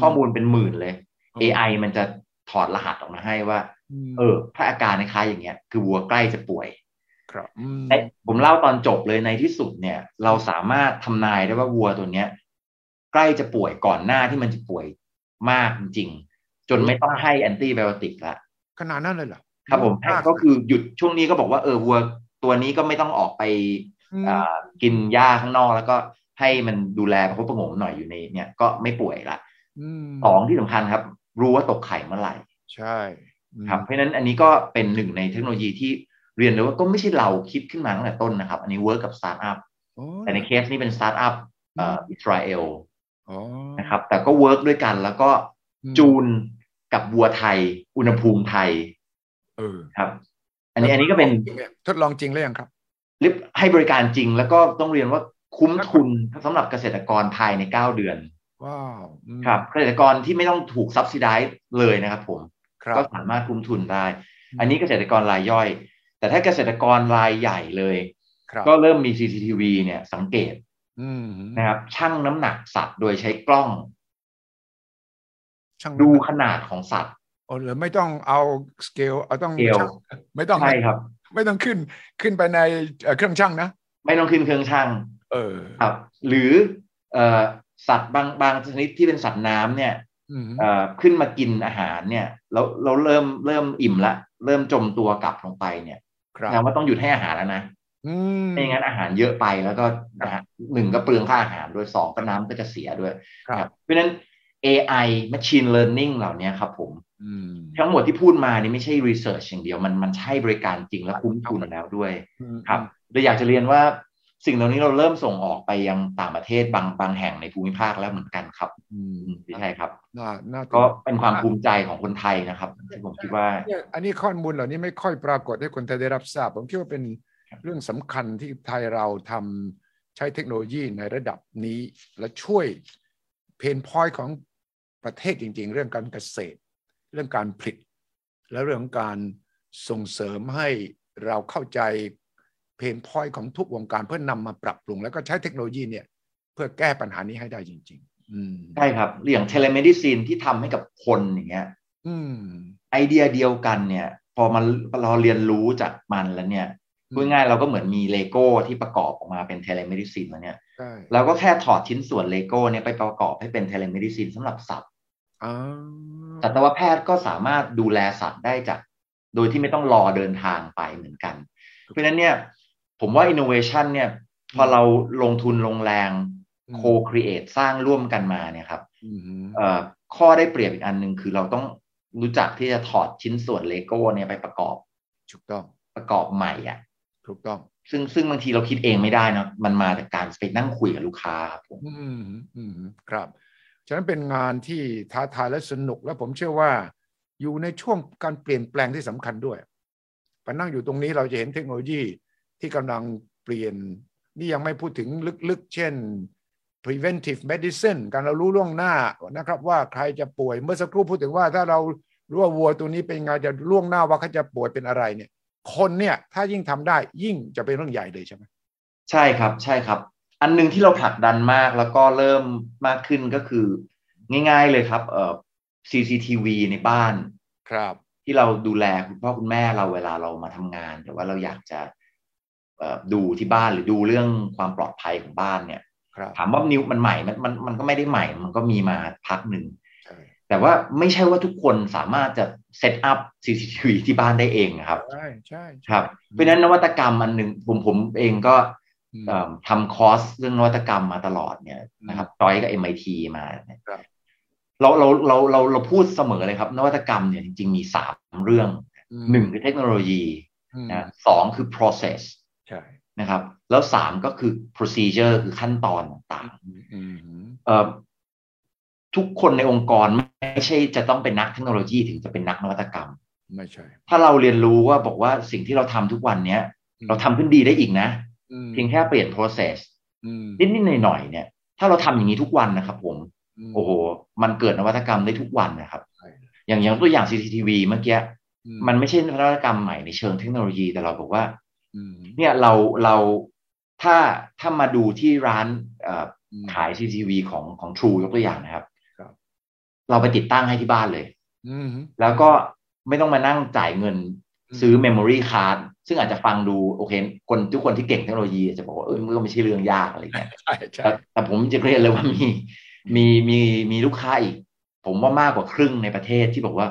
Speaker 2: ข้อมูลเป็นหมื่นเลย
Speaker 1: อืม
Speaker 2: AI มันจะถอดรหัสออกมาให้ว่า เออถ้าอาการคล้ายๆอย่างเงี้ยคือวัวใกล้จะป่วย
Speaker 1: ครับอืม
Speaker 2: แต่ผมเล่าตอนจบเลยในที่สุดเนี่ย เราสามารถทำนายได้ว่าวัวตัวเนี้ย ใกล้จะป่วยก่อนหน้าที่มันจะป่วยมากจริงๆจนไม่ต้องให้แอนตี้ไบโอติกละ
Speaker 1: ขนาดนั้นเลยเหรอ
Speaker 2: ครับผมให้
Speaker 1: าก
Speaker 2: ก็คือหยุดช่วงนี้ก็บอกว่าเออวัวตัวนี้ก็ไม่ต้องออกไป
Speaker 1: อืม
Speaker 2: อ่ากินหญ้าข้างนอก แล้วก็ให้มันดูแลประคบประหงมหน่อยอยู่ในเนี่ยก็ไม่ป่วยละ
Speaker 1: ม
Speaker 2: สองที่สำคัญครับ รู้ว่าตกไข่เมื่อไหร่
Speaker 1: ใช่อืม
Speaker 2: ครับเพราะฉะนั้นอันนี้ก็เป็นหนึ่งในเทคโนโลยีที่เรียนเลยว่าก็ไม่ใช่เราคิดขึ้นมาตั้งแต่ต้นนะครับ อันนี้เวิร์กกับสตาร์ทอัพ
Speaker 1: โอ้
Speaker 2: แต่ในเคสนี้เป็นสตาร์ทอัพเอ่ออิสราเอล
Speaker 1: อ๋อ
Speaker 2: นะครับแต่ก็เวิร์กด้วยกันแล้วก็จูนกับวัวไทย อุณหภูมิไทย
Speaker 1: เออ
Speaker 2: ครับอันนี้อันนี้ก็เป็น
Speaker 1: ทดลองจริงแล้วยังครับ
Speaker 2: ลิฟให้บริการจริง แล้วก็ต้องเรียนว่าคุ้มทุนสำหรับเกษตรกรภายใน 9 เดือน
Speaker 1: ว้าวอืม
Speaker 2: ครับเกษตรกรที่ไม่ต้องถูกซับซิได้เลยนะครับผม
Speaker 1: ครั
Speaker 2: ก็
Speaker 1: บ
Speaker 2: สามารถคุ้มทุนได้
Speaker 1: อืม
Speaker 2: อันนี้เกษตรกรรายย่อย แต่ถ้าเกษตรกรรายใหญ่เลย
Speaker 1: ครับ
Speaker 2: ก็เริ่มมี CCTV เนี่ยสังเกต
Speaker 1: อืม
Speaker 2: นะครับ ชั่งน้ำหนักสัตว์โดยใช้กล้อง
Speaker 1: ช่าง
Speaker 2: ดู
Speaker 1: ดู
Speaker 2: ขนาดของสัตว์
Speaker 1: โอ้หรือไม่ต้องเอาสเกลเอาต้อง
Speaker 2: สเกล
Speaker 1: ช่างไม่ต้อง
Speaker 2: ใช่ครับ
Speaker 1: ไม่ต้องขึ้นขึ้นไปในเอ่อเครื่องช่างนะ
Speaker 2: ไม่ต้องขึ้นเครื่องชั่ง
Speaker 1: เออ
Speaker 2: ครับ หรือเอ่อสัตว์บางบางชนิดที่เป็นสัตว์น้ำเนี่ย
Speaker 1: อืม
Speaker 2: เอ่อขึ้นมากินอาหารเนี่ยแล้วเราเริ่มเริ่มอิ่มละ เริ่มจมตัวกลับลงไปเนี่ย
Speaker 1: ครับ
Speaker 2: แสดงว่าต้องหยุดให้อาหารแล้วนะ
Speaker 1: อืม
Speaker 2: ไม่งั้นอาหารเยอะไปแล้วก็อาหารหนึ่งก็เปลืองค่าอาหารด้วยสองก็น้ำก็จะเสียด้วย
Speaker 1: ครับ
Speaker 2: เพราะฉะนั้น AI machine learning เหล่านี้ครับผม
Speaker 1: อืม
Speaker 2: ทั้งหมดที่พูดมานี่ไม่ใช่ research อย่างเดียวมันมันใช่บริการจริงและคุ้มทุนแล้วด้วยครับเลยอยากจะเรียนว่าสิ่งเหล่านี้เราเริ่มส่งออกไปยังต่างประเทศบางบางแห่งในภูมิภาคแล้วเหมือนกันครับ
Speaker 1: อืม
Speaker 2: ใช่ครับ
Speaker 1: น่าน่า
Speaker 2: ก็
Speaker 1: ตื่น
Speaker 2: เป็นความภูมิใจของคนไทยนะครับที่ผมคิดว่า
Speaker 1: เนี่ยอันนี้ข้อมูลเหล่านี้ไม่ค่อยปรากฏให้คนไทยได้รับทราบ ผมคิดว่าเป็นเรื่องสำคัญที่ไทยเราทำใช้เทคโนโลยีในระดับนี้ และช่วยเพนพอยของประเทศจริง ๆ เรื่องการเกษตร เรื่องการผลิต และเรื่องของการส่งเสริมให้เราเข้าใจเพนพอยของทุกวงการเพื่อนำมาปรับปรุง แล้วก็ใช้เทคโนโลยีเนี่ยเพื่อแก้ปัญหานี้ให้ได้จริง ๆ อืม
Speaker 2: ใช่ครับเรื่อง telemedicine ที่ทำให้กับคนอย่างเงี้ย
Speaker 1: อืม
Speaker 2: ไอเดียเดียวกันเนี่ย พอมันเราเรียนรู้จากมันแล้วเนี่ย พูดง่ายๆเราก็เหมือนมีเลโก้ที่ประกอบออกมาเป็นเทเลเมดิซินแล้วเนี่ย
Speaker 1: ใช่
Speaker 2: เราก็แค่ถอดชิ้นส่วนเลโก้เนี่ยไปประกอบให้เป็นเทเลเมดิซินสำหรับสัตว์
Speaker 1: อ่า
Speaker 2: สัตวแพทย์ก็สามารถดูแลสัตว์ได้จาก โดยที่ไม่ต้องรอเดินทางไปเหมือนกัน เพราะฉะนั้นเนี่ยผมว่าอินโนเวชันเนี่ยพอเราลงทุนลงแรงโคครีเอทสร้างร่วมกันมาเนี่ยครับ
Speaker 1: อืมอืม
Speaker 2: เอ่อข้อได้เปรียบอีกอันหนึ่งคือเราต้องรู้จักที่จะถอดชิ้นส่วนเลโก้เนี่ยไปประกอบ
Speaker 1: ถูกต้อง
Speaker 2: ประกอบใหม่อ่ะ
Speaker 1: ถูกต้อง
Speaker 2: ซึ่งซึ่งบางทีเราคิดเองไม่ได้เนอะมันมาจากการไปนั่งคุยกับลูกค้าครับผม
Speaker 1: อืมอืมอืมครับ ฉะนั้นเป็นงานที่ท้าทายและสนุกและผมเชื่อว่า อยู่ในช่วงการเปลี่ยนแปลงที่สำคัญด้วยพอนั่งอยู่ตรงนี้เราจะเห็นเทคโนโลยีที่กำลังเปลี่ยน นี่ยังไม่พูดถึงลึกๆ เช่น preventive medicine การเรารู้ล่วงหน้านะครับว่าใครจะป่วยเมื่อสักครู่พูดถึงว่าถ้าเรารู้ว่าวัวตัวนี้เป็นไงจะล่วงหน้าว่าเขาจะป่วยเป็นอะไรเนี่ย คนเนี่ยถ้ายิ่งทำได้ยิ่งจะเป็นเรื่องใหญ่เลยใช่ไหม
Speaker 2: ใช่ครับใช่ครับ อันหนึงที่เราผลักดันมากแล้วก็เริ่มมากขึ้นก็คือ ง่ายๆเลยครับเอ่อ CCTV ในบ้าน
Speaker 1: ครับ
Speaker 2: ที่เราดูแลคุณพ่อคุณแม่เราเวลาเรามาทำงาน แต่ว่าเราอยากจะเอ่อดูที่บ้านหรือดูเรื่องความปลอดภัยของบ้านเนี่ย
Speaker 1: ครับ
Speaker 2: ถามว่านิวมันใหม่ไหมมันมันก็ไม่ได้ใหม่ มันก็มีมาพักหนึ่ง
Speaker 1: ใช่
Speaker 2: แต่ว่าไม่ใช่ว่าทุกคนสามารถจะเซตอัพ CCTV ที่บ้านได้เองนะครับ
Speaker 1: ใช่ใช่
Speaker 2: ครับ เพราะฉะนั้นนวัตกรรมอันหนึ่งผมผมเองก็
Speaker 1: อืม
Speaker 2: เอิ่มทำคอร์สเรื่องนวัตกรรมมาตลอดเนี่ยนะครับจอยกับ MIT มาเนี่ย
Speaker 1: ครับ
Speaker 2: เราเราเราเราเราพูดเสมอเลยครับ นวัตกรรมเนี่ยจริง ๆ มีสามเรื่องหนึ่งคือเทคโนโลยี
Speaker 1: อืม
Speaker 2: นะสองคือ process
Speaker 1: ใช่
Speaker 2: นะครับ แล้วสามก็คือ procedure คือขั้นตอนต่างๆ
Speaker 1: อืมอืมอืม
Speaker 2: เอ่อทุกคนในองค์กรไม่ใช่จะต้องเป็นนักเทคโนโลยีถึงจะเป็นนักนวัตกรรม
Speaker 1: ไม่ใช่
Speaker 2: ถ้าเราเรียนรู้ว่าบอกว่าสิ่งที่เราทำทุกวันเนี้ย เราทำขึ้นดีได้อีกนะ
Speaker 1: อืม
Speaker 2: เพียงแค่เปลี่ยน process
Speaker 1: อืม
Speaker 2: นิดๆหน่อยๆเนี่ย ถ้าเราทำอย่างนี้ทุกวันนะครับผม
Speaker 1: ม
Speaker 2: โอ้โห มันเกิดนวัตกรรมได้ทุกวันนะครับ
Speaker 1: ใช่
Speaker 2: อย่างอย่างตัวอย่าง CCTV เมื่อกี้
Speaker 1: อื
Speaker 2: มันไม่ใช่นวัตกรรมใหม่ในเชิงเทคโนโลยีแต่เราบอกว่า
Speaker 1: อืม
Speaker 2: เนี่ยเราเราถ้าถ้ามาดูที่ร้านเอ่อ
Speaker 1: อืม
Speaker 2: ขาย CCTV ของของ True ยกตัวอย่างนะครับ
Speaker 1: ครับ
Speaker 2: เราไปติดตั้งให้ที่บ้านเลย
Speaker 1: อืม
Speaker 2: แล้วก็ไม่ต้องมานั่งจ่ายเงินซื้อ Memory Card ซึ่งอาจจะฟังดูโอเค คนทุกคนที่เก่งเทคโนโลยีอาจจะบอกว่าเออมันก็ไม่ใช่เรื่องยากอะไรเงี้ย
Speaker 1: ใช่ใช่
Speaker 2: แต่แต่ผมจะเรียนเลยว่ามีมีมีมีลูกค้าอีก ผมว่ามากกว่าครึ่งในประเทศที่บอกว่า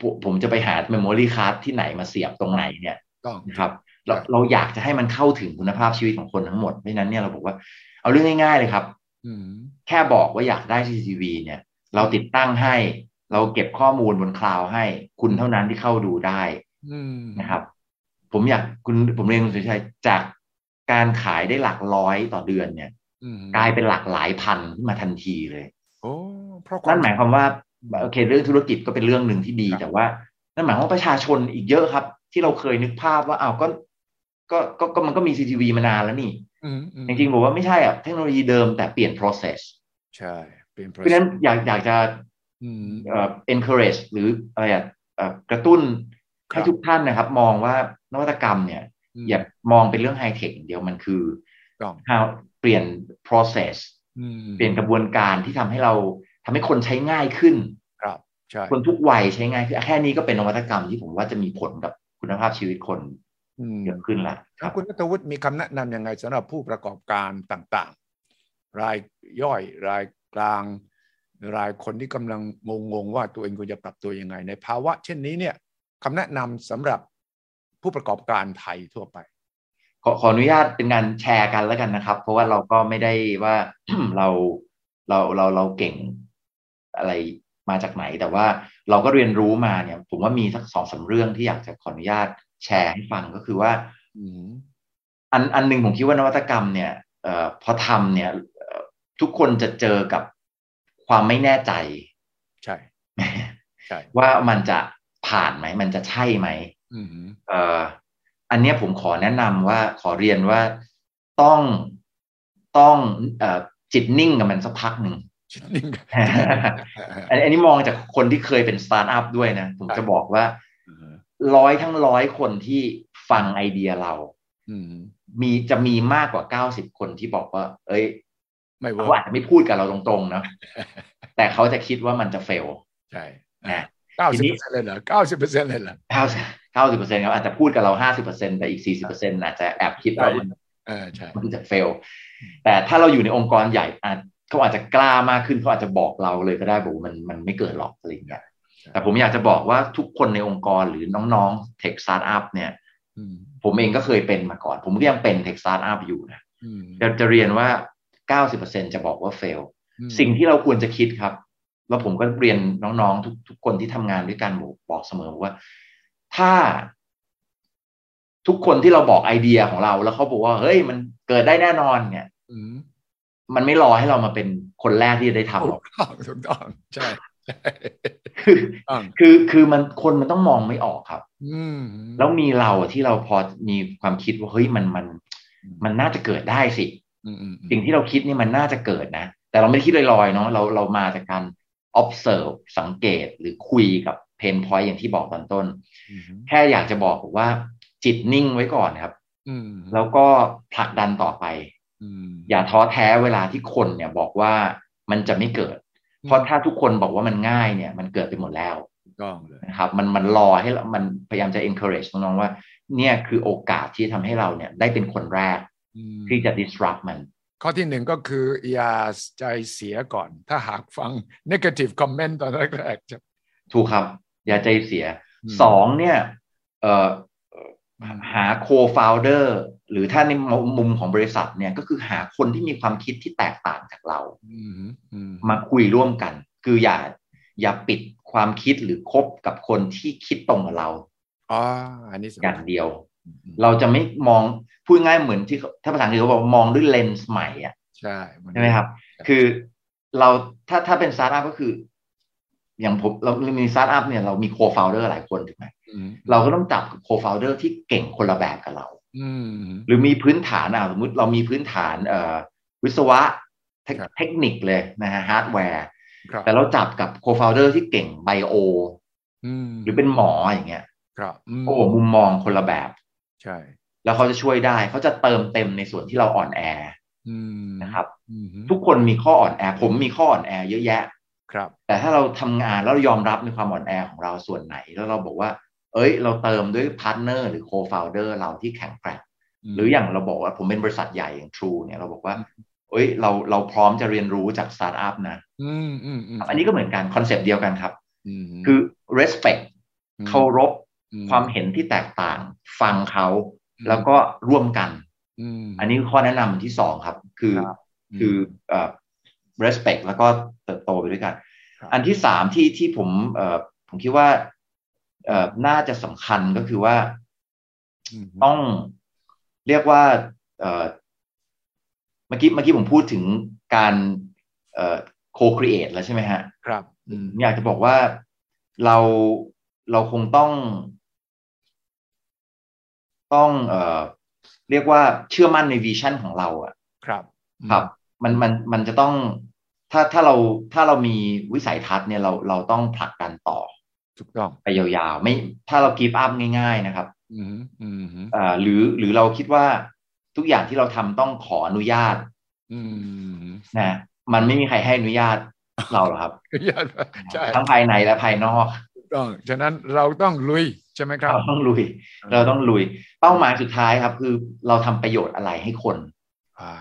Speaker 2: ผมผมจะไปหา Memory Card ที่ไหนมาเสียบตรงไหนเนี่ย
Speaker 1: ต้อง
Speaker 2: นะครับเรา
Speaker 1: ครับ
Speaker 2: เราอยากจะให้มันเข้าถึงคุณภาพชีวิตของคนทั้งหมดเพราะฉะนั้นเนี่ยเราบอกว่าเอาเรื่องง่ายๆเลยครับ
Speaker 1: อืม
Speaker 2: แค่บอกว่าอยากได้ CCTV เนี่ย เราติดตั้งให้ เราเก็บข้อมูลบนคลาวด์ให้ คุณเท่านั้นที่เข้าดูได้
Speaker 1: อืม
Speaker 2: นะครับ ผมอยากคุณผมเรียนคุณสุชัยจากการขายได้หลักร้อยต่อเดือนเนี่ย
Speaker 1: อืม
Speaker 2: กลายเป็นหลักหลายพันขึ้นมาทันทีเลย
Speaker 1: โอ้เพราะ
Speaker 2: นั่นหมายความว่าโอเค เรื่องธุรกิจก็เป็นเรื่องหนึ่งที่ดี แต่ว่า นั่นหมายความว่าประชาชนอีกเยอะครับ ที่เราเคยนึกภาพว่าอ้าวก็ก็ก็ก็มันก็มีซีทีวีมานานแล้วนี่
Speaker 1: อืมอืม
Speaker 2: จริงๆบอกว่าไม่ใช่อะเทคโนโลยีเดิมแต่เปลี่ยน process
Speaker 1: ใช่เป็น
Speaker 2: เพราะฉะนั้นอยากอยากจะ
Speaker 1: อืม
Speaker 2: เอ่อ encourage หรืออะไรอะเอ่อกระตุ้น
Speaker 1: ครับ
Speaker 2: ให้ทุกท่านนะครับ มองว่านวัตกรรมเนี่ย
Speaker 1: ม
Speaker 2: อย่ามองเป็นเรื่องไฮเทคอย่างเดียวมันคือ
Speaker 1: ต้อง
Speaker 2: how เปลี่ยน process
Speaker 1: อืม
Speaker 2: เปลี่ยนกระบวนการที่ทำให้เราทำให้คนใช้ง่ายขึ้น
Speaker 1: ครับใช่
Speaker 2: คนทุกวัยใช้ง่ายคือแค่นี้ก็เป็นนวัตกรรมที่ผมว่าจะมีผลกับคุณภาพชีวิตคน
Speaker 1: อืม
Speaker 2: เยอะขึ้นละค
Speaker 1: ครั
Speaker 2: รั
Speaker 1: บบ คุณนัทวุฒิมีคำแนะนำยังไงสำหรับผู้ประกอบการต่างๆ รายย่อยรายกลาง รายคนที่กำลังงงๆว่าตัวเองควรจะปรับตัวยังไง ในภาวะเช่นนี้เนี่ยคำแนะนำสำหรับผู้ประกอบการไทยทั่วไป
Speaker 2: ขอขออนุญาตเป็นการแชร์กันแล้วกันนะครับ เพราะว่าเราก็ไม่ได้ว่า เราเราเราเราเก่งอะไรมาจากไหน แต่ว่าเราก็เรียนรู้มาเนี่ย ผมว่ามีสักสองสามเรื่องที่อยากจะขออนุญาตแชร์ให้ฟังก็คือว่า
Speaker 1: อืม
Speaker 2: อันอันหนึ่งผมคิดว่านวัตกรรมเนี่ยเอ่อพอทำเนี่ยเอ่อทุกคนจะเจอกับความไม่แน่ใจ
Speaker 1: ใช่ใช่
Speaker 2: <laughs> ว่ามันจะผ่านไหม มันจะใช่ไหม
Speaker 1: อืม <laughs>
Speaker 2: เอ่ออันเนี้ยผมขอแนะนำว่าขอเรียนว่าต้องต้องเอ่อจิตนิ่งกับมันสักพักหนึ่ง <laughs>
Speaker 1: ชิดนิ่ง
Speaker 2: อันอันนี้มองจากคนที่เคยเป็นสตาร์ทอัพด้วยนะ ผม
Speaker 1: ครับ
Speaker 2: จะบอกว่าร้อยทั้งร้อยคนที่ฟังไอเดียเรา
Speaker 1: อืม
Speaker 2: มีจะมีมากกว่าเก้าสิบคนที่บอกว่า เอ้ย
Speaker 1: ไม่เวิร์
Speaker 2: เขาอาจ
Speaker 1: ก
Speaker 2: จะไม่พูดกับเราตรงๆนะแต่เขาจะคิดว่ามันจะเฟล
Speaker 1: ใช่
Speaker 2: นะ
Speaker 1: เก้า
Speaker 2: ที
Speaker 1: สิบ
Speaker 2: นี้
Speaker 1: เปอร์เซ็นต์เลยเหรอเก้าสิบเปอร์เซ็นต์เลยเหรอ
Speaker 2: เก้า เก้าสิบเปอร์เซ็นต์ครับอาจจะพูดกับเราห้าสิบเปอร์เซ็นต์แต่อีกสี่สิบเปอร์เซ็นต์อาจจะแอบคิดว่ามัน
Speaker 1: เออใช่
Speaker 2: มันจะเฟล แต่ถ้าเราอยู่ในองค์กรใหญ่อาจเขาอาจจะกล้ามากขึ้นเขาอาจจะบอกเราเลยก็ได้บอกว่ามันมันไม่เกิดหรอกอะไรอย่างเงี้ยแต่ผมอยากจะบอกว่าทุกคนในองค์กรหรือน้องๆเทคสตาร์ทอัพเนี่ย
Speaker 1: อืม
Speaker 2: ผมเองก็เคยเป็นมาก่อน ผมก็ยังเป็นเทคสตาร์ทอัพอยู่นะ
Speaker 1: อืม
Speaker 2: จะจะเรียนว่า 90%จะบอกว่าเฟล
Speaker 1: อืม
Speaker 2: สิ่งที่เราควรจะคิดครับ แล้วผมก็เรียนน้องๆ ทุกทุกคนที่ทำงานด้วยกันบอกบอกเสมอว่า ถ้า ทุกคนที่เราบอกไอเดียของเราแล้วเขาบอกว่าเฮ้ยมันเกิดได้แน่นอนเนี่ย
Speaker 1: อืม
Speaker 2: มันไม่รอให้เรามาเป็นคนแรกที่จะได้ทำหร
Speaker 1: ถู
Speaker 2: อก
Speaker 1: กต้อง <laughs> ถูกต้องใช่ใช่
Speaker 2: คือ
Speaker 1: ต้อง
Speaker 2: คือคือมันคนมันต้องมองไม่ออกครับ
Speaker 1: อืม
Speaker 2: แล้วมีเราอะที่เราพอมีความคิดว่าเฮ้ยมันมัน มันน่าจะเกิดได้สิ
Speaker 1: อืมอืมอืม
Speaker 2: สิ่งที่เราคิดนี่มันน่าจะเกิดนะ แต่เราไม่ได้คิดลอยๆเนาะเราเรามาจากการ observe สังเกตหรือคุยกับ pain point อย่างที่บอกตอนต้น
Speaker 1: อืม
Speaker 2: แค่อยากจะบอกว่าจิตนิ่งไว้ก่อนครับ
Speaker 1: อืม
Speaker 2: แล้วก็ผลักดันต่อไป
Speaker 1: อืม
Speaker 2: อย่าท้อแท้เวลาที่คนเนี่ยบอกว่ามันจะไม่เกิด เพราะถ้าทุกคนบอกว่ามันง่ายเนี่ยมันเกิดไปหมดแล้ว
Speaker 1: ถูกต้องเลย
Speaker 2: นะครับ มันมันรอให้เรามันพยายามจะ encourage น้องๆว่า เนี่ยคือโอกาสที่ทำให้เราเนี่ยได้เป็นคนแรก
Speaker 1: อืม
Speaker 2: ที่จะ disrupt มัน
Speaker 1: ข้อที่หนึ่งก็คือ อย่าใจเสียก่อน ถ้าหากฟัง negative comment ตอนแรกๆจะ
Speaker 2: ถูกครับ อย่าใจเสีย
Speaker 1: ม
Speaker 2: สองเนี่ยเอ่อหา co-founder หรือถ้าในมุมของบริษัทเนี่ยก็คือหาคนที่มีความคิดที่แตกต่างจากเรา
Speaker 1: อืมอืม
Speaker 2: มาคุยร่วมกัน คืออย่าอย่าปิดความคิดหรือคบกับคนที่คิดตรงกับเรา
Speaker 1: อ๋ออันนี้สำ
Speaker 2: อ
Speaker 1: คั
Speaker 2: ย่าง
Speaker 1: ญ
Speaker 2: เดียว
Speaker 1: อืม
Speaker 2: เราจะไม่มองพูดง่ายเหมือนที่เขาถ้าภาษาอังกฤษเขาบอกมองด้วยเลนส์ใหม่อะ
Speaker 1: ใช่น
Speaker 2: ใช่ไหมครับ คือเราถ้าถ้าเป็นสตาร์ทอัพก็คือ อย่างผมเรามีสตาร์ทอัพเนี่ยเรามีโคฟ o u เดอร์หลายคนถูกไหม
Speaker 1: อืม
Speaker 2: เราก็ต้องจับโคฟ o u เดอร์ที่เก่งคนละแบบกับเรา
Speaker 1: อืม
Speaker 2: หรือมีพื้นฐานอ่ะสมมติเรามีพื้นฐานเอ่อวิศวะเทค
Speaker 1: ครับ
Speaker 2: เทคนิคเลยนะฮะฮาร์ดแวร์
Speaker 1: ครับ
Speaker 2: แต่เราจับกับโคฟ o u เดอร์ที่เก่งไบโอ
Speaker 1: อืม
Speaker 2: หรือเป็นหมออย่างเงี้ย
Speaker 1: ครับอืม
Speaker 2: โอ้โหมุมมองคนละแบบ
Speaker 1: ใช่
Speaker 2: แล้วเขาจะช่วยได้ เขาจะเติมเต็มในส่วนที่เราอ่อนแอ
Speaker 1: อืม
Speaker 2: นะครับ
Speaker 1: อืม
Speaker 2: ทุกคนมีข้ออ่อนแอ ผมมีข้ออ่อนแอเยอะแยะ
Speaker 1: ครับ
Speaker 2: แต่ถ้าเราทำงานแล้วเรายอมรับในความอ่อนแอของเราส่วนไหน แล้วเราบอกว่า เอ้ย เราเติมด้วยพาร์ทเนอร์หรือโคฟ o u เดอร์เราที่แข็งแกร่ง หรืออย่างเราบอกว่าผมเป็นบริษัทใหญ่อย่าง True เนี่ยเราบอกว่า เอ้ยเราเราพร้อมจะเรียนรู้จากสตาร์ทอัพนะ
Speaker 1: อืมอืมอืม
Speaker 2: อันนี้ก็เหมือนกันคอนเซปต์เดียวกันครับ
Speaker 1: ม
Speaker 2: คือ respect
Speaker 1: ม
Speaker 2: เคารพ
Speaker 1: อื
Speaker 2: ความเห็นที่แตกต่าง ฟังเขา แล้วก็ร่วมกัน
Speaker 1: อืม
Speaker 2: อันนี้คือข้อแนะนำที่สองครับ คือ
Speaker 1: ครับ
Speaker 2: คือเอ่อ respect แล้วก็เติบโตไปด้วยกัน
Speaker 1: ครับ
Speaker 2: อันที่สามที่ที่ผมเอ่อผมคิดว่าเอ่อน่าจะสำคัญก็คือว่า
Speaker 1: ม
Speaker 2: ต้องเรียกว่าเอ่อเมื่อกี้เมื่อกี้ผมพูดถึงการเอ่อ co-create แล้วใช่ไหมฮะ
Speaker 1: ครับอืม
Speaker 2: ผมอยากจะบอกว่าเราเราคงต้อง ต้องเอ่อเรียกว่าเชื่อมั่นในวิชั่นของเราอะ
Speaker 1: ครับ
Speaker 2: ครับ มันมันมันจะต้องถ้าถ้าเราถ้าเรามีวิสัยทัศน์เนี่ยเราเราต้องผลักดันต่อ
Speaker 1: ถูกต้อง
Speaker 2: ไปยาวๆ ไม่ถ้าเรากีบอัพง่าย ๆ นะครับ
Speaker 1: อืมอืมอืม
Speaker 2: อ่าหรือหรือเราคิดว่าทุกอย่างที่เราทำต้องขออนุญาต
Speaker 1: อืม
Speaker 2: นะมันไม่มีใครให้อนุญาตเราหรอกครับ
Speaker 1: อย่าใช่
Speaker 2: ทั้งภายในและภายนอก
Speaker 1: ถูกต้องฉะนั้นเราต้องลุยใช่ไหมครับ
Speaker 2: เราต้องลุย เราต้องลุย เป้าหมายสุดท้ายครับ คือเราทำประโยชน์อะไรให้คน
Speaker 1: อ่า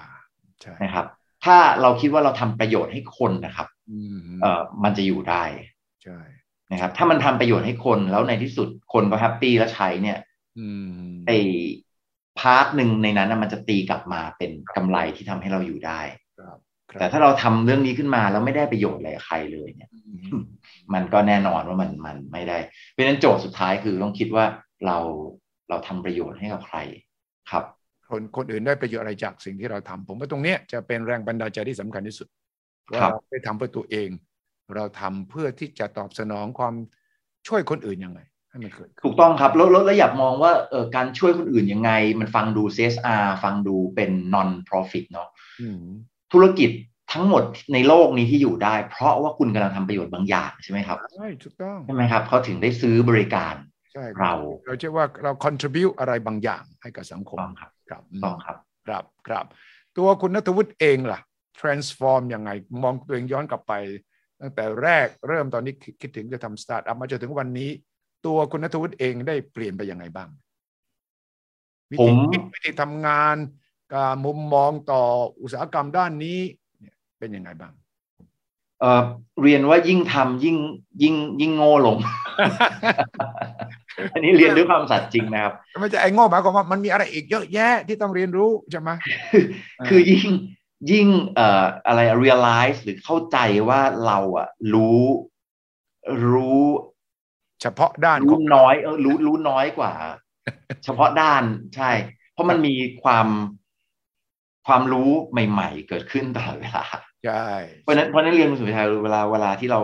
Speaker 1: ใช่
Speaker 2: นะครับ ถ้าเราคิดว่าเราทำประโยชน์ให้คนนะครับ
Speaker 1: อืม
Speaker 2: เอ่อมันจะอยู่ได้
Speaker 1: ใช่
Speaker 2: นะครับ ถ้ามันทำประโยชน์ให้คนแล้วในที่สุดคนก็แฮปปี้และใช้เนี่ย
Speaker 1: อืม
Speaker 2: ไอ้พาร์ทหนึ่งในนั้นนะมันจะตีกลับมาเป็นกำไรที่ทำให้เราอยู่ได้
Speaker 1: ครับ
Speaker 2: แต่ถ้าเราทำเรื่องนี้ขึ้นมาแล้วไม่ได้ประโยชน์อะไรกับใครเลยเนี่ย
Speaker 1: อืม
Speaker 2: มันก็แน่นอนว่ามันมันไม่ได้ เพราะฉะนั้นโจทย์สุดท้ายคือต้องคิดว่าเราเราทำประโยชน์ให้กับใครครับ
Speaker 1: คนคนอื่นได้ประโยชน์อะไรจากสิ่งที่เราทำผมว่าตรงเนี้ยจะเป็นแรงบันดาลใจที่สำคัญที่สุดว่า
Speaker 2: ครับ
Speaker 1: เราไม่ทำเพื่อตัวเอง เราทำเพื่อที่จะตอบสนองความช่วยคนอื่นยังไง ให้มันเกิดขึ้น
Speaker 2: ถูกต้องครับแล้วแล้วแล้วอยากมองว่าเออการช่วยคนอื่นยังไง มันฟังดู CSR ฟังดูเป็น non profit เนาะ
Speaker 1: อืม
Speaker 2: ธุรกิจทั้งหมดในโลกนี้ที่อยู่ได้ เพราะว่าคุณกำลังทำประโยชน์บางอย่างใช่ไหมครับ
Speaker 1: ใช่ถูกต้อง
Speaker 2: ใช่ไหมครับเขาถึงได้ซื้อบริการ
Speaker 1: ใช่
Speaker 2: เรา
Speaker 1: เราเชื่อว่าเรา contribute อะไรบางอย่างให้กับสังค
Speaker 2: ถูก
Speaker 1: ม
Speaker 2: ต้องครับ
Speaker 1: ครับม
Speaker 2: ถูกต้องครับ
Speaker 1: ครับครับตัวคุณนัทวุฒิเองล่ะ transform ยังไง มองตัวเองย้อนกลับไป ตั้งแต่แรกเริ่มตอนนี้คิดคิดถึงจะทำสตาร์ทอัพมาจนถึงวันนี้ ตัวคุณณัฐวุฒิเองได้เปลี่ยนไปยังไงบ้าง วิ
Speaker 2: ผ
Speaker 1: ธี
Speaker 2: ม
Speaker 1: คิดวิธีทำงานการมุมมองต่ออุตสาหกรรมด้านนี้เนี่ยเป็นยังไงบ้าง
Speaker 2: เอ่อเรียนว่ายิ่งทำยิ่งยิ่งยิ่งโง่ล <laughs> ง อันนี้เรียนด้วยความสัตย์จริงนะครับ
Speaker 1: ไม่ใช่ไอ้โง่หมายความว่ามันมีอะไรอีกเยอะแยะที่ต้องเรียนรู้ใช่ไหม
Speaker 2: <laughs> คือยิ่งยิ่งเอ่ออะไร realize หรือเข้าใจว่าเราอะรู้รู้
Speaker 1: เฉพาะด้านข
Speaker 2: รู้
Speaker 1: อง
Speaker 2: น้อยเออรู้รู้น้อยกว่า เฉพาะด้านใช่ เพราะมันมีความความรู้ใหม่ ๆ เกิดขึ้นตลอดเวลา
Speaker 1: ใช่
Speaker 2: เพราะฉะนั้นเพราะฉะนั้นเรียนคุณสุวิชัยเวลาเวลาที่เรา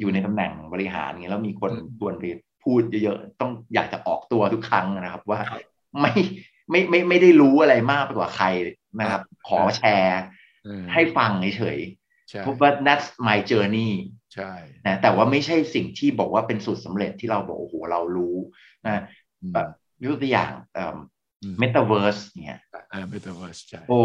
Speaker 2: อยู่ในตำแหน่งบริหารเงี้ยแล้วมีคนชวนไปพูดเยอะๆต้องอยากจะออกตัวทุกครั้งนะครับ ว่าไม่ไม่ไม่ไม่ได้รู้อะไรมากไปกว่าใครนะครับ ขอแชร์
Speaker 1: อืม
Speaker 2: ให้ฟังเฉย
Speaker 1: ใช่
Speaker 2: ๆเพราะว่า that's my journey
Speaker 1: ใช่
Speaker 2: นะแต่ว่าไม่ใช่สิ่งที่บอกว่าเป็นสูตรสำเร็จที่เราบอกโอ้โหเรารู้นะ
Speaker 1: อืม
Speaker 2: แบบยกตัวอย่าง
Speaker 1: อืม
Speaker 2: เมตาเวิร์สเนี่ย
Speaker 1: อ่าเมตาเวิร์สใช่
Speaker 2: โอ้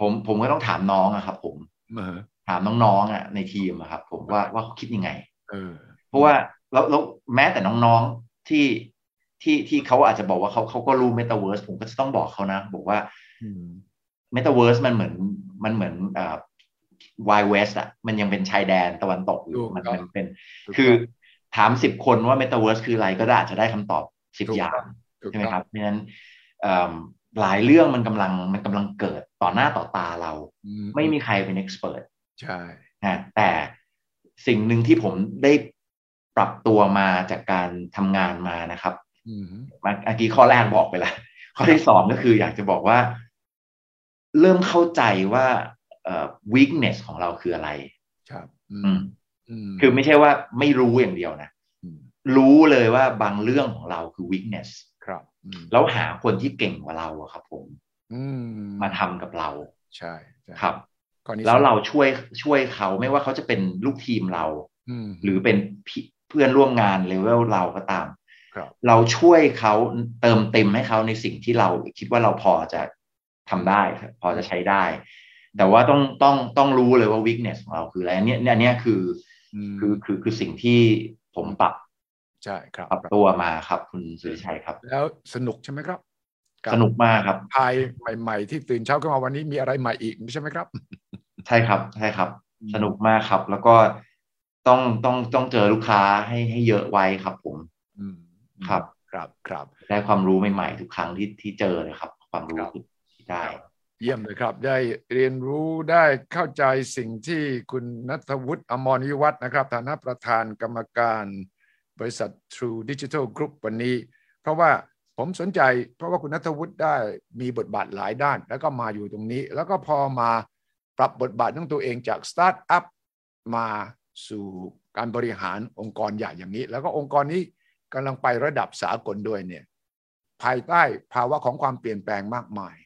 Speaker 2: ผมผมก็ต้องถามน้องอะครับผม
Speaker 1: เออ
Speaker 2: ถามน้องๆอ่ะในทีมอะครับ ผมว่าว่าเขาคิดยังไง
Speaker 1: เออ
Speaker 2: เพราะว่าแล้วแล้วแม้แต่น้องๆที่ที่ที่เขาอาจจะบอกว่าเขาเขาก็รู้เมตาเวิร์สผมก็จะต้องบอกเขานะ บอกว่า
Speaker 1: อืม
Speaker 2: เมตาเวิร์สมันเหมือนมันเหมือนเอ่อวายเวสอะมันยังเป็นชายแดนตะวันตกอยู่มันมันเป็น คือถามสิบคนว่าเมตาเวิร์สคืออะไรก็ได้อาจจะได้คำตอบสิบอย่าง
Speaker 1: ถูก
Speaker 2: ใช่ไหม
Speaker 1: ต้อง
Speaker 2: ครับเพราะฉะนั้นเอิ่มหลายเรื่องมันกำลังมันกำลังเกิดต่อหน้าต่อตาเรา
Speaker 1: อื
Speaker 2: ไม่มีใครเป็นเอ็กซ์เพรส
Speaker 1: ใช่
Speaker 2: นะแต่สิ่งหนึ่งที่ผมได้ปรับตัวมาจากการทำงานมานะครับ
Speaker 1: อืม
Speaker 2: เมื่อกี้ข้อแรกบอกไปแล้ว <laughs> ข้อที่สองก็คืออยากจะบอกว่า เริ่มเข้าใจว่าเอ่อ weakness ของเราคืออะไร
Speaker 1: ครับอื
Speaker 2: อื
Speaker 1: ม
Speaker 2: ม
Speaker 1: ม
Speaker 2: คือไม่ใช่ว่าไม่รู้อย่างเดียวนะ
Speaker 1: อืม
Speaker 2: รู้เลยว่าบางเรื่องของเราคือ weakness
Speaker 1: ครับอืม
Speaker 2: แล้วหาคนที่เก่งกว่าเราอะครับ ผม
Speaker 1: อื
Speaker 2: มาทำกับเรา
Speaker 1: ใช่ใช่
Speaker 2: ครับ
Speaker 1: ข้อนี้
Speaker 2: แล้วเราช่วยช่วยเขาไม่ว่าเขาจะเป็นลูกทีมเรา
Speaker 1: ม
Speaker 2: หรือเป็นพี่เพื่อนร่วมงานเลเวลเราก็ตาม
Speaker 1: ครับ
Speaker 2: เราช่วยเขาเติมเต็มให้เขาในสิ่งที่เราคิดว่าเราพอจะทำได้ครับพอจะใช้ได้ แต่ว่าต้องต้องต้องรู้เลยว่า weakness ของเราคืออะไรอันเนี้ยเนี่ยอันเนี้ยคือ
Speaker 1: ม
Speaker 2: คือคือคือสิ่งที่ผมปรับ
Speaker 1: ใช่ครับ
Speaker 2: ปรับตัวมาครับ คุณสุริชัยครับ
Speaker 1: แล้วสนุกใช่ไหมครับ
Speaker 2: สนุกมากครับ
Speaker 1: ทายใหม่ ๆ ที่ตื่นเช้าขึ้นมาวันนี้มีอะไรใหม่อีกใช่ไหมครับ
Speaker 2: ใช่ครับใช่ครับ สนุกมากครับ แล้วก็ต้องต้องต้องเจอลูกค้าให้ให้เยอะไว้ครับ ผม
Speaker 1: อืม
Speaker 2: ครับ
Speaker 1: ครับครับ
Speaker 2: ได้ความรู้ใหม่ๆทุกครั้งที่ที่เจอเลยครับ ความรู้ที่ได้
Speaker 1: เยี่ยมเลยครับ ได้เรียนรู้ได้เข้าใจสิ่งที่คุณนัทวุฒิอมรวิวัฒน์นะครับฐานะประธานกรรมการบริษัท True Digital Group วันนี้ เพราะว่าผมสนใจ เพราะว่าคุณนัทวุฒิได้มีบทบาทหลายด้าน แล้วก็มาอยู่ตรงนี้ แล้วก็พอมาปรับบทบาทของตัวเองจากสตาร์ทอัพมาสู่การบริหารองค์กรใหญ่อย่างนี้ แล้วก็องค์กรนี้กำลังไประดับสากลด้วยเนี่ยภายใต้ภาวะของความเปลี่ยนแปลงมากมาย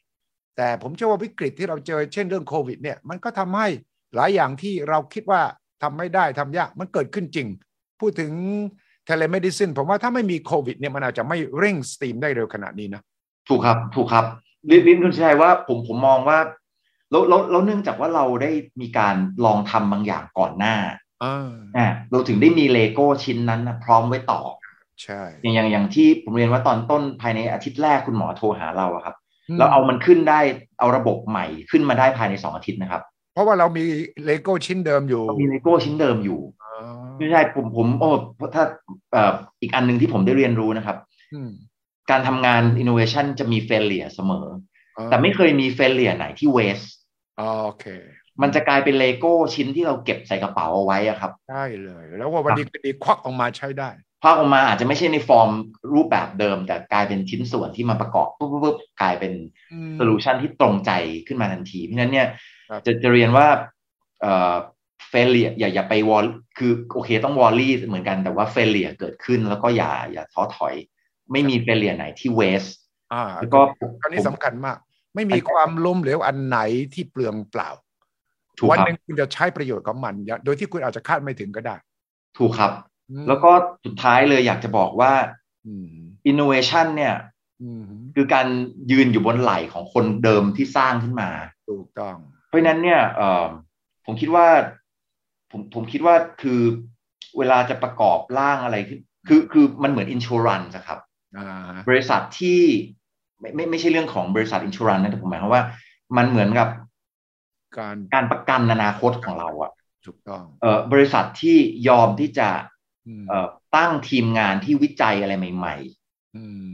Speaker 1: แต่ผมเชื่อว่าวิกฤตที่เราเจอเช่นเรื่องโควิดเนี่ยมันก็ทำให้หลายอย่างที่เราคิดว่าทำไม่ได้ทำยากมันเกิดขึ้นจริง พูดถึงเทเลเมดิซินผมว่าถ้าไม่มีโควิดเนี่ยมันอาจจะไม่เร่งสตรีมได้เร็วขนาดนี้นะ
Speaker 2: ถูกครับ ถูกครับลิลินคุณชัยว่าผมผมมองว่าแล้วแล้วแล้วเนื่องจากว่าเราได้มีการลองทำบางอย่างก่อนหน้า
Speaker 1: อ่า
Speaker 2: อ่ะเราถึงได้มีเลโก้ชิ้นนั้นนะพร้อมไว้ต่อ
Speaker 1: ใช่
Speaker 2: อย่างอย่างอย่างที่ผมเรียนว่าตอนต้นภายในอาทิตย์แรกคุณหมอโทรหาเราอะครับ เราเอามันขึ้นได้เอาระบบใหม่ขึ้นมาได้ภายในสองอาทิตย์นะครับ
Speaker 1: เพราะว่าเรามีเลโก้ชิ้นเดิมอยู่
Speaker 2: เรามีเลโก้ชิ้นเดิมอยู่
Speaker 1: อ๋อ
Speaker 2: ไม่ใช่ผมผมโอ้เพราะถ้าเอ่ออีกอันหนึ่งที่ผมได้เรียนรู้นะครับ
Speaker 1: อืม
Speaker 2: การทำงาน innovation จะมี failure เสมอ
Speaker 1: อ่า
Speaker 2: แต่ไม่เคยมี failure ไหนที่ waste
Speaker 1: อ๋อโอเค
Speaker 2: มันจะกลายเป็นเลโก้ชิ้นที่เราเก็บใส่กระเป๋าเอาไว้อะครับ
Speaker 1: ได้เลย แล้วว่าวันนี้ก็ดีควักออกมาใช้ได้
Speaker 2: ภาพออกมาอาจจะไม่ใช่ในฟอร์มรูปแบบเดิม แต่กลายเป็นชิ้นส่วนที่มาประกอบปุ๊บปุ๊บปุ๊บกลายเป็น
Speaker 1: อืม
Speaker 2: โซลูชันที่ตรงใจขึ้นมาทันที เพราะฉะนั้นเนี่ย
Speaker 1: ครับ
Speaker 2: จะจะเรียนว่าเอ่อ failure อย่าอย่าไปวอลคือโอเคต้องวอลลี่เหมือนกันแต่ว่า failure เกิดขึ้นแล้วก็อย่าอย่าท้อถอย ไม่มี failure ไหนที่ waste
Speaker 1: อ่า
Speaker 2: แล้วก็
Speaker 1: คราวนี้
Speaker 2: ผม
Speaker 1: สำคัญมาก ไม่มีความล้มเหลวอันไหนที่เปลืองเปล่า
Speaker 2: ถูก
Speaker 1: วัน
Speaker 2: ครับ
Speaker 1: หนึ่งคุณจะใช้ประโยชน์ของมันอย่าโดยที่คุณอาจจะคาดไม่ถึงก็ได้
Speaker 2: ถูกครับ
Speaker 1: อืม
Speaker 2: แล้วก็สุดท้ายเลยอยากจะบอกว่า
Speaker 1: อืม
Speaker 2: innovation เนี่ย
Speaker 1: อืม
Speaker 2: คือการยืนอยู่บนไหล่ของคนเดิมที่สร้างขึ้นมา
Speaker 1: ถูกต้อง
Speaker 2: เพราะฉะนั้นเนี่ยเอ่อผมคิดว่า ผมผมคิดว่าคือเวลาจะประกอบร่างอะไรขึ้น คือคือมันเหมือนอินชูรันนะครับ
Speaker 1: อ่า
Speaker 2: บริษัทที่ไม่ไม่ไม่ใช่เรื่องของบริษัทอินชูรันนะแต่ผมหมายความว่า มันเหมือนกับ
Speaker 1: การ
Speaker 2: การประกันอนาคตของเราอะ
Speaker 1: ถูกต้อง
Speaker 2: เอ่อบริษัทที่ยอมที่จะ
Speaker 1: อืม
Speaker 2: เอ่อตั้งทีมงานที่วิจัยอะไรใหม่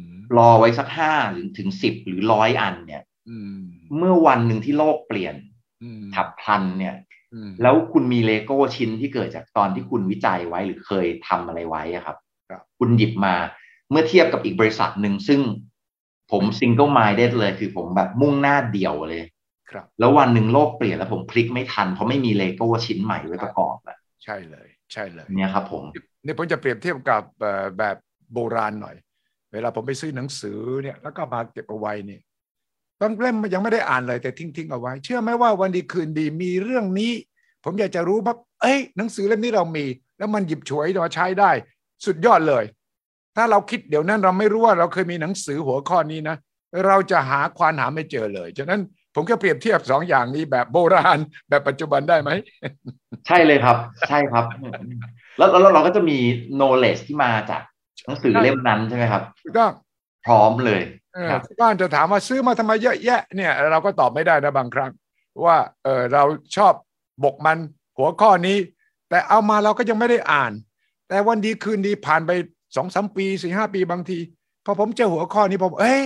Speaker 1: ม
Speaker 2: ๆ รอไว้สักห้าหรือถึงสิบหรือร้อยอันเนี่ย
Speaker 1: อืม
Speaker 2: เมื่อวันหนึ่งที่โลกเปลี่ยน
Speaker 1: อืม
Speaker 2: ฉับพลันเนี่ย
Speaker 1: อืม
Speaker 2: แล้วคุณมีเลโก้ชิ้นที่เกิดจากตอนที่คุณวิจัยไว้หรือเคยทำอะไรไว้อะครับ
Speaker 1: ครับ
Speaker 2: ณหยิบมาเมื่อเทียบกับอีกบริษัทหนึ่งซึ่งผมซิงเกิลไม d ์ได้เลย คือผมแบบมุ่งหน้าเดียวเลย
Speaker 1: ครับ
Speaker 2: แล้ววันหนึ่งโลกเปลี่ยนแล้วผมพลิกไม่ทัน เพราะไม่มีเลโก้ชิ้นใหม่ไว้ประกอบแล้ว
Speaker 1: ใช่เลย ใช่เลย
Speaker 2: เนี่ยครับผม
Speaker 1: เนี่ยผมจะเปรียบเทียบกับเอ่อแบบโบราณหน่อย เวลาผมไปซื้อหนังสือเนี่ยแล้วก็มาเก็บเอาไว้เนี่ยบางเล่มยังไม่ได้อ่านเลยแต่ทิ้งทิ้งๆเอาไว้ เชื่อไหมว่าวันดีคืนดีมีเรื่องนี้ ผมอยากจะรู้ปั๊บเอ้ยหนังสือเล่มนี้เรามี แล้วมันหยิบฉวยมาใช้ได้ สุดยอดเลย ถ้าเราคิดเดี๋ยวนั้นเราไม่รู้ว่าเราเคยมีหนังสือหัวข้อนี้นะ เราจะหาควานหาไม่เจอเลย ฉะนั้นผมก็เปรียบเทียบสองอย่างนี้แบบโบราณแบบปัจจุบันได้ไหม
Speaker 2: ใช่เลยครับ ใช่ครับ แล้วแล้วแล้วเราก็จะมี knowledge ที่มาจากหนังสือเล่มนั้นใช่ไหมครับ
Speaker 1: ถูกต้อง
Speaker 2: พร้อมเลย
Speaker 1: เออ
Speaker 2: ครับ
Speaker 1: ที่บ้านจะถามว่าซื้อมาทำไมเยอะแยะเนี่ยเราก็ตอบไม่ได้นะบางครั้ง ว่าเออเราชอบบกมันหัวข้อนี้ แต่เอามาเราก็ยังไม่ได้อ่าน แต่วันดีคืนดีผ่านไปสองสามปีสี่ห้าปีบางทีพอผมเจอหัวข้อนี้ผมเอ้ย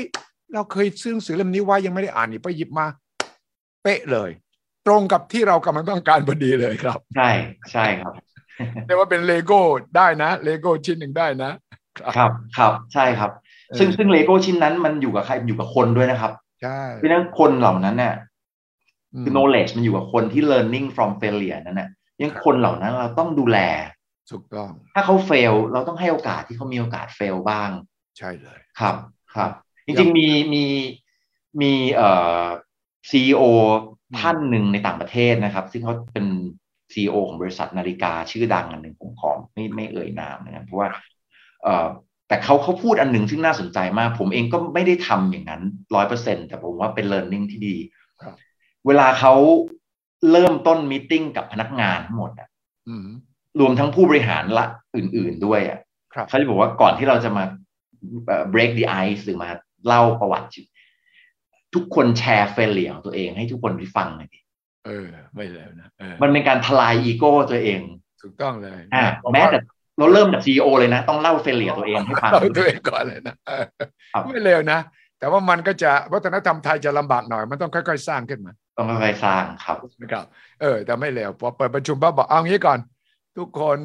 Speaker 1: เราเคยซื้อหนังสือเล่มนี้ไว้ยังไม่ได้อ่านนี่ไปหยิบมา เป๊ะเลย ตรงกับที่เรากำลังต้องการพอดีเลย
Speaker 2: <laughs>
Speaker 1: ครับ
Speaker 2: ใช่ใช่ครับ
Speaker 1: แต่ว่าเป็นเลโก้ได้นะเลโก้ชิ้นหนึ่งได้นะ
Speaker 2: ครับครับใช่ครับ
Speaker 1: เออ
Speaker 2: ซึ่งซึ่งเลโก้ชิ้นนั้นมันอยู่กับใครอยู่กับคนด้วยนะครับ
Speaker 1: ใช่
Speaker 2: เพราะฉะนั้นคนเหล่านั้นเนี่ย
Speaker 1: อืม
Speaker 2: คือ knowledge มันอยู่กับคนที่ learning from failure นั่นแหละยัง
Speaker 1: ครับ
Speaker 2: คนเหล่านั้นเราต้องดูแล
Speaker 1: ถูกต้อง
Speaker 2: ถ้าเขา fail เราต้องให้โอกาสที่เขามีโอกาส fail บ้าง
Speaker 1: ใช่เลย
Speaker 2: ครับครับ
Speaker 1: ค
Speaker 2: จ
Speaker 1: รั
Speaker 2: ริง
Speaker 1: บ
Speaker 2: ๆมีมีมีเอ่อ CEO ท่านหนึ่งในต่างประเทศนะครับ ซึ่งเขาเป็น CEO ของบริษัทนาฬิกาชื่อดังอันหนึ่งผมขอไม่ไม่เอ่ยนามนะครับเพราะว่าเอ่อแต่เขาเขาพูดอันหนึ่งซึ่งน่าสนใจมาก ผมเองก็ไม่ได้ทำอย่างนั้นร้อยเปอร์เซ็นแต่ผมว่าเป็น learning ที่ดี
Speaker 1: ครับ
Speaker 2: เวลาเขาเริ่มต้นมีติ้งกับพนักงานทั้งหมดอะ
Speaker 1: อืม
Speaker 2: รวมทั้งผู้บริหารละอื่นๆด้วยอ่ะ
Speaker 1: ครับ
Speaker 2: เขาจะบอกว่าก่อนที่เราจะมาเอ่อ break the ice หรือมาเล่าประวัติชีวิตทุกคนแชร์เฟลเลียของตัวเองให้ทุกคนได้ฟังหน่อยดิ
Speaker 1: เออ ไม่แล้วนะเออ
Speaker 2: มันเป็นการทลายอีโก้ตัวเอง
Speaker 1: ถูกต้องเลย
Speaker 2: อ่า
Speaker 1: เพราะ
Speaker 2: แม้
Speaker 1: ว่า
Speaker 2: แต่เราเริ่มจากซีอเลยนะ ต้องเล่าเฟลเลียตัวเองให้ฟัง
Speaker 1: เราตัวเองก่อนเลยนะเออ
Speaker 2: ครับ
Speaker 1: ไม่เร็วนะ แต่ว่ามันก็จะวัฒนธรรมไทยจะลำบากหน่อย มันต้องค่อย ๆ สร้างขึ้นมา
Speaker 2: ต้องค่อยๆสร้างครับ
Speaker 1: นะครับ เออ แต่ไม่เร็วพอเปิดประชุมปั๊บบอกเอางี้ก่อน ทุกคน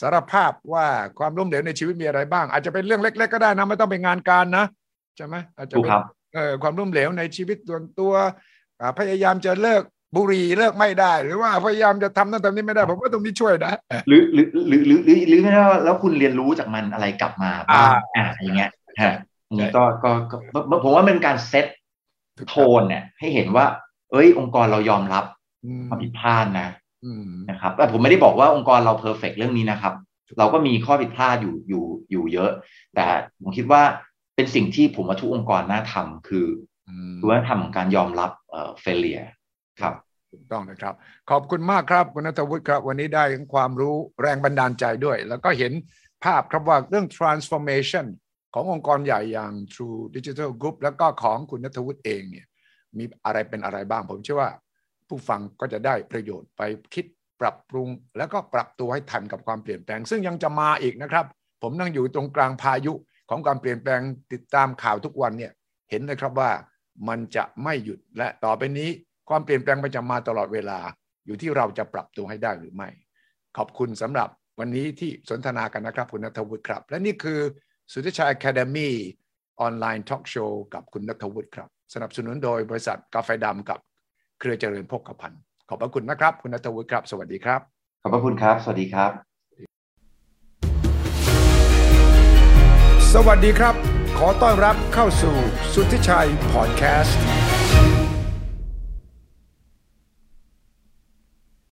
Speaker 1: สารภาพว่าความล้มเหลวในชีวิตมีอะไรบ้าง อาจจะเป็นเรื่องเล็ก ๆ ก็ได้นะ ไม่ต้องเป็นงานการนะใช่ไหมอาจจะ
Speaker 2: ถูก
Speaker 1: เป็น
Speaker 2: ครับ
Speaker 1: เออความล้มเหลวในชีวิตส่วนตัวอ่าพยายามจะเลิกบุหรี่เลิกไม่ได้ หรือว่าพยายามจะทำนั่นทำนี่ไม่ได้ผมว่าตรงนี้ช่วยนะ
Speaker 2: หรือหรือหรือหรือหรือหรือไม่ได้ว่าแล้วคุณเรียนรู้จากมันอะไรกลับมาบ้างอ่าอย่างเงี้ยฮะอันนี้ก็ก็ก็ผมว่ามันเป็นการเซตโทนเนี่ย ให้เห็นว่า เอ้ย องค์กรเรายอมรับ
Speaker 1: อืม
Speaker 2: ความผิดพลาดนะ
Speaker 1: อืม
Speaker 2: นะครับแต่ผมไม่ได้บอกว่าองค์กรเราเพอร์เฟกเรื่องนี้นะครับ เราก็มีข้อผิดพลาดอยู่อยู่อยู่เยอะ แต่ผมคิดว่าเป็นสิ่งที่ผมว่าทุกองค์กรน่าทำคือคือวัฒนธรรมของการยอมรับเอ่อเฟลเลียครับ
Speaker 1: ถูกต้องนะครับ ขอบคุณมากครับ คุณนัทวุฒิครับ วันนี้ได้ทั้งความรู้แรงบันดาลใจด้วย แล้วก็เห็นภาพครับว่าเรื่อง transformation ขององค์กรใหญ่อย่าง True Digital Group แล้วก็ของคุณนัทวุฒิเองเนี่ยมีอะไรเป็นอะไรบ้าง ผมเชื่อว่าผู้ฟังก็จะได้ประโยชน์ไปคิดปรับปรุง แล้วก็ปรับตัวให้ทันกับความเปลี่ยนแปลง ซึ่งยังจะมาอีกนะครับ ผมนั่งอยู่ตรงกลางพายุของความเปลี่ยนแปลงติดตามข่าวทุกวันเนี่ย เห็นเลยครับว่ามันจะไม่หยุดและต่อไปนี้ ความเปลี่ยนแปลงมันจะมาตลอดเวลา อยู่ที่เราจะปรับตัวให้ได้หรือไม่ ขอบคุณสำหรับวันนี้ที่สนทนากันนะครับ คุณนัทวุฒิครับ และนี่คือสุทธิชัย Academy ออนไลน์ทอล์กโชว์กับคุณนัทวุฒิครับ สนับสนุนโดยบริษัทกาแฟดำกับเครือเจริญโภคภัณฑ์ขอบพระคุณนะครับ คุณนัทวุฒิครับ สวัสดีครับ
Speaker 2: ขอบพระคุณครับ สวัสดีครับ
Speaker 1: สวัสดีครับ ขอต้อนรับเข้าสู่สุทธิชัยพอดแคสต์